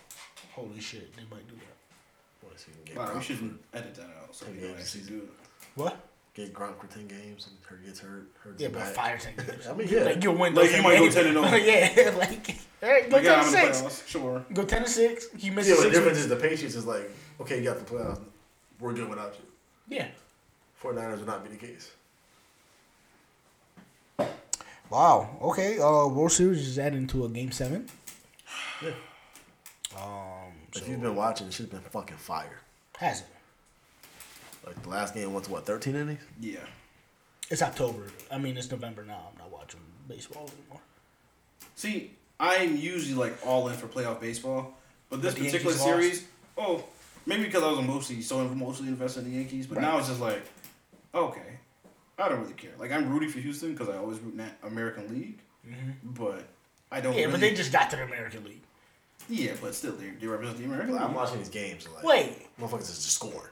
[SPEAKER 2] Holy shit, they might do that.
[SPEAKER 3] Boy, so you can get
[SPEAKER 4] Wow, we
[SPEAKER 3] Gronk
[SPEAKER 4] shouldn't edit that out so we
[SPEAKER 3] Yeah,
[SPEAKER 4] don't actually
[SPEAKER 3] just-
[SPEAKER 4] do it.
[SPEAKER 2] What?
[SPEAKER 3] for- Get Gronk for ten games and her gets hurt. Hurts
[SPEAKER 2] Yeah,
[SPEAKER 3] him
[SPEAKER 2] but
[SPEAKER 3] back.
[SPEAKER 2] fire [laughs] ten games.
[SPEAKER 3] I mean, yeah.
[SPEAKER 2] Like you'll win.
[SPEAKER 4] Like,
[SPEAKER 2] those ten
[SPEAKER 4] you might go
[SPEAKER 2] games.
[SPEAKER 4] 10 and 0.
[SPEAKER 2] [laughs] yeah, like all right, go
[SPEAKER 4] Like, yeah,
[SPEAKER 2] ten and
[SPEAKER 4] I'm in the
[SPEAKER 2] six.
[SPEAKER 4] playoffs, sure.
[SPEAKER 2] Go ten and six. He misses
[SPEAKER 3] Yeah, but the
[SPEAKER 2] six. weeks.
[SPEAKER 3] difference is the Patriots is like, okay, you got the playoffs. We're good without you.
[SPEAKER 2] Yeah.
[SPEAKER 3] 49ers would not be the case.
[SPEAKER 2] Wow. Okay. Uh, World Series is adding to a game seven. Um.
[SPEAKER 3] if you've been watching, she's been fucking fire.
[SPEAKER 2] Has it?
[SPEAKER 3] Like the last game went to what, 13 innings?
[SPEAKER 4] Yeah.
[SPEAKER 2] It's October. I mean, it's November now. I'm not watching baseball anymore.
[SPEAKER 4] See, I'm usually like all in for playoff baseball, but this
[SPEAKER 2] But the
[SPEAKER 4] particular
[SPEAKER 2] Yankees
[SPEAKER 4] series, oh, maybe because I was mostly so mostly invested in the Yankees, but
[SPEAKER 2] Right.
[SPEAKER 4] now it's just like, okay, I don't really care. Like I'm rooting for Houston because I always root in that American League, but I don't.
[SPEAKER 2] Mm-hmm. Yeah, but
[SPEAKER 4] really-
[SPEAKER 2] they just got to the American League.
[SPEAKER 4] Yeah, but still, they, they represent the American
[SPEAKER 3] I'm
[SPEAKER 4] League.
[SPEAKER 3] watching these games. Like,
[SPEAKER 2] Wait.
[SPEAKER 3] Motherfuckers is just scoring.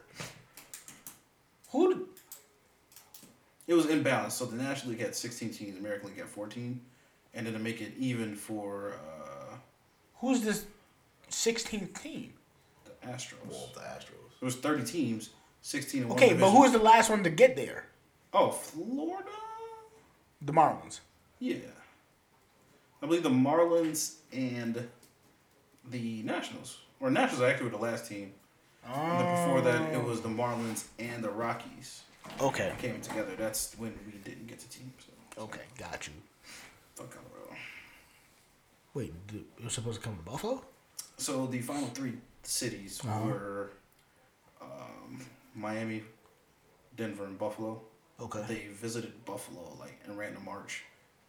[SPEAKER 2] Who? d-
[SPEAKER 4] It was imbalanced, so the National League had 16 teams, American League had 14, and then to make it even for uh,
[SPEAKER 2] Who's this 16th team?
[SPEAKER 4] the Astros,
[SPEAKER 3] Well, the
[SPEAKER 4] so
[SPEAKER 3] Astros.
[SPEAKER 4] it was 30 teams, 16 in one
[SPEAKER 2] Okay, but
[SPEAKER 4] division.
[SPEAKER 2] who is the last one to get there?
[SPEAKER 4] Oh, Florida.
[SPEAKER 2] The Marlins.
[SPEAKER 4] Yeah. I believe the Marlins and the Nationals. Or Nationals actually were the last team. And then before that, it was the Marlins and the Rockies
[SPEAKER 2] Okay.
[SPEAKER 4] came together. That's when we didn't get the team. So
[SPEAKER 2] Okay, got you.
[SPEAKER 4] fuck Colorado.
[SPEAKER 2] Wait, d- you're supposed to come to Buffalo?
[SPEAKER 4] So the final three cities were um, Miami, Denver, and Buffalo.
[SPEAKER 2] Okay.
[SPEAKER 4] They visited Buffalo like and ran to March.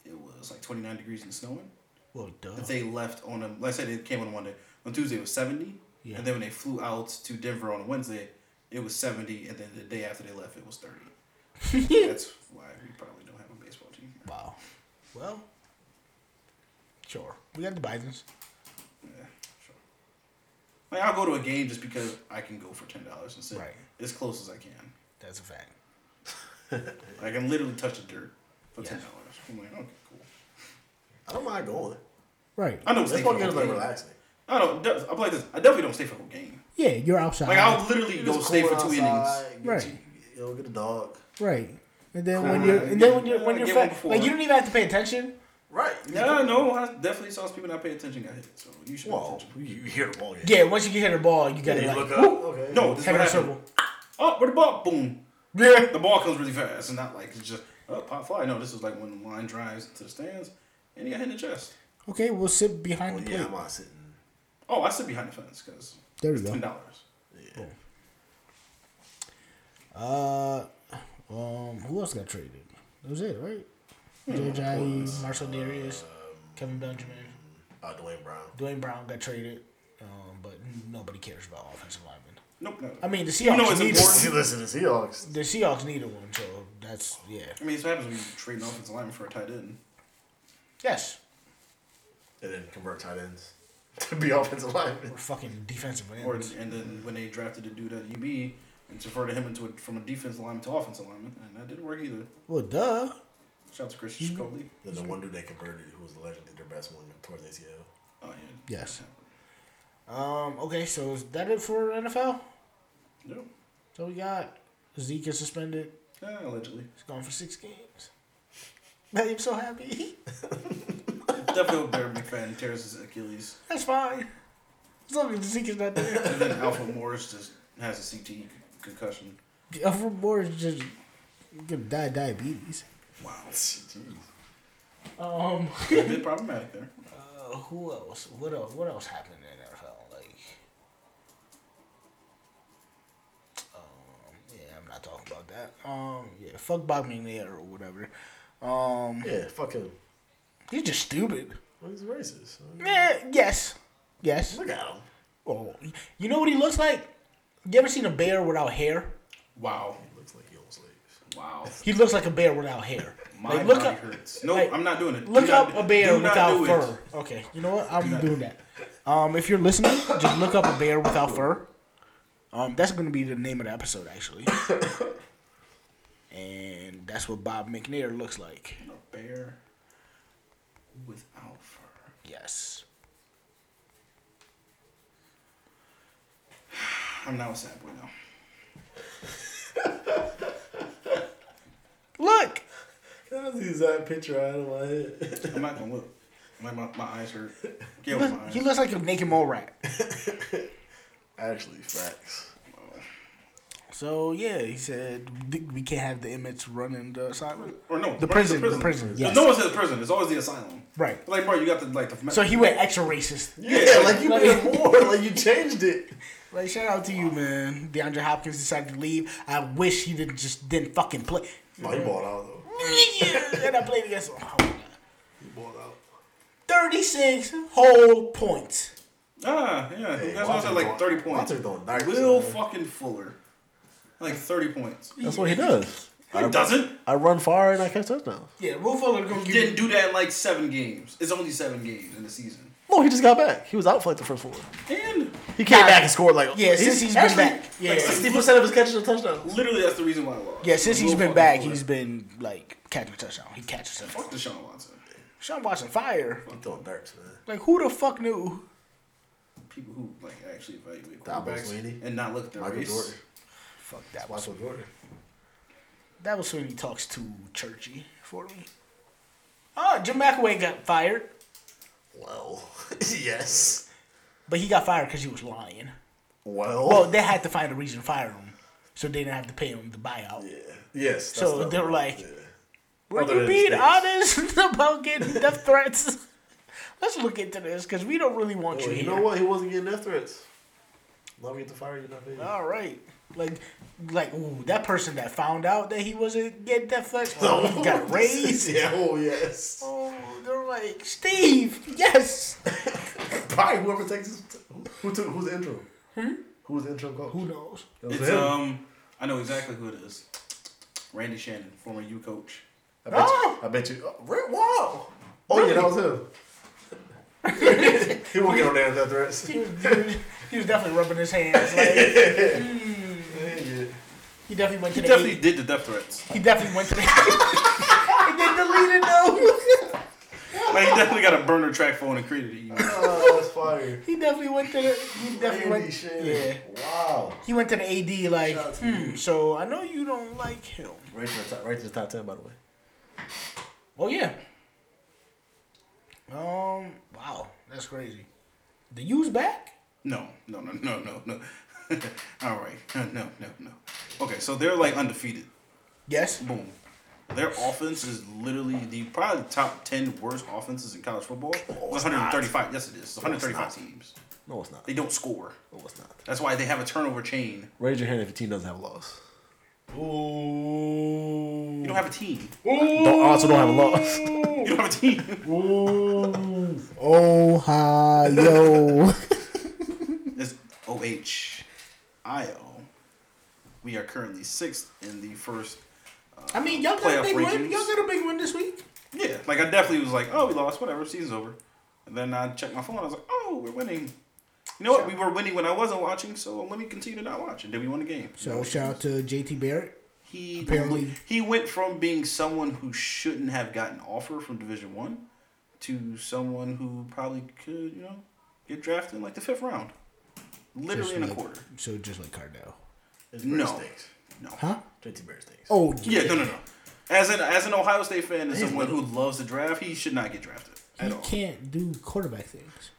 [SPEAKER 4] It was like 29 degrees and snowing.
[SPEAKER 2] Well, duh.
[SPEAKER 4] that they left on a let's say they came on a Monday. On Tuesday it was seventy.
[SPEAKER 2] Yeah.
[SPEAKER 4] And then when they flew out to Denver on a Wednesday, it was seventy and then the day after they left it was thirty.
[SPEAKER 2] [laughs]
[SPEAKER 4] That's why we probably don't have a baseball team.
[SPEAKER 2] Wow. Well, sure. We got the Bisons.
[SPEAKER 4] Yeah, sure. Like I'll go to a game just because I can go for ten dollars and sit
[SPEAKER 2] Right.
[SPEAKER 4] as close as I can.
[SPEAKER 2] That's a fact.
[SPEAKER 4] Like I can literally touch the dirt for
[SPEAKER 2] Yeah.
[SPEAKER 4] ten dollars. I'm like, okay, cool.
[SPEAKER 3] I don't mind going.
[SPEAKER 2] Right.
[SPEAKER 4] I don't
[SPEAKER 3] This
[SPEAKER 4] stay for
[SPEAKER 3] fucking
[SPEAKER 4] the
[SPEAKER 3] is like
[SPEAKER 4] whole game.
[SPEAKER 3] relaxing.
[SPEAKER 4] I don't. I'm like this. I definitely don't stay for the whole game.
[SPEAKER 2] Yeah, you're outside.
[SPEAKER 4] Like I'll literally go
[SPEAKER 3] Just
[SPEAKER 4] stay for
[SPEAKER 3] cool
[SPEAKER 4] two
[SPEAKER 3] outside,
[SPEAKER 4] innings.
[SPEAKER 3] get
[SPEAKER 2] Right.
[SPEAKER 3] You, you know, get a dog.
[SPEAKER 2] Right. And then
[SPEAKER 4] Cool.
[SPEAKER 2] when you're, and then when you're, when
[SPEAKER 4] Get
[SPEAKER 2] you're,
[SPEAKER 4] one
[SPEAKER 2] fa-
[SPEAKER 4] before.
[SPEAKER 2] like you don't even have to pay attention.
[SPEAKER 5] Right.
[SPEAKER 4] Yeah, no, I definitely saw people not pay attention got hit. So you should. pay
[SPEAKER 5] Whoa,
[SPEAKER 4] attention.
[SPEAKER 5] you you hear the ball? Yeah.
[SPEAKER 2] Yeah, once you get hit the ball, you gotta
[SPEAKER 5] You
[SPEAKER 2] like
[SPEAKER 5] look up. Okay.
[SPEAKER 4] No, this is
[SPEAKER 2] have
[SPEAKER 4] what
[SPEAKER 2] a
[SPEAKER 4] happened.
[SPEAKER 2] circle.
[SPEAKER 4] Oh, where the ball? Boom.
[SPEAKER 2] [laughs] Yeah.
[SPEAKER 4] The ball comes really fast. It's not like it's just oh, pop fly. No, this was like when the line drives to the stands, and he got hit in the chest.
[SPEAKER 2] Okay, we'll sit behind
[SPEAKER 5] Well,
[SPEAKER 2] the plate.
[SPEAKER 5] yeah, I'm not sitting.
[SPEAKER 4] Oh, I sit behind the fence because
[SPEAKER 2] There we
[SPEAKER 4] it's
[SPEAKER 2] go.
[SPEAKER 4] ten dollars.
[SPEAKER 2] Um, who else got traded? That was it, right? Jay Ajayi, Marshall
[SPEAKER 4] Uh,
[SPEAKER 2] Darius, Kevin Benjamin,
[SPEAKER 5] Uh, Dwayne Brown.
[SPEAKER 2] Dwayne Brown got traded, um, but nobody cares about offensive linemen.
[SPEAKER 4] Nope. No.
[SPEAKER 2] I mean, the
[SPEAKER 4] You know
[SPEAKER 2] Seahawks
[SPEAKER 4] it's
[SPEAKER 2] needed
[SPEAKER 4] important.
[SPEAKER 5] See, listen to Seahawks.
[SPEAKER 2] the Seahawks needed one, so that's yeah.
[SPEAKER 4] I mean, it's what happens when you trade an offensive lineman for a tight end.
[SPEAKER 2] Yes,
[SPEAKER 5] And then convert tight ends [laughs] to be offensive linemen.
[SPEAKER 2] we're fucking defensive
[SPEAKER 4] Or
[SPEAKER 2] ends.
[SPEAKER 4] and then when they drafted a dude at UB and converted him into a, from a defensive lineman to offensive lineman, and that didn't work either.
[SPEAKER 2] Well, duh.
[SPEAKER 4] Shout out to
[SPEAKER 2] Mm-hmm.
[SPEAKER 4] Christian Chipotle.
[SPEAKER 5] Then the one dude they converted who was allegedly their best one towards ACL.
[SPEAKER 4] Oh yeah.
[SPEAKER 2] Yes. Um. Okay, so is that it for NFL?
[SPEAKER 4] Yeah.
[SPEAKER 2] So we got Zeke is suspended.
[SPEAKER 4] Yeah, allegedly.
[SPEAKER 2] He's gone for six games. Man, I'm so happy. [laughs]
[SPEAKER 4] Definitely better McFadden tears his Achilles.
[SPEAKER 2] That's fine. As long as Zeke is not there.
[SPEAKER 4] And then Alpha Morris just has a CT concussion.
[SPEAKER 2] Alfred Moore is just gonna die of diabetes.
[SPEAKER 4] Wow.
[SPEAKER 2] Um,
[SPEAKER 4] That'd be problematic there.
[SPEAKER 2] uh, who else? What else? What else happened in the NFL? Like, um, yeah, I'm not talking about that. Um, yeah, fuck Bob McNair or whatever. Um,
[SPEAKER 5] [laughs] Yeah, fuck him.
[SPEAKER 2] he's just stupid.
[SPEAKER 5] Well, he's racist.
[SPEAKER 2] Yeah, yes, yes.
[SPEAKER 5] Look at him.
[SPEAKER 2] Oh, you know what he looks like? You ever seen a bear without hair?
[SPEAKER 4] Wow.
[SPEAKER 5] He looks like he owns slaves.
[SPEAKER 4] Wow.
[SPEAKER 2] He looks like a bear without hair.
[SPEAKER 4] My
[SPEAKER 2] Like, look
[SPEAKER 4] body
[SPEAKER 5] [laughs]
[SPEAKER 2] up-
[SPEAKER 4] hurts. No,
[SPEAKER 2] like,
[SPEAKER 4] I'm not doing it. Do
[SPEAKER 2] Look
[SPEAKER 4] not
[SPEAKER 2] up
[SPEAKER 4] do-
[SPEAKER 2] a bear
[SPEAKER 4] do not
[SPEAKER 2] without
[SPEAKER 4] do it.
[SPEAKER 2] fur. Okay, you know what? I'm doing that. Um, if you're listening, just look up a bear without fur. Um, that's going to be the name of the episode,
[SPEAKER 4] [coughs]
[SPEAKER 2] actually. and that's what Bob McNair looks like.
[SPEAKER 4] A bear without fur.
[SPEAKER 2] Yes.
[SPEAKER 4] I'm now a sad boy now.
[SPEAKER 2] Look.
[SPEAKER 5] That's the exact picture I had in my head. [laughs]
[SPEAKER 4] I'm not gonna look. My, my, my eyes hurt. Get with my eyes.
[SPEAKER 2] He looks like a naked mole rat.
[SPEAKER 5] Actually, facts.
[SPEAKER 2] So yeah, he said "Th- we can't have the inmates running the asylum.
[SPEAKER 4] or no,
[SPEAKER 2] the
[SPEAKER 4] right,
[SPEAKER 2] prison, the prison. Yes.
[SPEAKER 4] No one said the prison. It's always the asylum.
[SPEAKER 2] Right.
[SPEAKER 4] Like, bro, you got the like the.
[SPEAKER 2] So he went extra racist.
[SPEAKER 5] Yeah, like you
[SPEAKER 2] Like-
[SPEAKER 5] made it more. [laughs] Like you changed it.
[SPEAKER 2] Like shout out to you, man. DeAndre Hopkins decided to leave. I wish he didn't just didn't fucking play.
[SPEAKER 5] No, you bought out though.
[SPEAKER 2] [laughs] and I played against oh,
[SPEAKER 5] You bought out.
[SPEAKER 2] thirty-six whole points.
[SPEAKER 4] Ah, yeah. you guys always had like thirty points.
[SPEAKER 5] Walter throwing darts,
[SPEAKER 4] Will
[SPEAKER 5] man.
[SPEAKER 4] fucking Fuller, like thirty points.
[SPEAKER 3] That's what he does.
[SPEAKER 4] He doesn't.
[SPEAKER 3] I run far and I catch touchdowns.
[SPEAKER 2] Yeah, Will Fuller gonna
[SPEAKER 4] He
[SPEAKER 2] give
[SPEAKER 4] didn't
[SPEAKER 2] you.
[SPEAKER 4] do that in like seven games. It's only seven games in the season.
[SPEAKER 3] No, he just got back. He was out for like the first four.
[SPEAKER 4] And
[SPEAKER 3] He came back and scored like
[SPEAKER 2] Yeah, since he's been
[SPEAKER 3] actually,
[SPEAKER 2] back. Yeah,
[SPEAKER 3] Like sixty percent of his catches are touchdowns.
[SPEAKER 4] literally, that's the reason why I lost.
[SPEAKER 2] yeah, since he's
[SPEAKER 4] Will
[SPEAKER 2] been
[SPEAKER 4] fucking
[SPEAKER 2] back,
[SPEAKER 4] Fuller.
[SPEAKER 2] he's been like catching a touchdown. He catches a touchdown.
[SPEAKER 4] fuck Deshaun Watson.
[SPEAKER 2] Sean Watson fire.
[SPEAKER 5] I'm throwing darts, man.
[SPEAKER 2] Like who the fuck knew?
[SPEAKER 4] People who like actually evaluate
[SPEAKER 5] Dabo
[SPEAKER 4] quarterbacks
[SPEAKER 5] Sweeney.
[SPEAKER 4] and not look at their
[SPEAKER 5] Michael
[SPEAKER 4] race.
[SPEAKER 5] Jordan.
[SPEAKER 2] Fuck that was
[SPEAKER 5] Michael Jordan.
[SPEAKER 2] that was when he talks too churchy for me. Oh, Jim McAway got fired,
[SPEAKER 3] [laughs]
[SPEAKER 5] Well, yes.
[SPEAKER 2] but he got fired because he was lying.
[SPEAKER 5] Well.
[SPEAKER 2] Well, they had to find a reason to fire him, so they didn't have to pay him the buyout.
[SPEAKER 5] yeah. Yes. that's
[SPEAKER 2] So
[SPEAKER 5] not
[SPEAKER 2] they were
[SPEAKER 5] right.
[SPEAKER 2] like,
[SPEAKER 5] Yeah.
[SPEAKER 2] Were
[SPEAKER 5] Other
[SPEAKER 2] you
[SPEAKER 5] than
[SPEAKER 2] being
[SPEAKER 5] states.
[SPEAKER 2] honest [laughs] about getting death threats? [laughs] Let's look into this because we don't really want
[SPEAKER 5] Well,
[SPEAKER 2] you
[SPEAKER 5] you
[SPEAKER 2] here.
[SPEAKER 5] know what? He wasn't getting death threats. Let me get the fire. You're not paying.
[SPEAKER 2] All right, like, like ooh, that person that found out that he wasn't getting death
[SPEAKER 5] [laughs]
[SPEAKER 2] threats oh,
[SPEAKER 3] [laughs]
[SPEAKER 2] he got raised.
[SPEAKER 5] yeah. Oh yes.
[SPEAKER 2] Oh, they're like Steve. Yes.
[SPEAKER 5] Probably whoever takes his, who took who's the intro. Hmm? Who was the intro coach?
[SPEAKER 2] Who knows?
[SPEAKER 5] It was
[SPEAKER 4] It's
[SPEAKER 5] him.
[SPEAKER 4] um, I know exactly who it is. Randy Shannon, former U coach.
[SPEAKER 5] I bet
[SPEAKER 2] Oh!
[SPEAKER 5] you. I bet you. Oh, Rick Wall. Oh yeah, that was him. [laughs] he won't get no damn death [laughs] threats.
[SPEAKER 2] He was, he was- he was definitely rubbing his hands.
[SPEAKER 5] [laughs]
[SPEAKER 2] Like,
[SPEAKER 5] Yeah.
[SPEAKER 2] he definitely went to the.
[SPEAKER 4] He definitely did the death threats.
[SPEAKER 2] he definitely went to the. [laughs] and then deleted those.
[SPEAKER 4] Like he definitely got a burner track phone and created it. You know?
[SPEAKER 5] [laughs] Oh, that's fire. [laughs]
[SPEAKER 2] [laughs] He definitely went to the. He definitely
[SPEAKER 5] Randy
[SPEAKER 2] went.
[SPEAKER 5] Shannon.
[SPEAKER 2] Yeah.
[SPEAKER 5] Wow.
[SPEAKER 2] He went to the AD like,
[SPEAKER 5] Shout out to
[SPEAKER 2] hmm, so I know you don't like him.
[SPEAKER 5] Right to, the top, right to the top ten, by the way.
[SPEAKER 2] Oh yeah. Um, crazy. The U's back?
[SPEAKER 4] No, no, no, no, no, no. [laughs] All right, [laughs] no, no, no. Okay, so they're like undefeated.
[SPEAKER 2] Yes.
[SPEAKER 4] Boom. Their offense is literally the probably top ten worst offenses in college football.
[SPEAKER 5] Oh, it's
[SPEAKER 4] 135. Yes, it is. 135
[SPEAKER 5] not.
[SPEAKER 4] teams.
[SPEAKER 5] No, it's not.
[SPEAKER 4] They don't score.
[SPEAKER 5] No, it's not.
[SPEAKER 4] That's why they have a turnover chain.
[SPEAKER 5] Raise your hand if your team doesn't have a loss.
[SPEAKER 4] You don't have a team.
[SPEAKER 5] Don't, also don't have a loss. [laughs]
[SPEAKER 4] You don't have a team.
[SPEAKER 2] Ohio.
[SPEAKER 4] [laughs] It's OHIO. We are currently sixth in the first.
[SPEAKER 2] I mean, y'all got a
[SPEAKER 4] Playoff
[SPEAKER 2] big win.
[SPEAKER 4] rankings.
[SPEAKER 2] Y'all got a big win this week.
[SPEAKER 4] Yeah, like I definitely was like, oh, we lost, whatever, season's over. And then I checked my phone. I was like, oh, we're winning. You know what? We were winning when I wasn't watching, so let me continue to not watch. And then we won the game.
[SPEAKER 2] So shout out to JT Barrett.
[SPEAKER 4] he
[SPEAKER 2] Apparently-
[SPEAKER 4] he went from being someone who shouldn't have gotten an offer from Division One to someone who probably could you know get drafted in like the fifth round, literally
[SPEAKER 2] Just
[SPEAKER 4] in a
[SPEAKER 2] like-
[SPEAKER 4] quarter.
[SPEAKER 2] So just like Cardell.
[SPEAKER 4] No,
[SPEAKER 5] Stinks.
[SPEAKER 4] no,
[SPEAKER 2] Huh?
[SPEAKER 5] JT Barrett stinks.
[SPEAKER 2] Oh
[SPEAKER 4] yeah, no, no, no. As an as an Ohio State fan and
[SPEAKER 5] He's
[SPEAKER 4] someone who
[SPEAKER 5] little.
[SPEAKER 4] loves the draft, he should not get drafted at
[SPEAKER 2] You
[SPEAKER 4] all.
[SPEAKER 2] can't do quarterback things.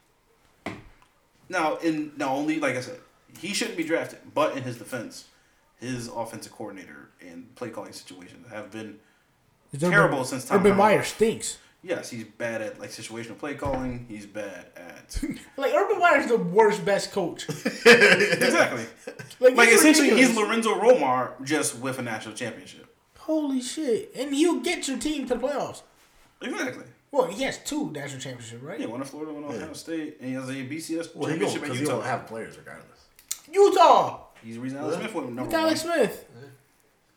[SPEAKER 4] Now, in now only like I said, he shouldn't be drafted. But in his defense, his offensive coordinator and play calling situations have been Terrible since Tom
[SPEAKER 2] Urban
[SPEAKER 4] Herman.
[SPEAKER 2] Meyer stinks.
[SPEAKER 4] yes, he's bad at like situational play calling. He's bad
[SPEAKER 5] [laughs]
[SPEAKER 4] at
[SPEAKER 2] Like Urban Meyer's the worst best coach.
[SPEAKER 4] exactly.
[SPEAKER 2] Like,
[SPEAKER 4] [laughs] Like
[SPEAKER 2] it's
[SPEAKER 4] essentially, he's
[SPEAKER 2] ridiculous.
[SPEAKER 4] Lorenzo Romar just with a national championship.
[SPEAKER 2] holy shit, and he'll get your team to the playoffs.
[SPEAKER 4] Exactly.
[SPEAKER 2] Well, he has two national championship, right?
[SPEAKER 4] Yeah, one in Florida, one in Ohio State, and he has a BCS
[SPEAKER 5] well, he don't
[SPEAKER 4] championship in
[SPEAKER 5] because he
[SPEAKER 4] Utah.
[SPEAKER 5] don't have players regardless.
[SPEAKER 2] Utah,
[SPEAKER 4] he's the reason Alex Smith went number
[SPEAKER 2] Alex
[SPEAKER 4] one.
[SPEAKER 2] Smith.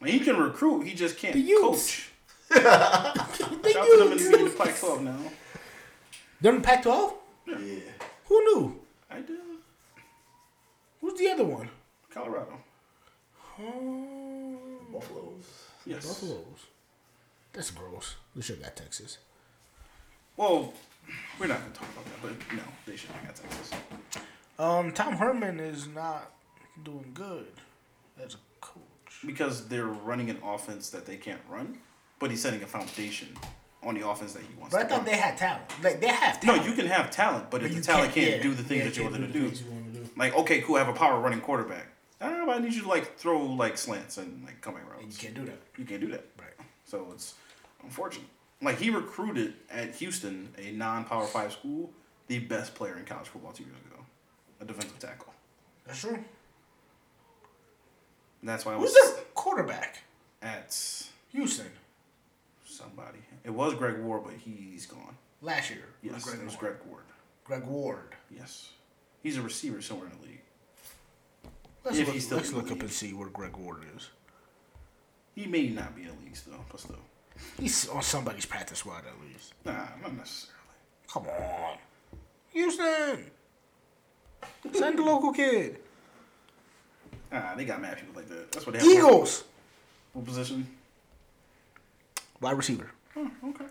[SPEAKER 4] Like, he can recruit, he just can't
[SPEAKER 2] The Utes.
[SPEAKER 4] coach.
[SPEAKER 2] The
[SPEAKER 4] Shout out to them in
[SPEAKER 2] Utes.
[SPEAKER 4] the Pac-12 now.
[SPEAKER 2] They're in the Pac-12.
[SPEAKER 5] Yeah.
[SPEAKER 2] Who knew?
[SPEAKER 4] I do.
[SPEAKER 2] Who's the other one?
[SPEAKER 4] Colorado.
[SPEAKER 5] Buffaloes.
[SPEAKER 4] Yes.
[SPEAKER 2] Buffaloes. That's gross. We should have got Texas.
[SPEAKER 4] Well, we're not going to talk about that, but no, they should have got Texas.
[SPEAKER 2] Um, Tom Herman is not doing good as a coach.
[SPEAKER 4] Because they're running an offense that they can't run, but he's setting a foundation on the offense that he wants
[SPEAKER 2] But I
[SPEAKER 4] to
[SPEAKER 2] thought
[SPEAKER 4] run.
[SPEAKER 2] they had talent. Like they have
[SPEAKER 4] No,
[SPEAKER 2] talent.
[SPEAKER 4] you can have talent, but if the talent can't, do the things that you want them to do, like okay, cool, I have a power running quarterback. I don't know, but I need you to like throw like slants and like coming
[SPEAKER 2] You
[SPEAKER 4] routes.
[SPEAKER 2] can't do that.
[SPEAKER 4] You can't do that.
[SPEAKER 2] Right.
[SPEAKER 4] So it's unfortunate. Like he recruited at Houston, a non-power five school, the best player in college football two years ago, a defensive tackle.
[SPEAKER 2] That's true.
[SPEAKER 4] And that's why I
[SPEAKER 2] Who's
[SPEAKER 4] was
[SPEAKER 2] their quarterback?
[SPEAKER 4] at
[SPEAKER 2] Houston
[SPEAKER 4] somebody. It was Greg Ward, but he's gone.
[SPEAKER 2] last year. It was
[SPEAKER 4] Yes, it was
[SPEAKER 2] Ward.
[SPEAKER 4] Greg Ward.
[SPEAKER 2] Greg Ward.
[SPEAKER 4] Yes, he's a receiver somewhere in the league.
[SPEAKER 2] Let's
[SPEAKER 4] If
[SPEAKER 2] look,
[SPEAKER 4] he's still
[SPEAKER 2] let's
[SPEAKER 4] in the
[SPEAKER 2] look up
[SPEAKER 4] league.
[SPEAKER 2] and see where Greg Ward is.
[SPEAKER 4] He may not be in the league still, but still.
[SPEAKER 2] He's on somebody's practice squad at least.
[SPEAKER 4] Nah, not necessarily.
[SPEAKER 2] Come on, Houston. [laughs] Send the local kid.
[SPEAKER 4] Ah, they got mad people like that. That's what they have.
[SPEAKER 2] Eagles
[SPEAKER 4] What position?
[SPEAKER 2] wide receiver.
[SPEAKER 4] Oh, okay.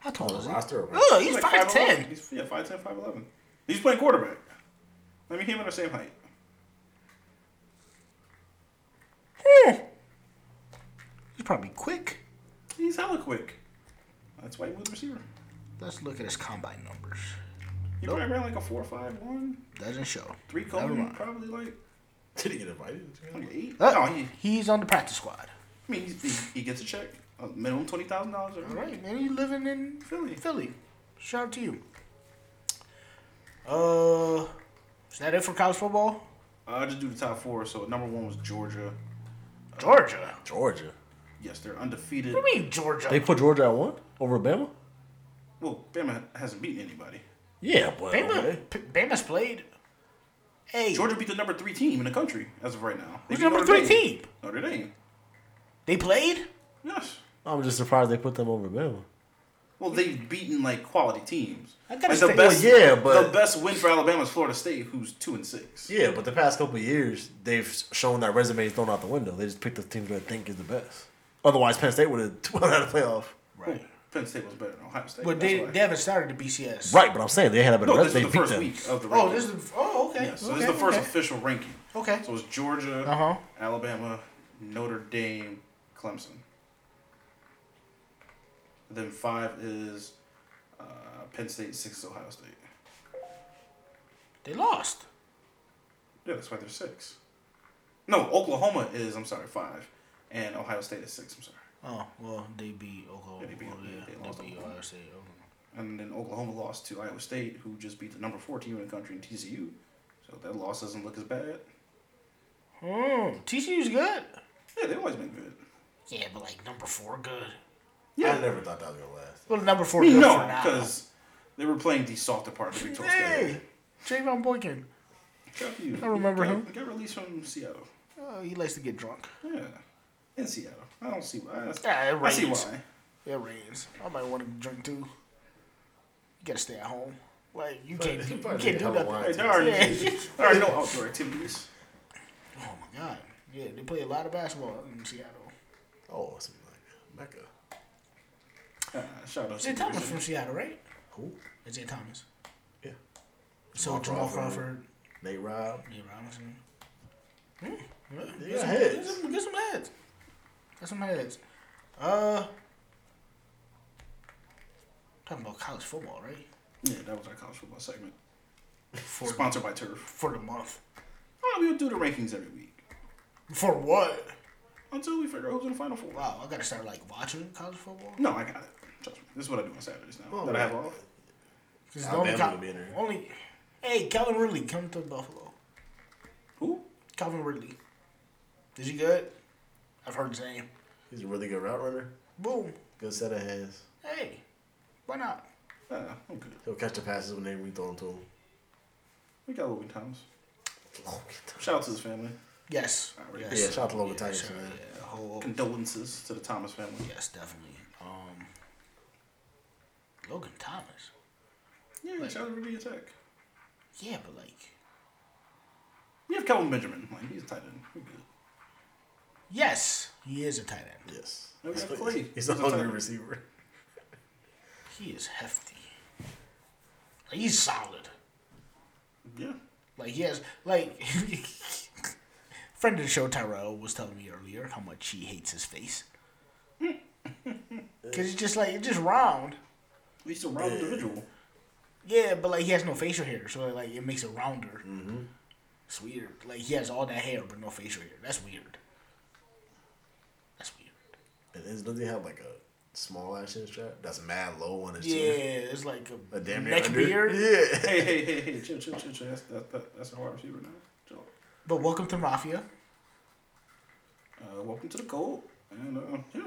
[SPEAKER 2] How tall is he?
[SPEAKER 5] Roster. Right? [laughs]
[SPEAKER 2] Oh, he's five
[SPEAKER 4] 5'11".
[SPEAKER 2] ten.
[SPEAKER 4] He's yeah, 5'10", 5'11". He's playing quarterback. I mean, him and are same height.
[SPEAKER 2] Eh. He's probably quick.
[SPEAKER 4] He's hella quick. That's why he was a receiver.
[SPEAKER 2] Let's look at his combine numbers.
[SPEAKER 4] He
[SPEAKER 2] Nope.
[SPEAKER 4] probably ran like a four five one,
[SPEAKER 2] Doesn't show.
[SPEAKER 4] three
[SPEAKER 2] Never
[SPEAKER 4] cone,
[SPEAKER 2] mind.
[SPEAKER 4] probably like
[SPEAKER 5] Did he get invited?
[SPEAKER 4] like eight.
[SPEAKER 2] Oh,
[SPEAKER 4] no, he,
[SPEAKER 2] he's on the practice squad.
[SPEAKER 4] I mean, he's, he, he gets a check, a minimum twenty thousand dollars every
[SPEAKER 2] All
[SPEAKER 4] right.
[SPEAKER 2] right, man. He's living in
[SPEAKER 4] Philly.
[SPEAKER 2] Philly. Shout out to you. Uh, is that it for college football?
[SPEAKER 4] I'll just do the top four. So number one was Georgia.
[SPEAKER 2] Georgia.
[SPEAKER 5] Georgia.
[SPEAKER 4] Yes, they're undefeated.
[SPEAKER 2] What do you mean Georgia?
[SPEAKER 5] They put Georgia at one over Bama.
[SPEAKER 4] Well, Bama hasn't beaten anybody.
[SPEAKER 5] Yeah, but
[SPEAKER 2] Bama,
[SPEAKER 5] okay.
[SPEAKER 2] P- Bama's played. Hey,
[SPEAKER 4] Georgia beat the number three team in the country as of right now. They
[SPEAKER 2] Who's
[SPEAKER 4] beat
[SPEAKER 2] number
[SPEAKER 4] Notre
[SPEAKER 2] three
[SPEAKER 4] Dame.
[SPEAKER 2] team?
[SPEAKER 4] Notre Dame.
[SPEAKER 2] they played.
[SPEAKER 4] Yes.
[SPEAKER 5] I'm just surprised they put them over Bama.
[SPEAKER 4] Well, they've beaten like quality teams.
[SPEAKER 2] I gotta
[SPEAKER 4] like, the
[SPEAKER 2] say-
[SPEAKER 4] best,
[SPEAKER 5] Well, yeah, but-
[SPEAKER 4] the best win for Alabama is Florida State, who's two and six.
[SPEAKER 5] Yeah, but the past couple of years, they've shown that resume is thrown out the window. They just picked the teams that they think is the best. Otherwise, Penn State would have [laughs] won out of the playoff.
[SPEAKER 4] Right. Penn State was better than Ohio State.
[SPEAKER 2] But
[SPEAKER 4] that's
[SPEAKER 2] they,
[SPEAKER 4] why.
[SPEAKER 2] they haven't started the BCS.
[SPEAKER 5] Right, but I'm saying they had a better
[SPEAKER 4] no,
[SPEAKER 5] resume.
[SPEAKER 4] this is
[SPEAKER 5] They
[SPEAKER 4] the
[SPEAKER 5] beat
[SPEAKER 4] first
[SPEAKER 5] them.
[SPEAKER 4] week of the
[SPEAKER 2] Oh,
[SPEAKER 4] ranking.
[SPEAKER 2] this is oh okay.
[SPEAKER 4] yeah, so
[SPEAKER 2] okay,
[SPEAKER 4] this is the first
[SPEAKER 2] okay.
[SPEAKER 4] official ranking.
[SPEAKER 2] Okay.
[SPEAKER 4] So it's Georgia,
[SPEAKER 2] Uh-huh.
[SPEAKER 4] Alabama, Notre Dame, Clemson. Then five is uh, Penn State, six is Ohio State.
[SPEAKER 2] They lost.
[SPEAKER 4] Yeah, that's why they're six. No, Oklahoma is, I'm sorry, five. And Ohio State is six, I'm sorry.
[SPEAKER 2] Oh well, they beat Oklahoma.
[SPEAKER 4] Yeah, they beat-
[SPEAKER 2] Well, yeah,
[SPEAKER 4] they
[SPEAKER 2] they,
[SPEAKER 4] lost
[SPEAKER 2] beat
[SPEAKER 4] Oklahoma.
[SPEAKER 2] Ohio State. Oklahoma.
[SPEAKER 4] And then Oklahoma lost to Iowa State, who just beat the number four team in the country in TCU. So that loss doesn't look as bad.
[SPEAKER 2] Hmm, TCU's good.
[SPEAKER 4] Yeah, they've always been good.
[SPEAKER 2] Yeah, but like number four good.
[SPEAKER 4] Yeah.
[SPEAKER 3] I never thought that was gonna last.
[SPEAKER 2] Well, number four good
[SPEAKER 4] No,
[SPEAKER 2] for now.
[SPEAKER 4] because they were playing the softer part of the Big 12
[SPEAKER 2] hey,
[SPEAKER 4] schedule.
[SPEAKER 2] Trayvon Boykin.
[SPEAKER 4] Fuck you.
[SPEAKER 2] I remember
[SPEAKER 4] Got-
[SPEAKER 2] him.
[SPEAKER 4] Got released from Seattle.
[SPEAKER 2] Oh, he likes to get drunk.
[SPEAKER 4] Yeah, in Seattle. I don't see why. I-
[SPEAKER 2] Yeah, it
[SPEAKER 4] I see
[SPEAKER 2] rains.
[SPEAKER 4] why.
[SPEAKER 2] It rains. I might want to drink too. You gotta stay at home. Like you can't, you
[SPEAKER 3] probably
[SPEAKER 2] can't
[SPEAKER 3] need
[SPEAKER 2] do
[SPEAKER 3] hella wine.
[SPEAKER 2] nothing.
[SPEAKER 4] Hey, there are,
[SPEAKER 2] Yeah.
[SPEAKER 4] there are no outdoor activities.
[SPEAKER 2] Oh my god. Yeah, they play a lot of basketball in Seattle.
[SPEAKER 3] Oh, it's like Mecca.
[SPEAKER 4] Uh, shout out
[SPEAKER 2] Isaiah
[SPEAKER 4] to
[SPEAKER 2] Thomas
[SPEAKER 4] Peterson.
[SPEAKER 2] from Seattle, right?
[SPEAKER 3] Who?
[SPEAKER 2] Isaiah Thomas.
[SPEAKER 3] Yeah.
[SPEAKER 2] So Jamal
[SPEAKER 3] Jamal
[SPEAKER 2] Crawford,
[SPEAKER 3] Crawford. Nate Rob.
[SPEAKER 2] Lee Robinson. Hmm, yeah, get
[SPEAKER 3] They got
[SPEAKER 2] some- Get
[SPEAKER 3] heads.
[SPEAKER 2] some, get some heads. Get some heads. Uh, talking about college football, right?
[SPEAKER 4] Yeah, that was our college football segment.
[SPEAKER 2] For
[SPEAKER 4] Sponsored by Turf.
[SPEAKER 2] for the month.
[SPEAKER 4] Oh, we'll do the rankings every week
[SPEAKER 2] For what?
[SPEAKER 4] until we figure out who's in the final four.
[SPEAKER 2] Wow, I gotta start like watching college football.
[SPEAKER 4] No, I got it. Trust me. This is what I do on Saturdays now. that I have off.
[SPEAKER 2] Because
[SPEAKER 3] Alabama will be in there.
[SPEAKER 2] only. Hey, Calvin Ridley, come to Buffalo.
[SPEAKER 4] Who?
[SPEAKER 2] Calvin Ridley. Is he good? I've heard his name.
[SPEAKER 3] He's a really good route runner.
[SPEAKER 2] Boom.
[SPEAKER 3] Good set of hands.
[SPEAKER 2] Hey, why not?
[SPEAKER 4] Uh, I'm good.
[SPEAKER 3] He'll catch the passes when they rethrow them to him.
[SPEAKER 4] We got Logan Thomas.
[SPEAKER 3] Oh, get the-
[SPEAKER 4] Shout out to his family.
[SPEAKER 2] Yes.
[SPEAKER 4] Alright.
[SPEAKER 2] yes.
[SPEAKER 3] Yeah, shout out to Logan
[SPEAKER 2] Yeah,
[SPEAKER 3] Titus,
[SPEAKER 2] sure,
[SPEAKER 3] man.
[SPEAKER 2] yeah, whole-
[SPEAKER 4] Condolences to the Thomas family.
[SPEAKER 2] yes, definitely. Um, Logan Thomas.
[SPEAKER 4] Yeah, shout out to Virginia Tech.
[SPEAKER 2] Yeah, but like,
[SPEAKER 4] We have Calvin Benjamin. Like, he's a tight end. We're good.
[SPEAKER 2] yes, he is a tight end.
[SPEAKER 3] Yes.
[SPEAKER 4] No, we
[SPEAKER 3] He's,
[SPEAKER 4] got Clay.
[SPEAKER 3] he's a
[SPEAKER 4] He's a tight
[SPEAKER 3] hungry
[SPEAKER 4] end.
[SPEAKER 3] receiver.
[SPEAKER 2] He is hefty. Like, he's solid.
[SPEAKER 4] Yeah.
[SPEAKER 2] Like he has like [laughs] friend of the show Tyrell was telling me earlier how much he hates his face. [laughs] Cause it's just like it's just round.
[SPEAKER 4] He's a round individual.
[SPEAKER 2] Yeah, but like he has no facial hair, so like it makes it rounder. It's weird. Like he has all that hair but no facial hair. That's weird. That's weird.
[SPEAKER 3] And his- doesn't he have like a small ass chin strap? That's mad low on his
[SPEAKER 2] Yeah,
[SPEAKER 3] chin.
[SPEAKER 2] it's like a,
[SPEAKER 3] A damn near
[SPEAKER 2] neck
[SPEAKER 3] under.
[SPEAKER 2] beard.
[SPEAKER 4] [laughs]
[SPEAKER 3] Yeah.
[SPEAKER 4] Hey, hey, hey, hey, chill, chill, chill, chill. That's, that, that, that's a wide receiver now. Chill.
[SPEAKER 2] But welcome to Mafia.
[SPEAKER 4] Uh, welcome to the cold. And uh, yeah,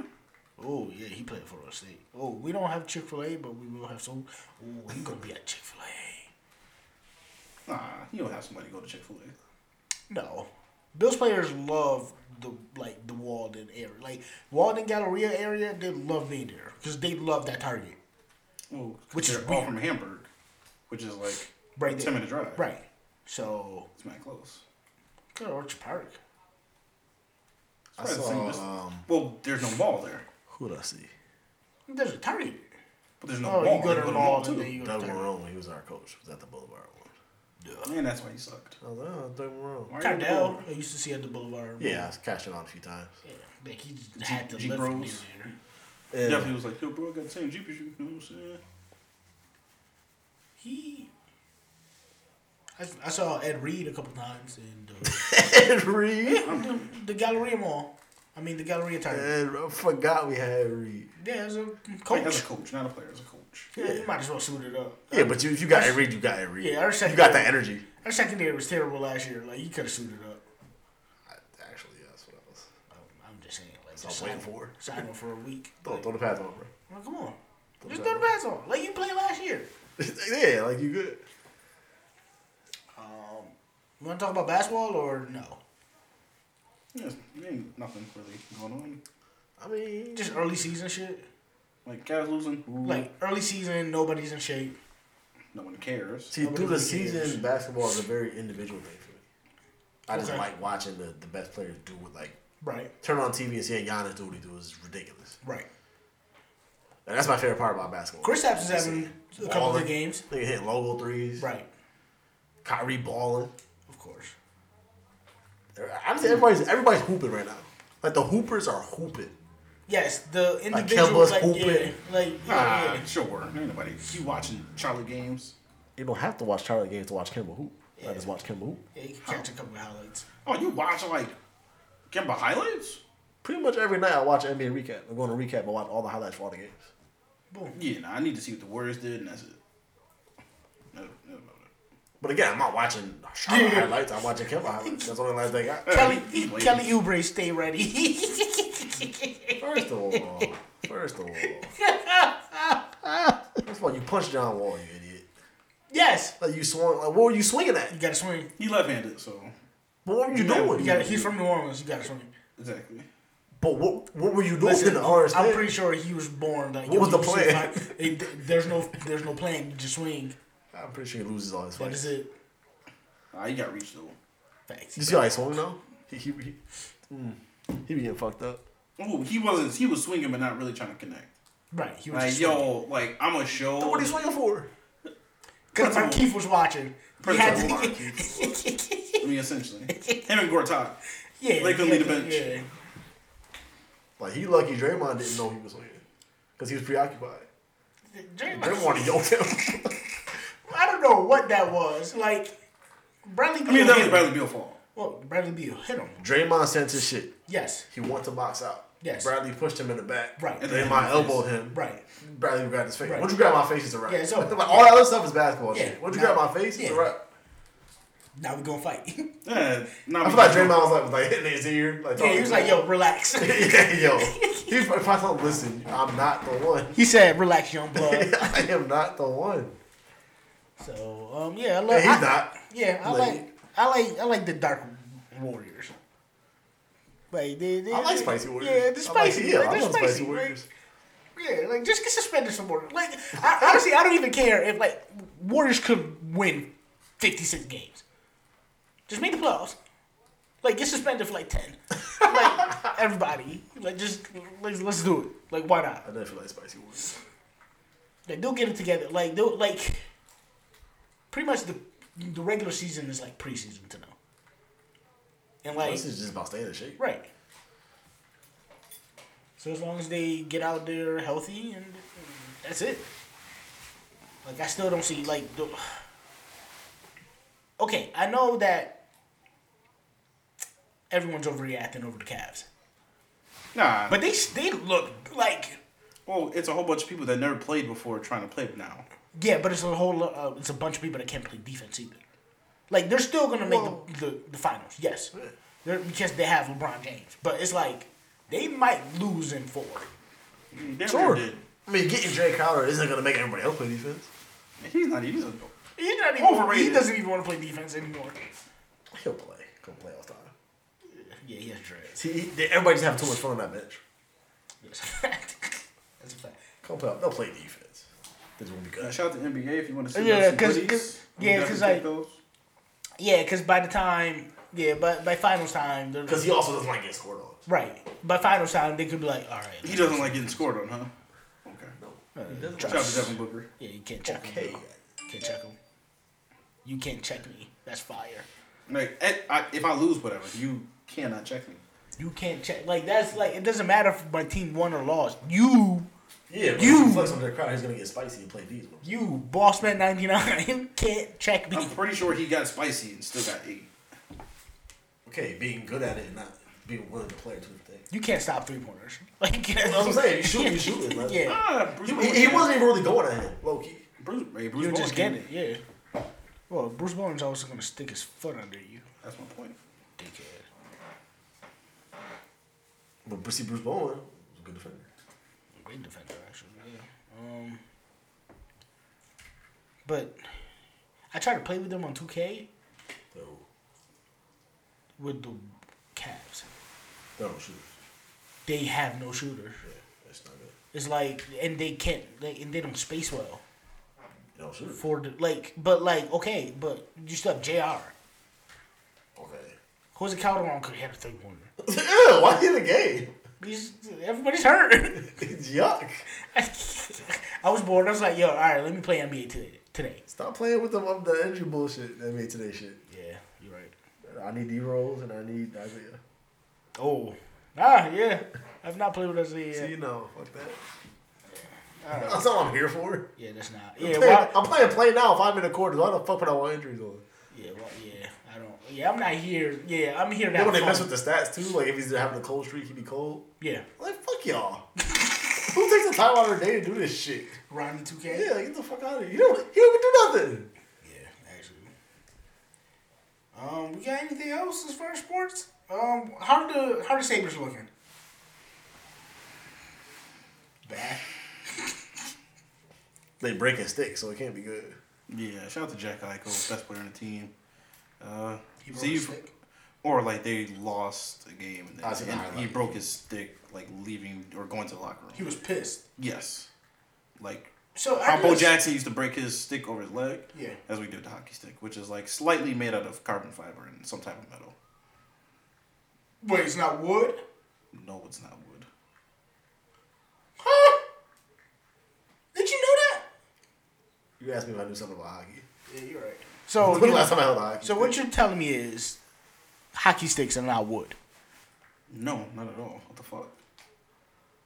[SPEAKER 2] Oh yeah, he played for us State. Oh, we don't have Chick Fil A, but we will have some. Oh, he's gonna be at Chick Fil A.
[SPEAKER 4] nah, you don't have somebody go to Chick Fil A.
[SPEAKER 2] No, Bills players love the like the Walden area, like Walden Galleria area. They love being there because they love that target.
[SPEAKER 4] Well,
[SPEAKER 2] Which is
[SPEAKER 4] they're all
[SPEAKER 2] weird.
[SPEAKER 4] from Hamburg, which is like
[SPEAKER 2] Right
[SPEAKER 4] a
[SPEAKER 2] there.
[SPEAKER 4] ten minute drive.
[SPEAKER 2] Right. So
[SPEAKER 4] it's not close.
[SPEAKER 2] go to Orchard Park.
[SPEAKER 3] I
[SPEAKER 4] It's probably the same
[SPEAKER 3] saw,
[SPEAKER 4] distance.
[SPEAKER 3] um,
[SPEAKER 4] well, there's no mall there,
[SPEAKER 3] Who did I see?
[SPEAKER 2] There's a target.
[SPEAKER 4] but there's no
[SPEAKER 2] Oh,
[SPEAKER 4] mall.
[SPEAKER 2] you go to the mall and then you go
[SPEAKER 3] Doug
[SPEAKER 2] to the target.
[SPEAKER 3] Marone, when he was our coach, was at the Boulevard one.
[SPEAKER 4] Man, that's why you sucked.
[SPEAKER 3] I was like, oh, Doug Marone.
[SPEAKER 4] Why are you
[SPEAKER 2] Cardell,
[SPEAKER 4] going-
[SPEAKER 2] I used to see at the Boulevard.
[SPEAKER 3] Yeah, I was cashing out a few times.
[SPEAKER 2] Yeah, Like he just had to
[SPEAKER 4] Jeep
[SPEAKER 2] live from
[SPEAKER 4] Bros.
[SPEAKER 2] there.
[SPEAKER 3] Yeah.
[SPEAKER 4] Definitely was like, yo, bro, I got the same Jeep as you. You know what I'm saying?
[SPEAKER 2] He. I, I saw Ed Reed a couple times in
[SPEAKER 3] [laughs] Ed Reed.
[SPEAKER 2] the, [laughs] the Galleria Mall. I mean the Galleria Target.
[SPEAKER 3] Ed, I forgot we had Reed.
[SPEAKER 2] Yeah, as a
[SPEAKER 4] Like,
[SPEAKER 2] coach.
[SPEAKER 4] as a coach, not a player, as a coach.
[SPEAKER 2] yeah, you might as well suit it up.
[SPEAKER 3] Yeah, but you, if you got Ed Reed, you got Ed Reed.
[SPEAKER 2] Yeah, our
[SPEAKER 3] you got the
[SPEAKER 2] secondary-
[SPEAKER 3] energy.
[SPEAKER 2] Our secondary was terrible last year. Like he could have suited up.
[SPEAKER 3] I, actually, yeah, that's what I was.
[SPEAKER 2] I'm, I'm just saying, like
[SPEAKER 3] That's what I'm waiting for.
[SPEAKER 2] Sign him for a [laughs] week.
[SPEAKER 3] Throw,
[SPEAKER 2] Like,
[SPEAKER 3] throw the pass on, bro. [laughs]
[SPEAKER 2] well, come on, just throw the pass on. Like you played last year.
[SPEAKER 3] yeah, like you good.
[SPEAKER 2] You want to talk about basketball or no?
[SPEAKER 4] Yeah, there ain't nothing really going on.
[SPEAKER 3] I mean,
[SPEAKER 2] Just early season shit.
[SPEAKER 4] Like Cavs losing, ooh,
[SPEAKER 2] Like early season, nobody's in shape.
[SPEAKER 4] no one cares.
[SPEAKER 3] see, through the
[SPEAKER 2] Nobody cares.
[SPEAKER 3] season, basketball is a very individual thing for me. I just
[SPEAKER 2] Okay.
[SPEAKER 3] like watching the, the best players do what, like,
[SPEAKER 2] Right,
[SPEAKER 3] turn on TV and seeing Giannis do what he do is ridiculous.
[SPEAKER 2] right.
[SPEAKER 3] Like, that's my favorite part about basketball.
[SPEAKER 2] Chris is having a couple
[SPEAKER 3] Balling.
[SPEAKER 2] good games.
[SPEAKER 3] They hit logo threes.
[SPEAKER 2] Right,
[SPEAKER 3] Kyrie balling.
[SPEAKER 2] of course.
[SPEAKER 3] Honestly, everybody's everybody's hooping right now. Like the hoopers are hooping.
[SPEAKER 2] Yes, the
[SPEAKER 3] Like
[SPEAKER 2] individual,
[SPEAKER 3] Kemba's
[SPEAKER 2] like, yeah,
[SPEAKER 3] hooping.
[SPEAKER 2] like yeah,
[SPEAKER 4] Ah, sure. Ain't nobody. You watching Charlotte games?
[SPEAKER 3] You don't have to watch Charlie games to watch Kimball hoop.
[SPEAKER 8] I just watched Kimba hoop.
[SPEAKER 2] Yeah, you can catch a couple of highlights.
[SPEAKER 4] Oh, you watch like Kimba highlights?
[SPEAKER 8] Pretty much every night I watch NBA recap. I'm going to recap and watch all the highlights for all the games.
[SPEAKER 4] Yeah, nah, I need to see what the Warriors did, and that's it. No, no, no, no.
[SPEAKER 3] But again, I'm not watching Charlotte
[SPEAKER 2] [laughs]
[SPEAKER 3] highlights. I'm watching Kemba highlights. That's the only highlights they got.
[SPEAKER 2] Kelly,
[SPEAKER 4] he played.
[SPEAKER 2] Kelly Oubre, stay ready. [laughs]
[SPEAKER 3] First [laughs] of all, first of all, first of all, you punched John Wall, you idiot.
[SPEAKER 2] yes.
[SPEAKER 3] Like you swung. Like what were you swinging at?
[SPEAKER 2] You gotta swing.
[SPEAKER 4] He left-handed, so
[SPEAKER 3] But what were you
[SPEAKER 4] Yeah,
[SPEAKER 3] doing?
[SPEAKER 2] You gotta, he's from New Orleans. You gotta swing.
[SPEAKER 4] exactly.
[SPEAKER 3] but what what were you doing?
[SPEAKER 2] Listen,
[SPEAKER 3] I don't understand.
[SPEAKER 2] I'm pretty sure he was born. Like,
[SPEAKER 3] What was the
[SPEAKER 2] he
[SPEAKER 3] plan?
[SPEAKER 2] like, it- there's no, there's no plan. You just swing.
[SPEAKER 3] I'm pretty sure he loses all his
[SPEAKER 2] That is
[SPEAKER 3] fights.
[SPEAKER 2] it.
[SPEAKER 4] Ah, he got reached though.
[SPEAKER 2] Facts.
[SPEAKER 3] You see how he swung though?
[SPEAKER 8] He he he, mm, he be getting fucked up.
[SPEAKER 4] Ooh, he wasn't. He was swinging, but not really trying to connect.
[SPEAKER 2] Right. He was
[SPEAKER 4] Like
[SPEAKER 2] just
[SPEAKER 4] yo, like I'm a show.
[SPEAKER 3] What are you swinging for?
[SPEAKER 2] Because my Keith was watching. He
[SPEAKER 4] Pretty
[SPEAKER 2] had
[SPEAKER 4] much
[SPEAKER 2] to,
[SPEAKER 4] Mark. I mean, essentially, him and Gortat.
[SPEAKER 2] [laughs] yeah,
[SPEAKER 4] They couldn't
[SPEAKER 2] yeah,
[SPEAKER 4] lead the bench.
[SPEAKER 2] Yeah.
[SPEAKER 3] Like he lucky Draymond didn't know he was swinging because he was preoccupied.
[SPEAKER 2] Draymond-
[SPEAKER 3] Draymond yoked him.
[SPEAKER 2] I don't know what that was. Like Bradley Beal.
[SPEAKER 4] I mean, that was
[SPEAKER 2] hit
[SPEAKER 4] Bradley
[SPEAKER 2] him.
[SPEAKER 4] Beal fault.
[SPEAKER 2] Well, Bradley Beal hit him.
[SPEAKER 3] [laughs] Draymond sent his shit.
[SPEAKER 2] Yes.
[SPEAKER 3] He wanted to box out.
[SPEAKER 2] Yes.
[SPEAKER 3] Bradley pushed him in the back.
[SPEAKER 2] Right.
[SPEAKER 3] And
[SPEAKER 2] And
[SPEAKER 4] then
[SPEAKER 3] then my
[SPEAKER 4] hit his
[SPEAKER 3] elbowed him.
[SPEAKER 2] Right.
[SPEAKER 3] Bradley grabbed his face.
[SPEAKER 2] Right.
[SPEAKER 3] Once you grab my face, it's a wrap.
[SPEAKER 2] Yeah, it's over.
[SPEAKER 3] Like, all that other stuff is basketball
[SPEAKER 2] Yeah.
[SPEAKER 3] shit. Once you
[SPEAKER 2] Nah.
[SPEAKER 3] grab my face, it's a
[SPEAKER 2] Yeah.
[SPEAKER 3] wrap.
[SPEAKER 2] Now we gonna fight. [laughs]
[SPEAKER 3] Oh,
[SPEAKER 4] Yeah, not
[SPEAKER 3] I feel like Draymond was like, was like hitting his ear. Like,
[SPEAKER 2] yeah, he was like, "Yo, relax." [laughs]
[SPEAKER 3] [laughs] yeah, yo. He probably thought, listen, I'm not the one. [laughs]
[SPEAKER 2] he said, "Relax, young blood."
[SPEAKER 3] I am not the one.
[SPEAKER 2] so, um, yeah, I love.
[SPEAKER 3] And he's
[SPEAKER 2] I-
[SPEAKER 3] not.
[SPEAKER 2] Yeah, I
[SPEAKER 3] Like-
[SPEAKER 2] like, I like I like the dark warriors. Like they, they
[SPEAKER 3] I like spicy warriors.
[SPEAKER 2] Yeah, the
[SPEAKER 3] I like-
[SPEAKER 2] spicy.
[SPEAKER 3] yeah,
[SPEAKER 2] like,
[SPEAKER 3] I
[SPEAKER 2] they're
[SPEAKER 3] love
[SPEAKER 2] spicy,
[SPEAKER 3] spicy
[SPEAKER 2] like,
[SPEAKER 3] warriors.
[SPEAKER 2] yeah, like just get suspended some more. Like I, honestly, I don't even care if like Warriors could win fifty six games. Just make the playoffs. Like get suspended for like ten. like everybody, like just let's let's do it. Like why not?
[SPEAKER 3] I definitely like spicy words.
[SPEAKER 2] Like they'll get it together. Like they'll like pretty much the the regular season is like preseason to know. And like
[SPEAKER 3] This is just about staying in shape.
[SPEAKER 2] right. So as long as they get out there healthy and that's it. Like I still don't see like the [sighs] Okay, I know that everyone's overreacting over the Cavs.
[SPEAKER 4] Nah,
[SPEAKER 2] But they they look like
[SPEAKER 4] well, it's a whole bunch of people that never played before trying to play now.
[SPEAKER 2] Yeah, but it's a whole. Uh, it's a bunch of people that can't play defense either. Like they're still gonna make the, the, the finals. Yes, they're, because they have LeBron James. But it's like they might lose in four.
[SPEAKER 4] They sure.
[SPEAKER 3] Sure.
[SPEAKER 4] did.
[SPEAKER 3] I mean, getting Jay Crowder isn't going to make everybody else play defense.
[SPEAKER 4] He's not. He's a,
[SPEAKER 2] He's not even. He
[SPEAKER 4] Overrated.
[SPEAKER 2] doesn't even want to play defense anymore.
[SPEAKER 3] He'll play. He'll play all the time.
[SPEAKER 2] Yeah, he has dreads.
[SPEAKER 3] See, he- they- everybody's having too much fun on that bench.
[SPEAKER 2] That's a fact. That's a fact.
[SPEAKER 3] Come play. They'll play defense. This won't be good.
[SPEAKER 4] uh, shout out to NBA if you want to see.
[SPEAKER 2] Yeah,
[SPEAKER 4] those
[SPEAKER 2] 'cause-
[SPEAKER 4] goodies.
[SPEAKER 2] 'cause-
[SPEAKER 4] You
[SPEAKER 2] yeah,
[SPEAKER 4] definitely
[SPEAKER 2] 'cause, like-
[SPEAKER 4] take those.
[SPEAKER 2] Yeah, because by the time, yeah, but by finals time, they're
[SPEAKER 3] Because he also doesn't like getting scored on.
[SPEAKER 2] right. By finals time, they could be like, all right,
[SPEAKER 4] he doesn't like getting scored on, huh? Okay. Shout out to Devin Booker.
[SPEAKER 2] yeah, you can't check
[SPEAKER 3] Okay.
[SPEAKER 2] him. Can't check him. You can't check me. That's fire.
[SPEAKER 4] Like, eh, I, if I lose, whatever, you cannot check me.
[SPEAKER 2] You can't check. Like that's like it doesn't matter if my team won or lost. You,
[SPEAKER 3] Yeah, but
[SPEAKER 2] You-
[SPEAKER 3] if he flex on their crowd, he's gonna get spicy and play these ones.
[SPEAKER 2] you, Bossman ninety nine, [laughs] can't check me.
[SPEAKER 4] I'm pretty sure he got spicy and still got eight.
[SPEAKER 3] Okay, being good at it and not being willing to play are two different things.
[SPEAKER 2] You can't stop three pointers. [laughs] Like that's
[SPEAKER 3] what
[SPEAKER 2] [laughs]
[SPEAKER 3] I'm saying. You shoot, you shooting, man.
[SPEAKER 2] yeah,
[SPEAKER 4] Ah, Bruce
[SPEAKER 3] He,
[SPEAKER 4] Bowen
[SPEAKER 3] he- he
[SPEAKER 4] did.
[SPEAKER 3] wasn't even really going at him, low key.
[SPEAKER 4] Bruce, hey, Bruce
[SPEAKER 2] you
[SPEAKER 4] Bowen
[SPEAKER 2] just
[SPEAKER 4] did.
[SPEAKER 2] get it. Yeah. Well, Bruce Bowen's also gonna stick his foot under you,
[SPEAKER 4] That's my point.
[SPEAKER 2] dickhead.
[SPEAKER 3] But Brucey Bruce Bowen was a good defender.
[SPEAKER 2] Great defender, actually. Yeah. Um. But I tried to play with them on two K
[SPEAKER 3] So,
[SPEAKER 2] with the Cavs.
[SPEAKER 3] they don't shoot.
[SPEAKER 2] They have no shooter.
[SPEAKER 3] Yeah, that's not good.
[SPEAKER 2] It's like, and they can't, they, and they don't space well.
[SPEAKER 3] They don't shoot.
[SPEAKER 2] for the, like, but like, okay, but you still have Jr.
[SPEAKER 3] Okay. [laughs]
[SPEAKER 2] Jose Calderon could hit a three pointer.
[SPEAKER 3] Ew, why he in the game? [laughs]
[SPEAKER 2] He's everybody's hurt. [laughs]
[SPEAKER 3] It's yuck.
[SPEAKER 2] I was bored. I was like, yo, all right, let me play NBA today. Today.
[SPEAKER 3] Stop playing with them up the injury bullshit that made today shit.
[SPEAKER 2] Yeah, you're right.
[SPEAKER 3] I need D rolls and I need Isaiah.
[SPEAKER 2] Oh, ah, yeah. I've not played with us yet.
[SPEAKER 3] you know, fuck that. That's all I'm here for.
[SPEAKER 2] Yeah, that's not. Yeah,
[SPEAKER 3] Hey,
[SPEAKER 2] why,
[SPEAKER 3] [laughs] I'm playing play now. If I'm in the quarters, why the fuck would I want injuries on?
[SPEAKER 2] Yeah, well, yeah, I don't. Yeah, I'm not here. Yeah, I'm here now.
[SPEAKER 3] And when they
[SPEAKER 2] for-
[SPEAKER 3] mess with the stats too, like if he's having a cold streak, he be cold.
[SPEAKER 2] yeah,
[SPEAKER 3] I'm like fuck y'all. [laughs] Who takes the time out of their day to do this shit?
[SPEAKER 2] Ronnie 2K.
[SPEAKER 3] Yeah, like, get the fuck out of here. You don't. He don't even do nothing.
[SPEAKER 2] Yeah, actually. Um, we got anything else as far as sports? Um, how the how the Sabres looking? Bad.
[SPEAKER 3] They breaking sticks, so it can't be good.
[SPEAKER 4] Yeah, shout out to Jack Eichel, best player on the team. Uh,
[SPEAKER 2] He
[SPEAKER 4] so
[SPEAKER 2] broke
[SPEAKER 4] you-
[SPEAKER 2] his stick.
[SPEAKER 4] Or like they lost a game and,
[SPEAKER 3] I see the
[SPEAKER 4] and he
[SPEAKER 3] highlight.
[SPEAKER 4] broke his stick like leaving or going to the locker room.
[SPEAKER 2] He was pissed.
[SPEAKER 4] yes, like
[SPEAKER 2] So I
[SPEAKER 4] how Bo
[SPEAKER 2] just-
[SPEAKER 4] Jackson used to break his stick over his leg.
[SPEAKER 2] Yeah.
[SPEAKER 4] as we do with the hockey stick, which is like slightly made out of carbon fiber and some type of metal.
[SPEAKER 2] Wait, it's not wood.
[SPEAKER 4] No, it's not wood.
[SPEAKER 2] Huh? Did you know
[SPEAKER 3] You asked me if I knew something about hockey. [laughs]
[SPEAKER 2] that? Yeah, you're right. So
[SPEAKER 3] When was the last time I held a hockey?
[SPEAKER 2] so what you're telling me is, hockey sticks are not wood.
[SPEAKER 4] No, not at all. What the fuck?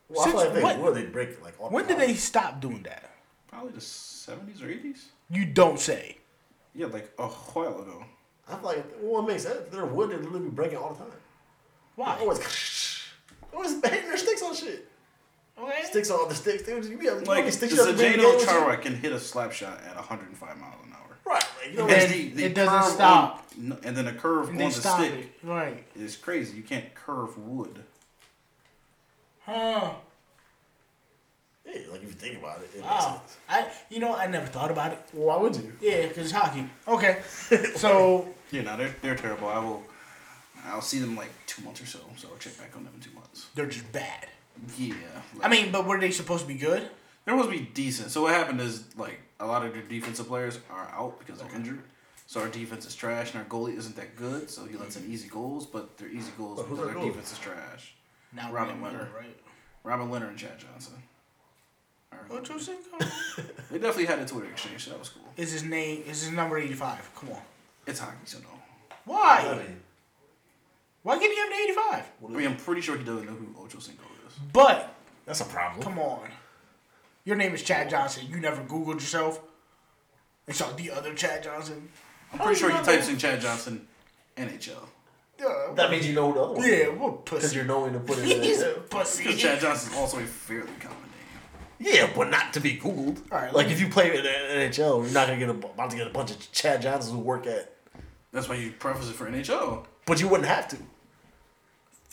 [SPEAKER 3] well, I feel
[SPEAKER 2] since
[SPEAKER 3] like they
[SPEAKER 2] when-
[SPEAKER 3] would. They break it, like all
[SPEAKER 2] When
[SPEAKER 3] the
[SPEAKER 2] did they
[SPEAKER 3] time.
[SPEAKER 2] stop doing that?
[SPEAKER 4] Probably the seventies or eighties.
[SPEAKER 2] You don't say.
[SPEAKER 4] Yeah, like a while ago.
[SPEAKER 3] I feel like well, it makes sense. If They're wood. They literally be breaking all the time.
[SPEAKER 2] Why?
[SPEAKER 3] [laughs] Always, always banging their sticks on shit.
[SPEAKER 2] Okay.
[SPEAKER 3] Sticks on the sticks. Dude, you be having
[SPEAKER 4] Like
[SPEAKER 3] fucking
[SPEAKER 4] the
[SPEAKER 3] sticks you have to
[SPEAKER 4] Zdeno
[SPEAKER 3] bang against you.
[SPEAKER 4] Chara can hit a slap shot at 105 miles an hour.
[SPEAKER 3] Right. Like, you know,
[SPEAKER 2] And
[SPEAKER 3] it's-
[SPEAKER 4] It's
[SPEAKER 2] it doesn't
[SPEAKER 4] curve on-
[SPEAKER 2] stop.
[SPEAKER 4] no, and then a curve
[SPEAKER 2] And
[SPEAKER 4] on
[SPEAKER 2] they
[SPEAKER 4] the
[SPEAKER 2] stop
[SPEAKER 4] stick
[SPEAKER 2] it. Right.
[SPEAKER 4] is crazy. You can't curve wood.
[SPEAKER 2] Huh.
[SPEAKER 3] yeah, like if you think about it, it
[SPEAKER 2] Wow.
[SPEAKER 3] makes sense.
[SPEAKER 2] I you know I never thought about it.
[SPEAKER 3] Well, why would you?
[SPEAKER 2] Yeah, because hockey.
[SPEAKER 4] [laughs]
[SPEAKER 2] Okay. So
[SPEAKER 4] Yeah, no, they're they're terrible. I will, I'll see them like two months or so. So I'll check back on them in two months.
[SPEAKER 2] they're just bad.
[SPEAKER 4] Yeah,
[SPEAKER 2] I mean, but were they supposed to be good?
[SPEAKER 4] they're supposed to be decent. So what happened is like a lot of their defensive players are out because they're injured. So our defense is trash, and our goalie isn't that good. So he lets in easy goals, but they're easy goals because
[SPEAKER 3] our
[SPEAKER 4] our
[SPEAKER 3] goalie?
[SPEAKER 4] defense is trash.
[SPEAKER 2] Now
[SPEAKER 4] Robin Leonard.
[SPEAKER 2] right?
[SPEAKER 4] Robin Leonard and Chad Johnson. Our-
[SPEAKER 2] What you saying? Come on.
[SPEAKER 4] They definitely had a Twitter exchange. So that was cool.
[SPEAKER 2] oh. Is his name? Is his number eighty five? Come on.
[SPEAKER 4] It's hockey, so no.
[SPEAKER 3] I
[SPEAKER 2] Why?
[SPEAKER 3] mean,
[SPEAKER 2] Why can't he have an eighty five?
[SPEAKER 4] I mean, I'm pretty sure he doesn't know who Ocho Cinco is.
[SPEAKER 2] But
[SPEAKER 3] that's a problem.
[SPEAKER 2] come on, your name is Chad Johnson. You never Googled yourself and saw the other Chad Johnson.
[SPEAKER 4] I'm pretty
[SPEAKER 2] Oh,
[SPEAKER 4] sure he
[SPEAKER 2] no.
[SPEAKER 4] types in Chad Johnson, NHL.
[SPEAKER 2] Yeah,
[SPEAKER 3] That means you know who the other one.
[SPEAKER 2] yeah, what
[SPEAKER 3] Because
[SPEAKER 2] pussy?
[SPEAKER 3] you're knowing to put it [laughs] in
[SPEAKER 2] He's
[SPEAKER 3] there.
[SPEAKER 2] pussy.
[SPEAKER 4] Because Chad Johnson is also a fairly common name.
[SPEAKER 3] Yeah, but not to be Googled.
[SPEAKER 2] All right,
[SPEAKER 3] like
[SPEAKER 2] let
[SPEAKER 3] if you play in the NHL, you're not gonna get a, about to get a bunch of Chad Johnsons who work at.
[SPEAKER 4] That's why you preface it for NHL.
[SPEAKER 3] But you wouldn't have to.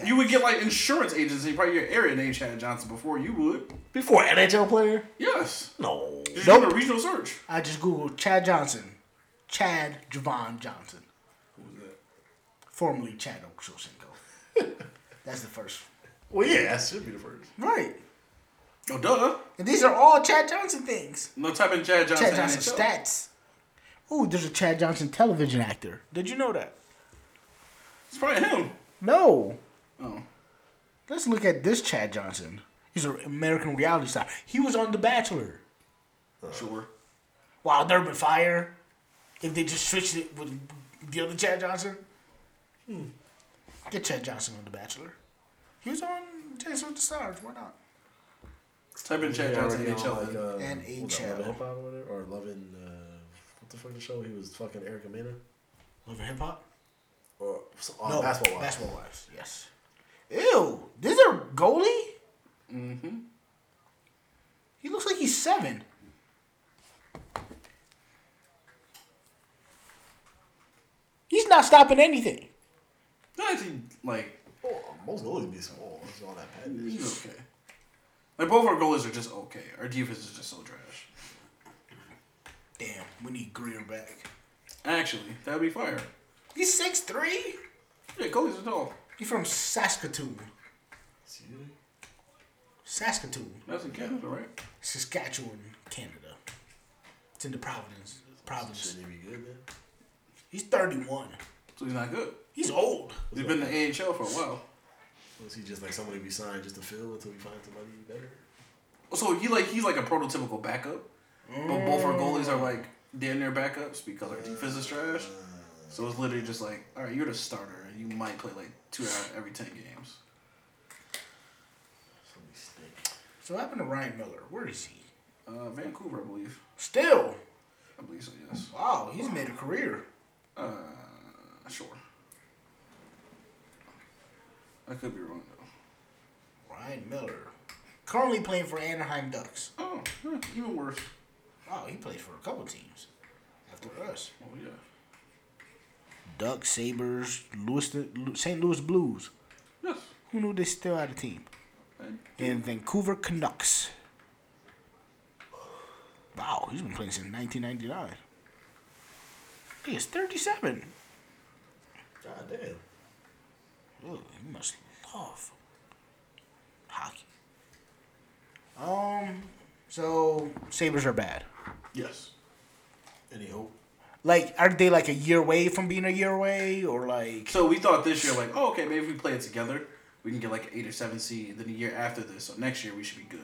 [SPEAKER 4] You would get like insurance agency probably your area named Chad Johnson before you would.
[SPEAKER 3] Before an NHL player?
[SPEAKER 4] Yes.
[SPEAKER 3] No.
[SPEAKER 4] You should do a regional search.
[SPEAKER 2] I just googled Chad Johnson, Chad Javon Johnson, formerly Chad Ochocinco.
[SPEAKER 3] [laughs]
[SPEAKER 2] That's the first.
[SPEAKER 3] Well, yeah, that should be the first.
[SPEAKER 2] Right.
[SPEAKER 4] Oh duh.
[SPEAKER 2] And these are all Chad Johnson things.
[SPEAKER 4] No, type in Chad Johnson.
[SPEAKER 2] Chad Johnson
[SPEAKER 4] NHL.
[SPEAKER 2] stats. Ooh, there's a Chad Johnson television actor. Did you know that?
[SPEAKER 4] It's probably him.
[SPEAKER 2] No.
[SPEAKER 4] Oh.
[SPEAKER 2] Let's look at this Chad Johnson. He's an American reality star. He was on The Bachelor.
[SPEAKER 3] Uh,
[SPEAKER 4] Sure.
[SPEAKER 2] Wow, there would be fire if they just switched it with the other Chad Johnson. Hmm. Get Chad Johnson on The Bachelor. He was on Dancing with the Stars. Why not?
[SPEAKER 4] Type in Chad Johnson NHL. then.
[SPEAKER 3] uh,
[SPEAKER 2] And a channel.
[SPEAKER 3] Hip hop or whatever, or loving uh, what the fuck the show? He was fucking Erica Mena.
[SPEAKER 2] Love and Hip Hop?
[SPEAKER 3] Or uh, basketball. Wives.
[SPEAKER 2] Basketball Wives, yes. Ew, these are goalie? Mm-hmm. He looks like he's seven. He's not stopping anything.
[SPEAKER 4] No, actually, like
[SPEAKER 3] Oh, most goalies be small. It's all that padding.
[SPEAKER 4] he's okay. Like both our goalies are just okay. Our defense is just so trash.
[SPEAKER 2] Damn, we need Greer back.
[SPEAKER 4] Actually, that would be fire.
[SPEAKER 2] He's six three.
[SPEAKER 4] Yeah, goalies are tall.
[SPEAKER 2] He's from Saskatoon. Saskatoon.
[SPEAKER 4] That's in Canada, right?
[SPEAKER 2] Saskatchewan, Canada. It's in the Providence. Providence.
[SPEAKER 3] Should he be good, man?
[SPEAKER 2] He's 31.
[SPEAKER 4] So he's not good.
[SPEAKER 2] He's old.
[SPEAKER 4] He's been in the AHL for a while.
[SPEAKER 3] Was he just like somebody we signed just to fill until we find somebody better?
[SPEAKER 4] So he like he's like a prototypical backup, but both our goalies are like damn near backups because our defense is trash. So it's literally just like, all right, you're the starter, and you might play like two out of every ten games.
[SPEAKER 3] Somebody stink.
[SPEAKER 2] So what happened to Ryan Miller? Where is he?
[SPEAKER 4] Uh, Vancouver, I believe.
[SPEAKER 2] Still.
[SPEAKER 4] I believe so. Yes.
[SPEAKER 2] Wow, he's made a career.
[SPEAKER 4] Uh, sure. I could be wrong though.
[SPEAKER 2] Ryan Miller. Currently playing for Anaheim Ducks.
[SPEAKER 4] Oh, huh, even worse.
[SPEAKER 2] Wow, he plays for a couple teams. After us.
[SPEAKER 4] Oh yeah.
[SPEAKER 2] Ducks, Sabres, Lewiston, Lu- St. Louis Blues.
[SPEAKER 4] Yes.
[SPEAKER 2] Who knew they still had a team?
[SPEAKER 4] And
[SPEAKER 2] And Vancouver Canucks. Wow, he's been playing since 1999. He is 37.
[SPEAKER 3] God damn.
[SPEAKER 2] Ooh, he must love hockey. Um, so Sabres are bad.
[SPEAKER 3] Yes. Any hope?
[SPEAKER 2] Like, are they like a year away from being a year away, or like?
[SPEAKER 4] So we thought this year, like, oh, okay, maybe if we play it together, we can get like an eight or seven seed. And then the year after this, so next year we should be good.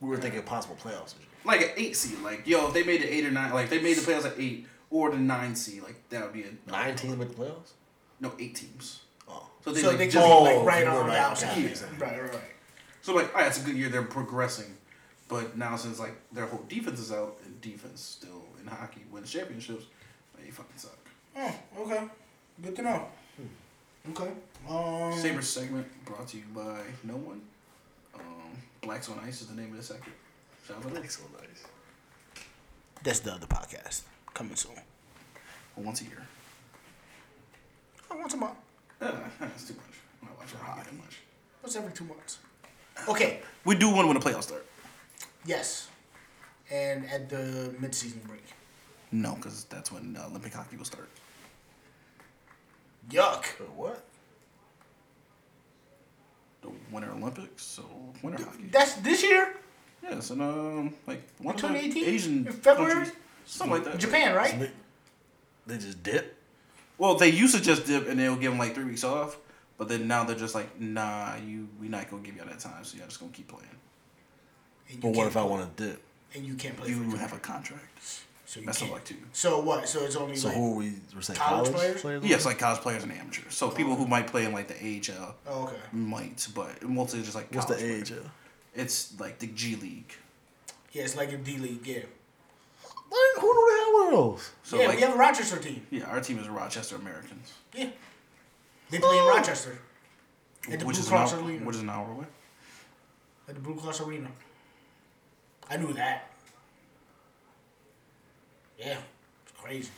[SPEAKER 5] We were thinking possible playoffs.
[SPEAKER 4] Like an eight seed, like yo, if they made the eight or nine, like if they made the playoffs at eight or the nine seed, like that would be a
[SPEAKER 5] Nine teams make the playoffs.
[SPEAKER 4] no eight teams.
[SPEAKER 5] Oh,
[SPEAKER 4] So they
[SPEAKER 2] So
[SPEAKER 4] like
[SPEAKER 2] they
[SPEAKER 4] just
[SPEAKER 2] just be
[SPEAKER 5] Oh,
[SPEAKER 2] like right
[SPEAKER 5] we're
[SPEAKER 2] on
[SPEAKER 5] right
[SPEAKER 2] the
[SPEAKER 5] on
[SPEAKER 2] outside.
[SPEAKER 4] top.
[SPEAKER 2] Yeah. Right, right, right.
[SPEAKER 4] So like, all right, it's a good year. They're progressing, but now since like their whole defense is out and defense still in hockey wins championships, they fucking suck.
[SPEAKER 2] Oh, okay. Good to know. Okay. Um,
[SPEAKER 4] Sabres segment brought to you by no one. Um, Blacks on Ice is the name of the second. Shout out to them.
[SPEAKER 5] so nice.
[SPEAKER 2] That's the other podcast coming soon.
[SPEAKER 4] once a year.
[SPEAKER 2] Oh, once a month.
[SPEAKER 4] Uh, that's too much. I'm not watching hockey that much.
[SPEAKER 2] Once every two months. Okay.
[SPEAKER 4] We do one when the playoffs start.
[SPEAKER 2] Yes. And at the mid-season break.
[SPEAKER 4] No, because that's when uh, Olympic hockey will start.
[SPEAKER 2] Yuck.
[SPEAKER 3] What?
[SPEAKER 4] The Winter Olympics, so winter hockey.
[SPEAKER 2] That's this year.
[SPEAKER 4] Yes, and um, like one of the
[SPEAKER 2] 2018?
[SPEAKER 4] Asian
[SPEAKER 2] In February?
[SPEAKER 4] countries, something like that.
[SPEAKER 2] Japan, right?
[SPEAKER 5] They just dip.
[SPEAKER 4] Well, they used to just dip, and they'll give them like three weeks off. But then now they're just like, nah, you, we not gonna give y'all that time, so y'all just gonna keep playing.
[SPEAKER 2] And you
[SPEAKER 5] But what
[SPEAKER 2] can't,
[SPEAKER 5] if I want to dip?
[SPEAKER 2] and you can't play.
[SPEAKER 4] You
[SPEAKER 2] for Japan.
[SPEAKER 4] have a contract.
[SPEAKER 2] so you
[SPEAKER 4] That's
[SPEAKER 2] can't.
[SPEAKER 4] not like two.
[SPEAKER 2] So what? So it's only
[SPEAKER 5] So
[SPEAKER 2] like.
[SPEAKER 5] who are we? We're saying
[SPEAKER 2] College
[SPEAKER 5] college,
[SPEAKER 2] players?
[SPEAKER 5] players?
[SPEAKER 4] Yes, like college players and amateurs. So people who might play in like the AHL
[SPEAKER 2] Oh, okay.
[SPEAKER 4] might, but mostly just like
[SPEAKER 5] What's
[SPEAKER 4] college
[SPEAKER 5] the
[SPEAKER 4] players.
[SPEAKER 5] age? uh? of?
[SPEAKER 4] It's like the G League.
[SPEAKER 2] Yeah, it's like a D league. Yeah.
[SPEAKER 5] Like, who the hell are those?
[SPEAKER 4] So
[SPEAKER 2] yeah,
[SPEAKER 4] like,
[SPEAKER 2] we have a Rochester team.
[SPEAKER 4] yeah, our team is Rochester Americans,
[SPEAKER 2] Yeah. They play in Rochester. At the
[SPEAKER 4] which
[SPEAKER 2] Blue
[SPEAKER 4] is an
[SPEAKER 2] Cross
[SPEAKER 4] hour,
[SPEAKER 2] Arena.
[SPEAKER 4] which is an hour away.
[SPEAKER 2] At the Blue Cross Arena. I knew that. Yeah, it's crazy.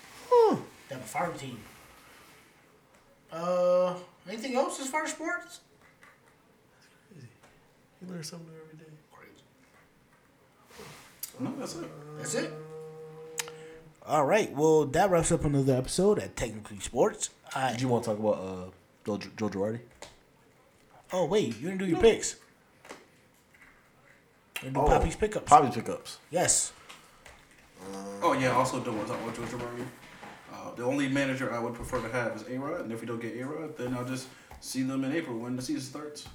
[SPEAKER 2] They have a farm team. Uh, anything else as far as sports?
[SPEAKER 5] You learn something every day.
[SPEAKER 2] Crazy.
[SPEAKER 4] No, that's it.
[SPEAKER 2] That's it. All right. Well, that wraps up another episode at Technically Sports. I,
[SPEAKER 5] Did you want to talk about uh, Joe, Joe Girardi?
[SPEAKER 2] oh wait, you didn't do your picks. You didn't do
[SPEAKER 5] Oh.
[SPEAKER 2] Poppy's pickups.
[SPEAKER 5] Poppy's pickups.
[SPEAKER 2] Yes.
[SPEAKER 4] Oh yeah, also don't want to talk about George Romario. Uh, the only manager I would prefer to have is A Rod, and if we don't get A Rod, then I'll just see them in April when the season starts.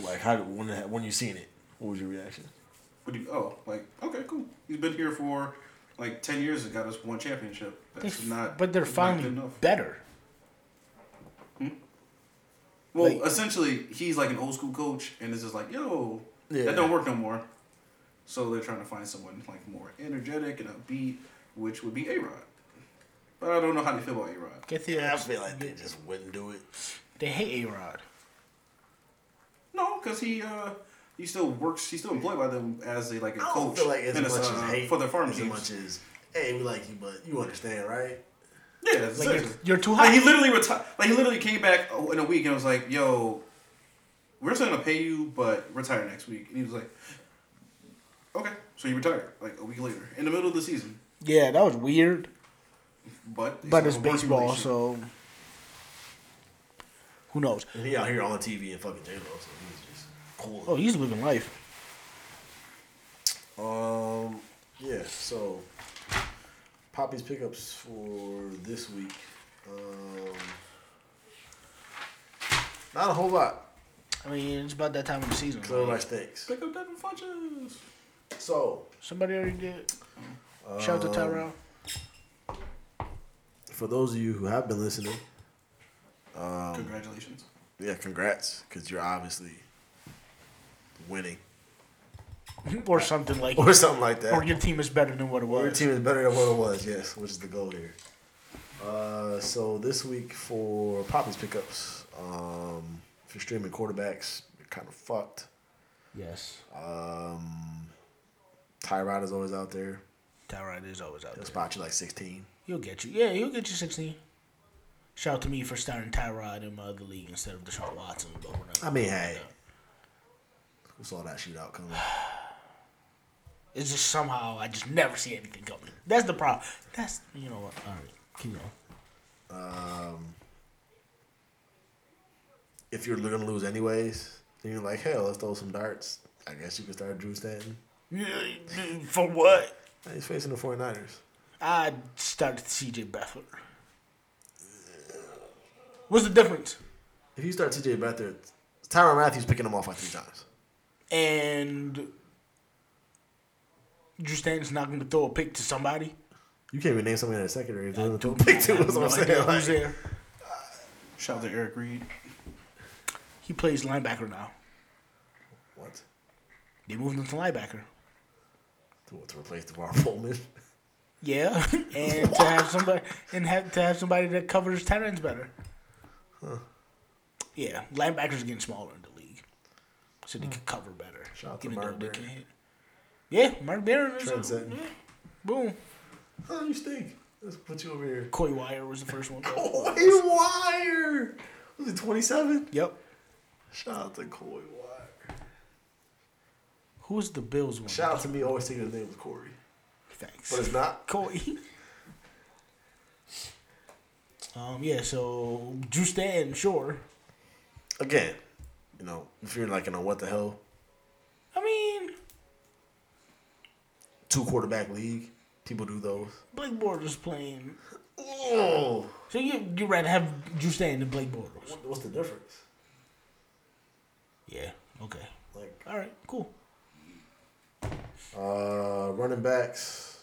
[SPEAKER 5] Like how did- when it- when you seen it? What was your reaction?
[SPEAKER 4] What do you? Oh, like okay, cool. He's been here for like ten years and got us one championship. That's not.
[SPEAKER 2] but they're
[SPEAKER 4] not
[SPEAKER 2] finally
[SPEAKER 4] good enough.
[SPEAKER 2] better.
[SPEAKER 4] Well,
[SPEAKER 2] like-
[SPEAKER 4] essentially, he's like an old school coach, and it's just like, yo,
[SPEAKER 5] Yeah.
[SPEAKER 4] that don't work no more. So they're trying to find someone like more energetic and upbeat, which would be A Rod. But I don't know how they feel about A Rod.
[SPEAKER 2] Get the ass.
[SPEAKER 5] feel like they just wouldn't do it.
[SPEAKER 2] They hate A Rod.
[SPEAKER 4] No, because he uh he still works. He's still employed by them as a like a
[SPEAKER 5] I don't
[SPEAKER 4] coach
[SPEAKER 5] feel like as
[SPEAKER 4] and
[SPEAKER 5] much
[SPEAKER 4] as,
[SPEAKER 5] as
[SPEAKER 4] uh,
[SPEAKER 5] hate
[SPEAKER 4] for their farm
[SPEAKER 5] as
[SPEAKER 4] teams.
[SPEAKER 5] much as hey, we like you, but you understand, right?
[SPEAKER 4] yeah, it's
[SPEAKER 2] Like you're,
[SPEAKER 4] serious.
[SPEAKER 2] you're too
[SPEAKER 4] Like,
[SPEAKER 2] high.
[SPEAKER 4] he literally retired. Like he literally came back in a week and was like, "Yo, we're still gonna pay you, but retire next week." And he was like, "Okay." So he retired like a week later in the middle of the season.
[SPEAKER 2] yeah, that was weird.
[SPEAKER 4] But
[SPEAKER 2] But it's
[SPEAKER 4] still a working
[SPEAKER 2] baseball,
[SPEAKER 4] relationship.
[SPEAKER 2] so who knows?
[SPEAKER 5] And he out here on TV and fucking J Lo, so he's just cool.
[SPEAKER 2] Oh, he's living life.
[SPEAKER 3] Um, yeah, so Poppy's pickups for this week. Um, not a whole lot.
[SPEAKER 2] I mean, it's about that time of the season.
[SPEAKER 3] So
[SPEAKER 2] right?
[SPEAKER 3] much thanks.
[SPEAKER 4] pick up Devin Funches.
[SPEAKER 3] So
[SPEAKER 2] Somebody already did. Shout out to Tyrell.
[SPEAKER 3] for those of you who have been listening,
[SPEAKER 2] Um,
[SPEAKER 4] Congratulations.
[SPEAKER 3] yeah, congrats because you're obviously winning
[SPEAKER 2] [laughs] or something like
[SPEAKER 3] or something like that.
[SPEAKER 2] or your team is better than what it
[SPEAKER 3] Well, your
[SPEAKER 2] was.
[SPEAKER 3] team is better than what it was, yes, which is the goal here. Uh, so this week for Poppy's pickups, um, if you're streaming quarterbacks, you're kind of fucked. Um,
[SPEAKER 2] Yes.
[SPEAKER 3] Tyrod is always out there.
[SPEAKER 2] Tyrod is always out
[SPEAKER 3] He'll
[SPEAKER 2] there.
[SPEAKER 3] spot you like 16.
[SPEAKER 2] He'll get you. Yeah, he'll get you 16. Shout out to me for starting Tyrod in my other league instead of Deshaun Watson. But we're not-
[SPEAKER 3] I mean, hey, who saw that shootout coming?
[SPEAKER 2] It's just somehow I just never see anything coming. That's the problem. That's, you know what? All right. Keep going.
[SPEAKER 3] If you're gonna lose anyways, then you're like, hell, let's throw some darts. I guess you could start Drew Stanton.
[SPEAKER 2] For what?
[SPEAKER 3] Hey, He's facing the 49ers.
[SPEAKER 2] I started CJ Beathard. What's the difference?
[SPEAKER 3] If you start TJ Beathard, Tyron Matthews picking him off like three times.
[SPEAKER 2] And Drew Stanton's not going to throw a pick to somebody.
[SPEAKER 3] You can't even name somebody in the secondary. They're going to pick two. That's what
[SPEAKER 2] No idea
[SPEAKER 3] I'm saying.
[SPEAKER 2] who's
[SPEAKER 3] Like,
[SPEAKER 2] there.
[SPEAKER 4] Shout out to Eric Reed.
[SPEAKER 2] He plays linebacker now.
[SPEAKER 3] what?
[SPEAKER 2] They moved him to linebacker.
[SPEAKER 3] To, what, to replace DeVar
[SPEAKER 2] [laughs]
[SPEAKER 3] Pullman?
[SPEAKER 2] Yeah, [laughs] and to have somebody and have to have somebody that covers tight ends better. Yeah, linebackers are getting smaller in the league, so they can cover better.
[SPEAKER 3] Hmm. Shout out to
[SPEAKER 2] even though
[SPEAKER 3] Mark
[SPEAKER 2] they
[SPEAKER 3] Barron.
[SPEAKER 2] can hit. Yeah, Mark Barron is
[SPEAKER 3] Trent
[SPEAKER 2] a-
[SPEAKER 3] Sutton.
[SPEAKER 2] yeah. Boom.
[SPEAKER 3] Oh, you stink. Let's put you over
[SPEAKER 2] [laughs]
[SPEAKER 3] here.
[SPEAKER 2] Coy Wire was the first one.
[SPEAKER 3] [laughs] Coy Wire! Was it 27?
[SPEAKER 2] Yep.
[SPEAKER 3] Shout out to Coy Wire.
[SPEAKER 2] Who was the Bills one?
[SPEAKER 3] Shout out to me always thinking his name was Corey.
[SPEAKER 2] Thanks.
[SPEAKER 3] But it's not.
[SPEAKER 2] Coy. um. Yeah. So Drew Stanton, sure.
[SPEAKER 3] Again, you know, if you're like in a what the hell
[SPEAKER 2] I mean,
[SPEAKER 3] two quarterback league, people do those.
[SPEAKER 2] Blake Bortles playing.
[SPEAKER 3] Oh,
[SPEAKER 2] So you you rather have Drew Stanton than Blake Bortles?
[SPEAKER 3] what- what's the difference?
[SPEAKER 2] Yeah. Okay.
[SPEAKER 3] Like
[SPEAKER 2] All right. Cool.
[SPEAKER 3] uh, running backs.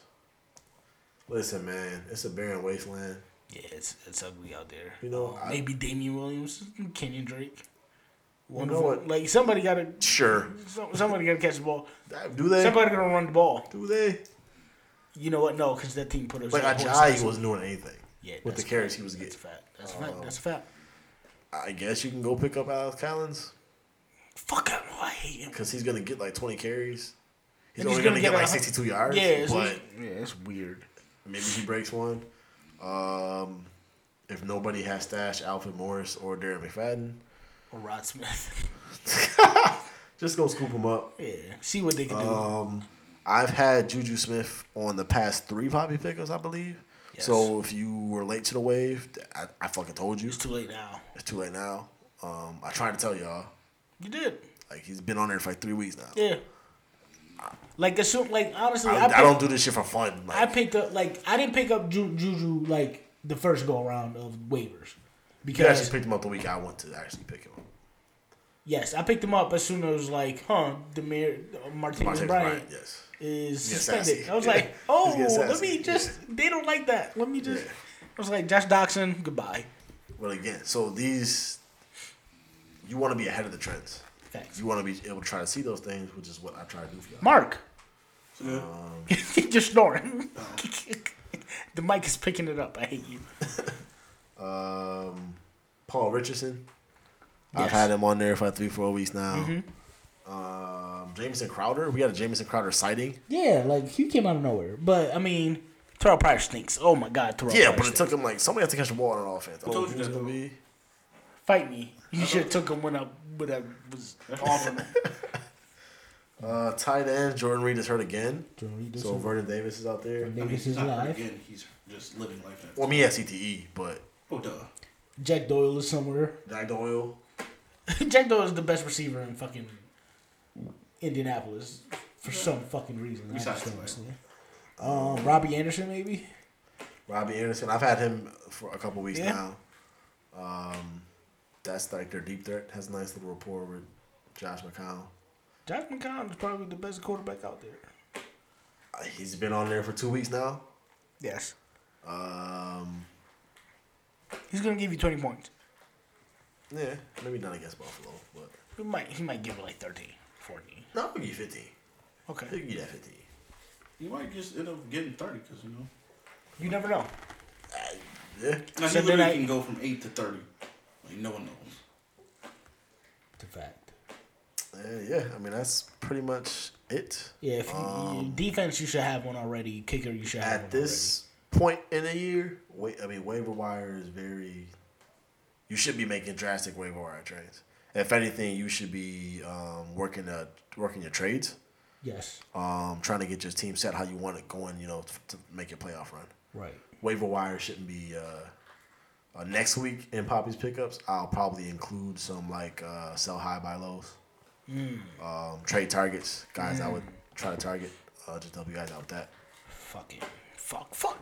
[SPEAKER 3] Listen, man, it's a barren wasteland.
[SPEAKER 2] Yeah, it's it's ugly out there. Um,
[SPEAKER 3] You know, I-
[SPEAKER 2] maybe Damian Williams, Kenyon Drake.
[SPEAKER 3] know
[SPEAKER 2] Wonderful.
[SPEAKER 3] what?
[SPEAKER 2] Like somebody got to
[SPEAKER 3] Sure,
[SPEAKER 2] some, somebody got to catch the ball.
[SPEAKER 3] do they?
[SPEAKER 2] Somebody got to run the ball.
[SPEAKER 3] Do they?
[SPEAKER 2] You know what? No, because that team put us.
[SPEAKER 3] Like
[SPEAKER 2] up on
[SPEAKER 3] Ajayi
[SPEAKER 2] six.
[SPEAKER 3] wasn't doing anything.
[SPEAKER 2] Yeah,
[SPEAKER 3] with
[SPEAKER 2] that's
[SPEAKER 3] the carries
[SPEAKER 2] a fact.
[SPEAKER 3] he was
[SPEAKER 2] That's
[SPEAKER 3] getting.
[SPEAKER 2] a
[SPEAKER 3] Um,
[SPEAKER 2] fact. That's a fact. That's a fact.
[SPEAKER 3] I guess you can go pick up Alex Collins
[SPEAKER 2] Fuck him. I hate him.
[SPEAKER 3] because he's gonna get like twenty carries. He's
[SPEAKER 2] And
[SPEAKER 3] only gonna, get, like sixty-two yards.
[SPEAKER 2] Yeah, it's-
[SPEAKER 3] but
[SPEAKER 2] yeah, it's weird.
[SPEAKER 3] maybe he breaks one. Um, if nobody has stash Alfred Morris or Darren McFadden,
[SPEAKER 2] Or Rod Smith. [laughs]
[SPEAKER 3] just go scoop him up.
[SPEAKER 2] yeah, see what they can do.
[SPEAKER 3] Um, I've had Juju Smith on the past three Poppy pickups, I believe.
[SPEAKER 2] Yes.
[SPEAKER 3] So if you were late to the wave, I, I fucking told you.
[SPEAKER 2] it's too late now.
[SPEAKER 3] It's too late now. Um, I tried to tell y'all.
[SPEAKER 2] You did.
[SPEAKER 3] Like he's been on there for like three weeks now.
[SPEAKER 2] Yeah. Like assume. Like honestly,
[SPEAKER 3] I,
[SPEAKER 2] I,
[SPEAKER 3] I
[SPEAKER 2] picked-
[SPEAKER 3] don't do this shit for fun. Like,
[SPEAKER 2] I picked up like I didn't pick up Ju- Juju like the first go around of waivers
[SPEAKER 3] you actually
[SPEAKER 2] because
[SPEAKER 3] picked him up the week I went to actually pick him up.
[SPEAKER 2] yes, I picked him up as soon as like huh, Demir uh, Martinez Bryant
[SPEAKER 3] Martavis Bryant, yes.
[SPEAKER 2] is
[SPEAKER 3] He's getting
[SPEAKER 2] suspended.
[SPEAKER 3] sassy.
[SPEAKER 2] I was
[SPEAKER 3] Yeah.
[SPEAKER 2] like,
[SPEAKER 3] [laughs] He's
[SPEAKER 2] oh,
[SPEAKER 3] getting
[SPEAKER 2] let
[SPEAKER 3] sassy.
[SPEAKER 2] me just they don't like that. Let me just.
[SPEAKER 3] Yeah.
[SPEAKER 2] I was like Josh Doxson, goodbye.
[SPEAKER 3] But again, so these, you want to be ahead of the trends.
[SPEAKER 2] Thanks,
[SPEAKER 3] You want to be able to try to see those things, which is what I try to do for y'all.
[SPEAKER 2] Mark. [laughs] You're snoring. [laughs] the mic is picking it up. I hate you.
[SPEAKER 3] Um, Paul Richardson. I've
[SPEAKER 2] Yes. Mm-hmm.
[SPEAKER 3] had him on there for like three, four weeks now. Um, Jameson Crowder. We got a Jameson Crowder sighting.
[SPEAKER 2] Yeah, like he came out of nowhere, but I mean, Terrell Pryor stinks. Oh my God, Terrell.
[SPEAKER 3] Yeah,
[SPEAKER 2] Pryor
[SPEAKER 3] but it
[SPEAKER 2] stinks.
[SPEAKER 3] took him like somebody has to catch the ball on offense. I don't
[SPEAKER 4] told
[SPEAKER 3] know
[SPEAKER 4] you
[SPEAKER 3] who's
[SPEAKER 4] that.
[SPEAKER 3] gonna be.
[SPEAKER 2] Fight me. You should have took him when I when I was off him.
[SPEAKER 3] [laughs] Uh, tight end Jordan Reed is hurt again.
[SPEAKER 2] Jordan Reed is
[SPEAKER 3] so
[SPEAKER 2] hurt.
[SPEAKER 3] Vernon Davis is out there.
[SPEAKER 4] I mean,
[SPEAKER 2] Davis
[SPEAKER 4] he's
[SPEAKER 2] is
[SPEAKER 4] not hurt
[SPEAKER 2] live.
[SPEAKER 4] Again, he's just living life. now.
[SPEAKER 3] Well, I mean, he has CTE, E, but
[SPEAKER 4] Oh, duh.
[SPEAKER 2] Jack Doyle is somewhere.
[SPEAKER 3] Jack Doyle.
[SPEAKER 2] [laughs] Jack Doyle is the best receiver in fucking Indianapolis for some fucking reason. I
[SPEAKER 4] Besides
[SPEAKER 2] just don't
[SPEAKER 4] the
[SPEAKER 2] understand. Um, Robbie Anderson maybe.
[SPEAKER 3] Robbie Anderson. I've had him for a couple weeks
[SPEAKER 2] Yeah.
[SPEAKER 3] now. Um, that's like their deep threat. Has a nice little rapport with Josh McCown.
[SPEAKER 2] Josh McCown is probably the best quarterback out there.
[SPEAKER 3] Uh, He's been on there for two weeks now.
[SPEAKER 2] Yes,
[SPEAKER 3] Um,
[SPEAKER 2] he's gonna give you twenty points.
[SPEAKER 3] yeah, maybe not against Buffalo, but
[SPEAKER 2] He might he might give it like 13, 14.
[SPEAKER 3] no, I'll give you 15. I'll
[SPEAKER 2] Okay,
[SPEAKER 3] give you that 15.
[SPEAKER 4] You might just end up getting 30 because, you know.
[SPEAKER 2] you never know.
[SPEAKER 3] Yeah.
[SPEAKER 4] Now, he
[SPEAKER 2] Sunday
[SPEAKER 4] literally
[SPEAKER 2] night.
[SPEAKER 4] can go from 8 to 30. Like, no one knows.
[SPEAKER 2] It's a fact.
[SPEAKER 3] Yeah, Uh, yeah. I mean, that's pretty much it.
[SPEAKER 2] Yeah, if you, defense, you should have one already. Kicker, you should have
[SPEAKER 3] Um, At
[SPEAKER 2] one
[SPEAKER 3] this point in the year, wait, I mean, waiver wire is very. You should be making drastic waiver wire trades. If anything, you should be um, working a, working your trades,
[SPEAKER 2] already. Yes,
[SPEAKER 3] um, trying to get your team set how you want it going. You know, f- to make your playoff run.
[SPEAKER 2] right.
[SPEAKER 3] Waiver wire shouldn't be. Uh, uh, next week in Poppy's pickups, I'll probably include some like uh, sell high buy lows, um, trade targets, guys. I would try to target. Uh, just help you guys out with that.
[SPEAKER 2] Fuck it. Fuck. Fuck.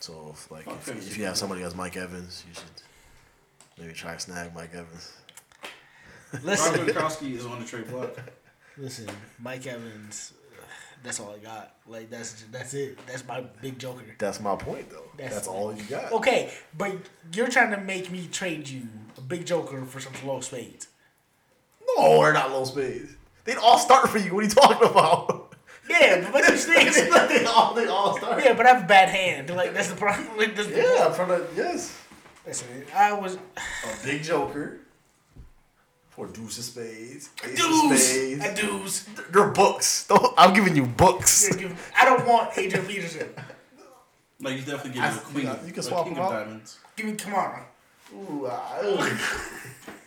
[SPEAKER 3] So if, like if, if you have somebody else, Mike Evans, you should maybe try to snag Mike Evans.
[SPEAKER 2] Listen,
[SPEAKER 4] Rob Gronkowski is on the trade block.
[SPEAKER 2] listen. Mike Evans. ugh, That's all I got. Like that's that's it. That's my big joker.
[SPEAKER 3] That's my point though.
[SPEAKER 2] That's-
[SPEAKER 3] That's, all you got.
[SPEAKER 2] Okay, but you're trying to make me trade you a big joker for some low spades.
[SPEAKER 3] No, they're not low spades. They'd all start for you. What are you talking about?
[SPEAKER 2] Yeah, but these things.
[SPEAKER 3] [laughs] they all they all start.
[SPEAKER 2] Yeah, but I have a bad hand. Like that's the problem. [laughs] Like, that's the-
[SPEAKER 3] Yeah, from the yes.
[SPEAKER 2] Listen, I was.
[SPEAKER 3] A big joker. For deuce of spades. Ace of
[SPEAKER 2] Dudes,
[SPEAKER 3] spades.
[SPEAKER 2] I dudes.
[SPEAKER 3] They're books. Don't, I'm giving you books.
[SPEAKER 2] I don't want Adrian Peterson.
[SPEAKER 4] Like, he's definitely getting
[SPEAKER 3] I-
[SPEAKER 4] a queen.
[SPEAKER 3] you can
[SPEAKER 4] a
[SPEAKER 3] swap
[SPEAKER 4] king
[SPEAKER 3] him
[SPEAKER 4] of
[SPEAKER 3] out.
[SPEAKER 4] diamonds.
[SPEAKER 2] Give me Kamara.
[SPEAKER 3] Ooh, I,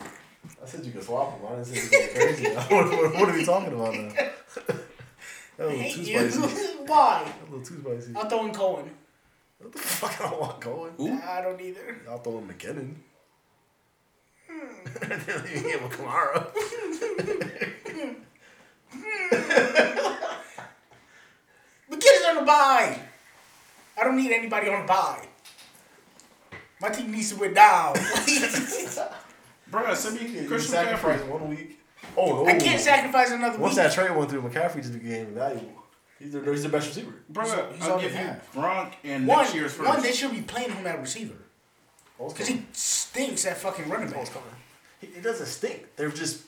[SPEAKER 3] [laughs] I said you could swap them. I didn't say you could get crazy. [laughs] what, what, what are we talking about now? That was
[SPEAKER 2] Hate
[SPEAKER 3] too
[SPEAKER 2] you.
[SPEAKER 3] spicy. That
[SPEAKER 2] [laughs] Why?
[SPEAKER 3] was too spicy.
[SPEAKER 2] I'll throw in Cohen.
[SPEAKER 3] What the fuck? I don't want going.
[SPEAKER 4] Ooh.
[SPEAKER 2] I don't either.
[SPEAKER 3] I'll throw in McKinnon.
[SPEAKER 2] Hmm.
[SPEAKER 3] [laughs] you get
[SPEAKER 2] [laughs]
[SPEAKER 3] with Kamara.
[SPEAKER 2] The kids on a buy. I don't need anybody on a buy. My team needs to win now. [laughs]
[SPEAKER 4] Bro, send me
[SPEAKER 3] You
[SPEAKER 4] Christian
[SPEAKER 3] sacrifice
[SPEAKER 4] McCaffrey.
[SPEAKER 3] one week. Oh no!
[SPEAKER 2] I can't sacrifice another
[SPEAKER 3] Once
[SPEAKER 2] week.
[SPEAKER 3] that trade went through, McCaffrey just became valuable. He's the, he's the best receiver.
[SPEAKER 4] Bro,
[SPEAKER 2] he's
[SPEAKER 4] I'll
[SPEAKER 2] already
[SPEAKER 4] give you
[SPEAKER 2] half.
[SPEAKER 4] Gronk and
[SPEAKER 2] one,
[SPEAKER 4] next year's first.
[SPEAKER 2] one, they should be playing him at receiver.
[SPEAKER 3] Oh, it's
[SPEAKER 2] Because he stinks at fucking running back.
[SPEAKER 3] coming. He- It doesn't stink. They're just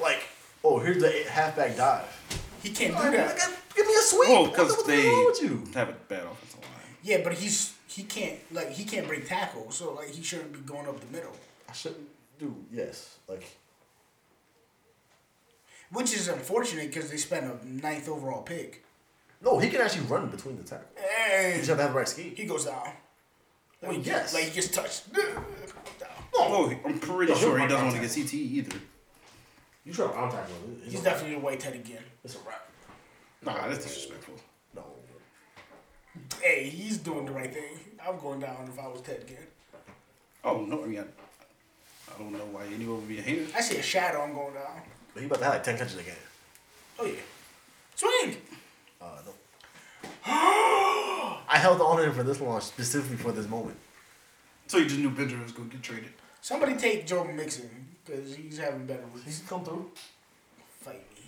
[SPEAKER 3] like, oh, here's the halfback dive.
[SPEAKER 2] He can't do that.
[SPEAKER 3] Give me a sweep.
[SPEAKER 4] Oh,
[SPEAKER 3] What the-
[SPEAKER 4] because
[SPEAKER 3] what
[SPEAKER 4] they
[SPEAKER 3] the hell with you?
[SPEAKER 4] have a bad offensive line.
[SPEAKER 2] Yeah, but he's he can't like he can't break tackle, so like he shouldn't be going up the middle.
[SPEAKER 3] I shouldn't do. Yes, like
[SPEAKER 2] Which is unfortunate because they spent a ninth overall pick.
[SPEAKER 3] no, he can actually run between the tackles. He
[SPEAKER 2] And
[SPEAKER 3] just have to have the right scheme.
[SPEAKER 2] he goes down.
[SPEAKER 3] Well, yes.
[SPEAKER 2] Like he gets touched.
[SPEAKER 4] Oh, I'm pretty
[SPEAKER 3] No,
[SPEAKER 4] sure he
[SPEAKER 3] he'll
[SPEAKER 4] doesn't
[SPEAKER 3] run
[SPEAKER 4] want to get CT either.
[SPEAKER 3] you try to round tackle him. It's
[SPEAKER 2] He's
[SPEAKER 3] a wrap.
[SPEAKER 2] definitely a whitehead again.
[SPEAKER 3] It's a wrap.
[SPEAKER 4] Nah, that's disrespectful.
[SPEAKER 3] No.
[SPEAKER 2] Hey, he's doing the right thing. I'm going down if I was Ted again.
[SPEAKER 4] Oh, no, I mean, I, I don't know why anyone would be a hater.
[SPEAKER 2] I see a shadow. I'm going down.
[SPEAKER 3] But he about to have like ten catches a game.
[SPEAKER 2] Oh yeah, swing.
[SPEAKER 3] Uh, [gasps] no. I held on to him for this long specifically for this moment.
[SPEAKER 4] So you just knew Benjamin was going to get traded.
[SPEAKER 2] Somebody take Joe Mixon because he's having better weeks.
[SPEAKER 3] come through.
[SPEAKER 2] Fight me.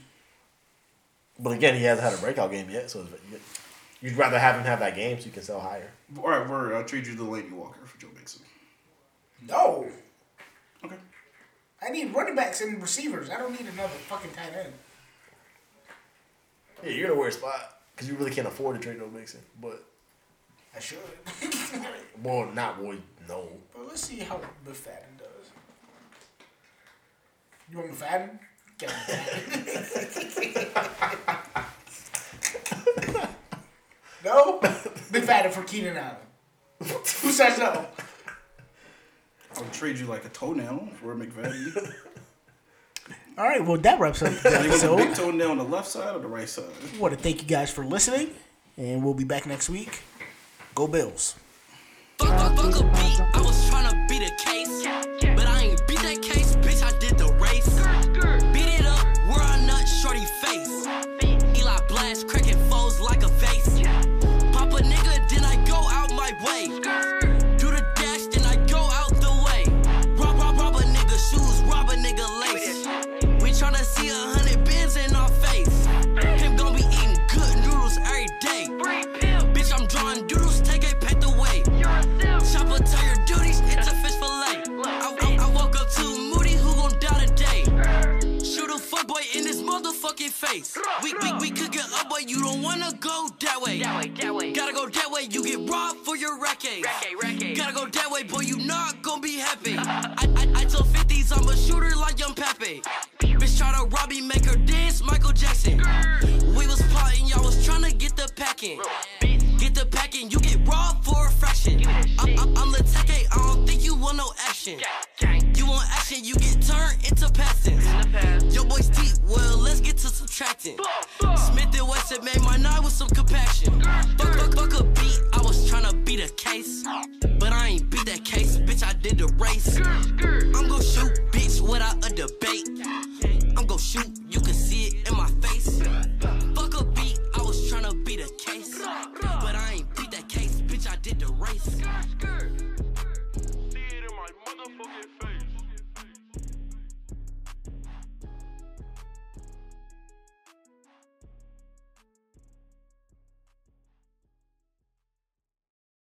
[SPEAKER 3] But again, he hasn't had a breakout game yet, so it's, you'd rather have him have that game so you can sell higher.
[SPEAKER 4] All right, word. I'll trade you the Lady Walker for Joe Mixon.
[SPEAKER 2] No,
[SPEAKER 4] Okay.
[SPEAKER 2] I need running backs and receivers. I don't need another fucking tight end.
[SPEAKER 3] Yeah, you're in a weird spot because you really can't afford to trade no Mixon. But
[SPEAKER 2] I should. [laughs]
[SPEAKER 3] well, not well, no.
[SPEAKER 2] but let's see how McFadden does. You want McFadden? Get McFadden. [laughs] no? McFadden for Keenan Allen. Who says no?
[SPEAKER 4] I'll trade you like a toenail for a McVeigh.
[SPEAKER 2] All right, well, that wraps up the
[SPEAKER 4] It was a big toenail on the left side or the right side?
[SPEAKER 2] want to thank you guys for listening, and we'll be back next week. Go Bills.
[SPEAKER 1] Fuck, fuck, fuck a beat. I was tryna beat a case. But I ain't beat that case, bitch. I did the race. Beat it up, we're a nut, shorty face. Eli Blast, cracking foes like a vase. Pop a nigga, then I go out my way. Do the dash, then I go out the way. Rob, rob, rob a nigga shoes, rob a nigga lace. We tryna see a hundred bins in our face. Him gon' be eating good noodles every day. Bitch, I'm drawing doodles, take a pet away. Chopper, tell your duties, it's a fish fillet. I, I, I woke up to Moody, who gon' die today? Shoot a fuckboy in his motherfucking face. We, we, we could get up, but you don't wanna go that way. Gotta go that way, you get robbed for your racket. decades. Gotta go that way, boy, you not gonna be happy. I, I, I told 50s I'm a shooter like Young Pepe. Bitch try to rob me, make her dance, Michael Jackson. We was plotting, y'all was tryna get the packing. Get the packing, you get robbed for a fraction. I, I, I'm the tech, I don't think you want no action. You want action, you get turned into passing. Your boy's deep, well, let's get to subtracting. Smith and Wesson made my night with some compassion. Fuck, fuck, fuck a beat, I was tryna beat a case. But I ain't beat that case, bitch, I did the race. I'm gon' shoot, bitch, without a debate. I'm gon' shoot, you can see it in my face.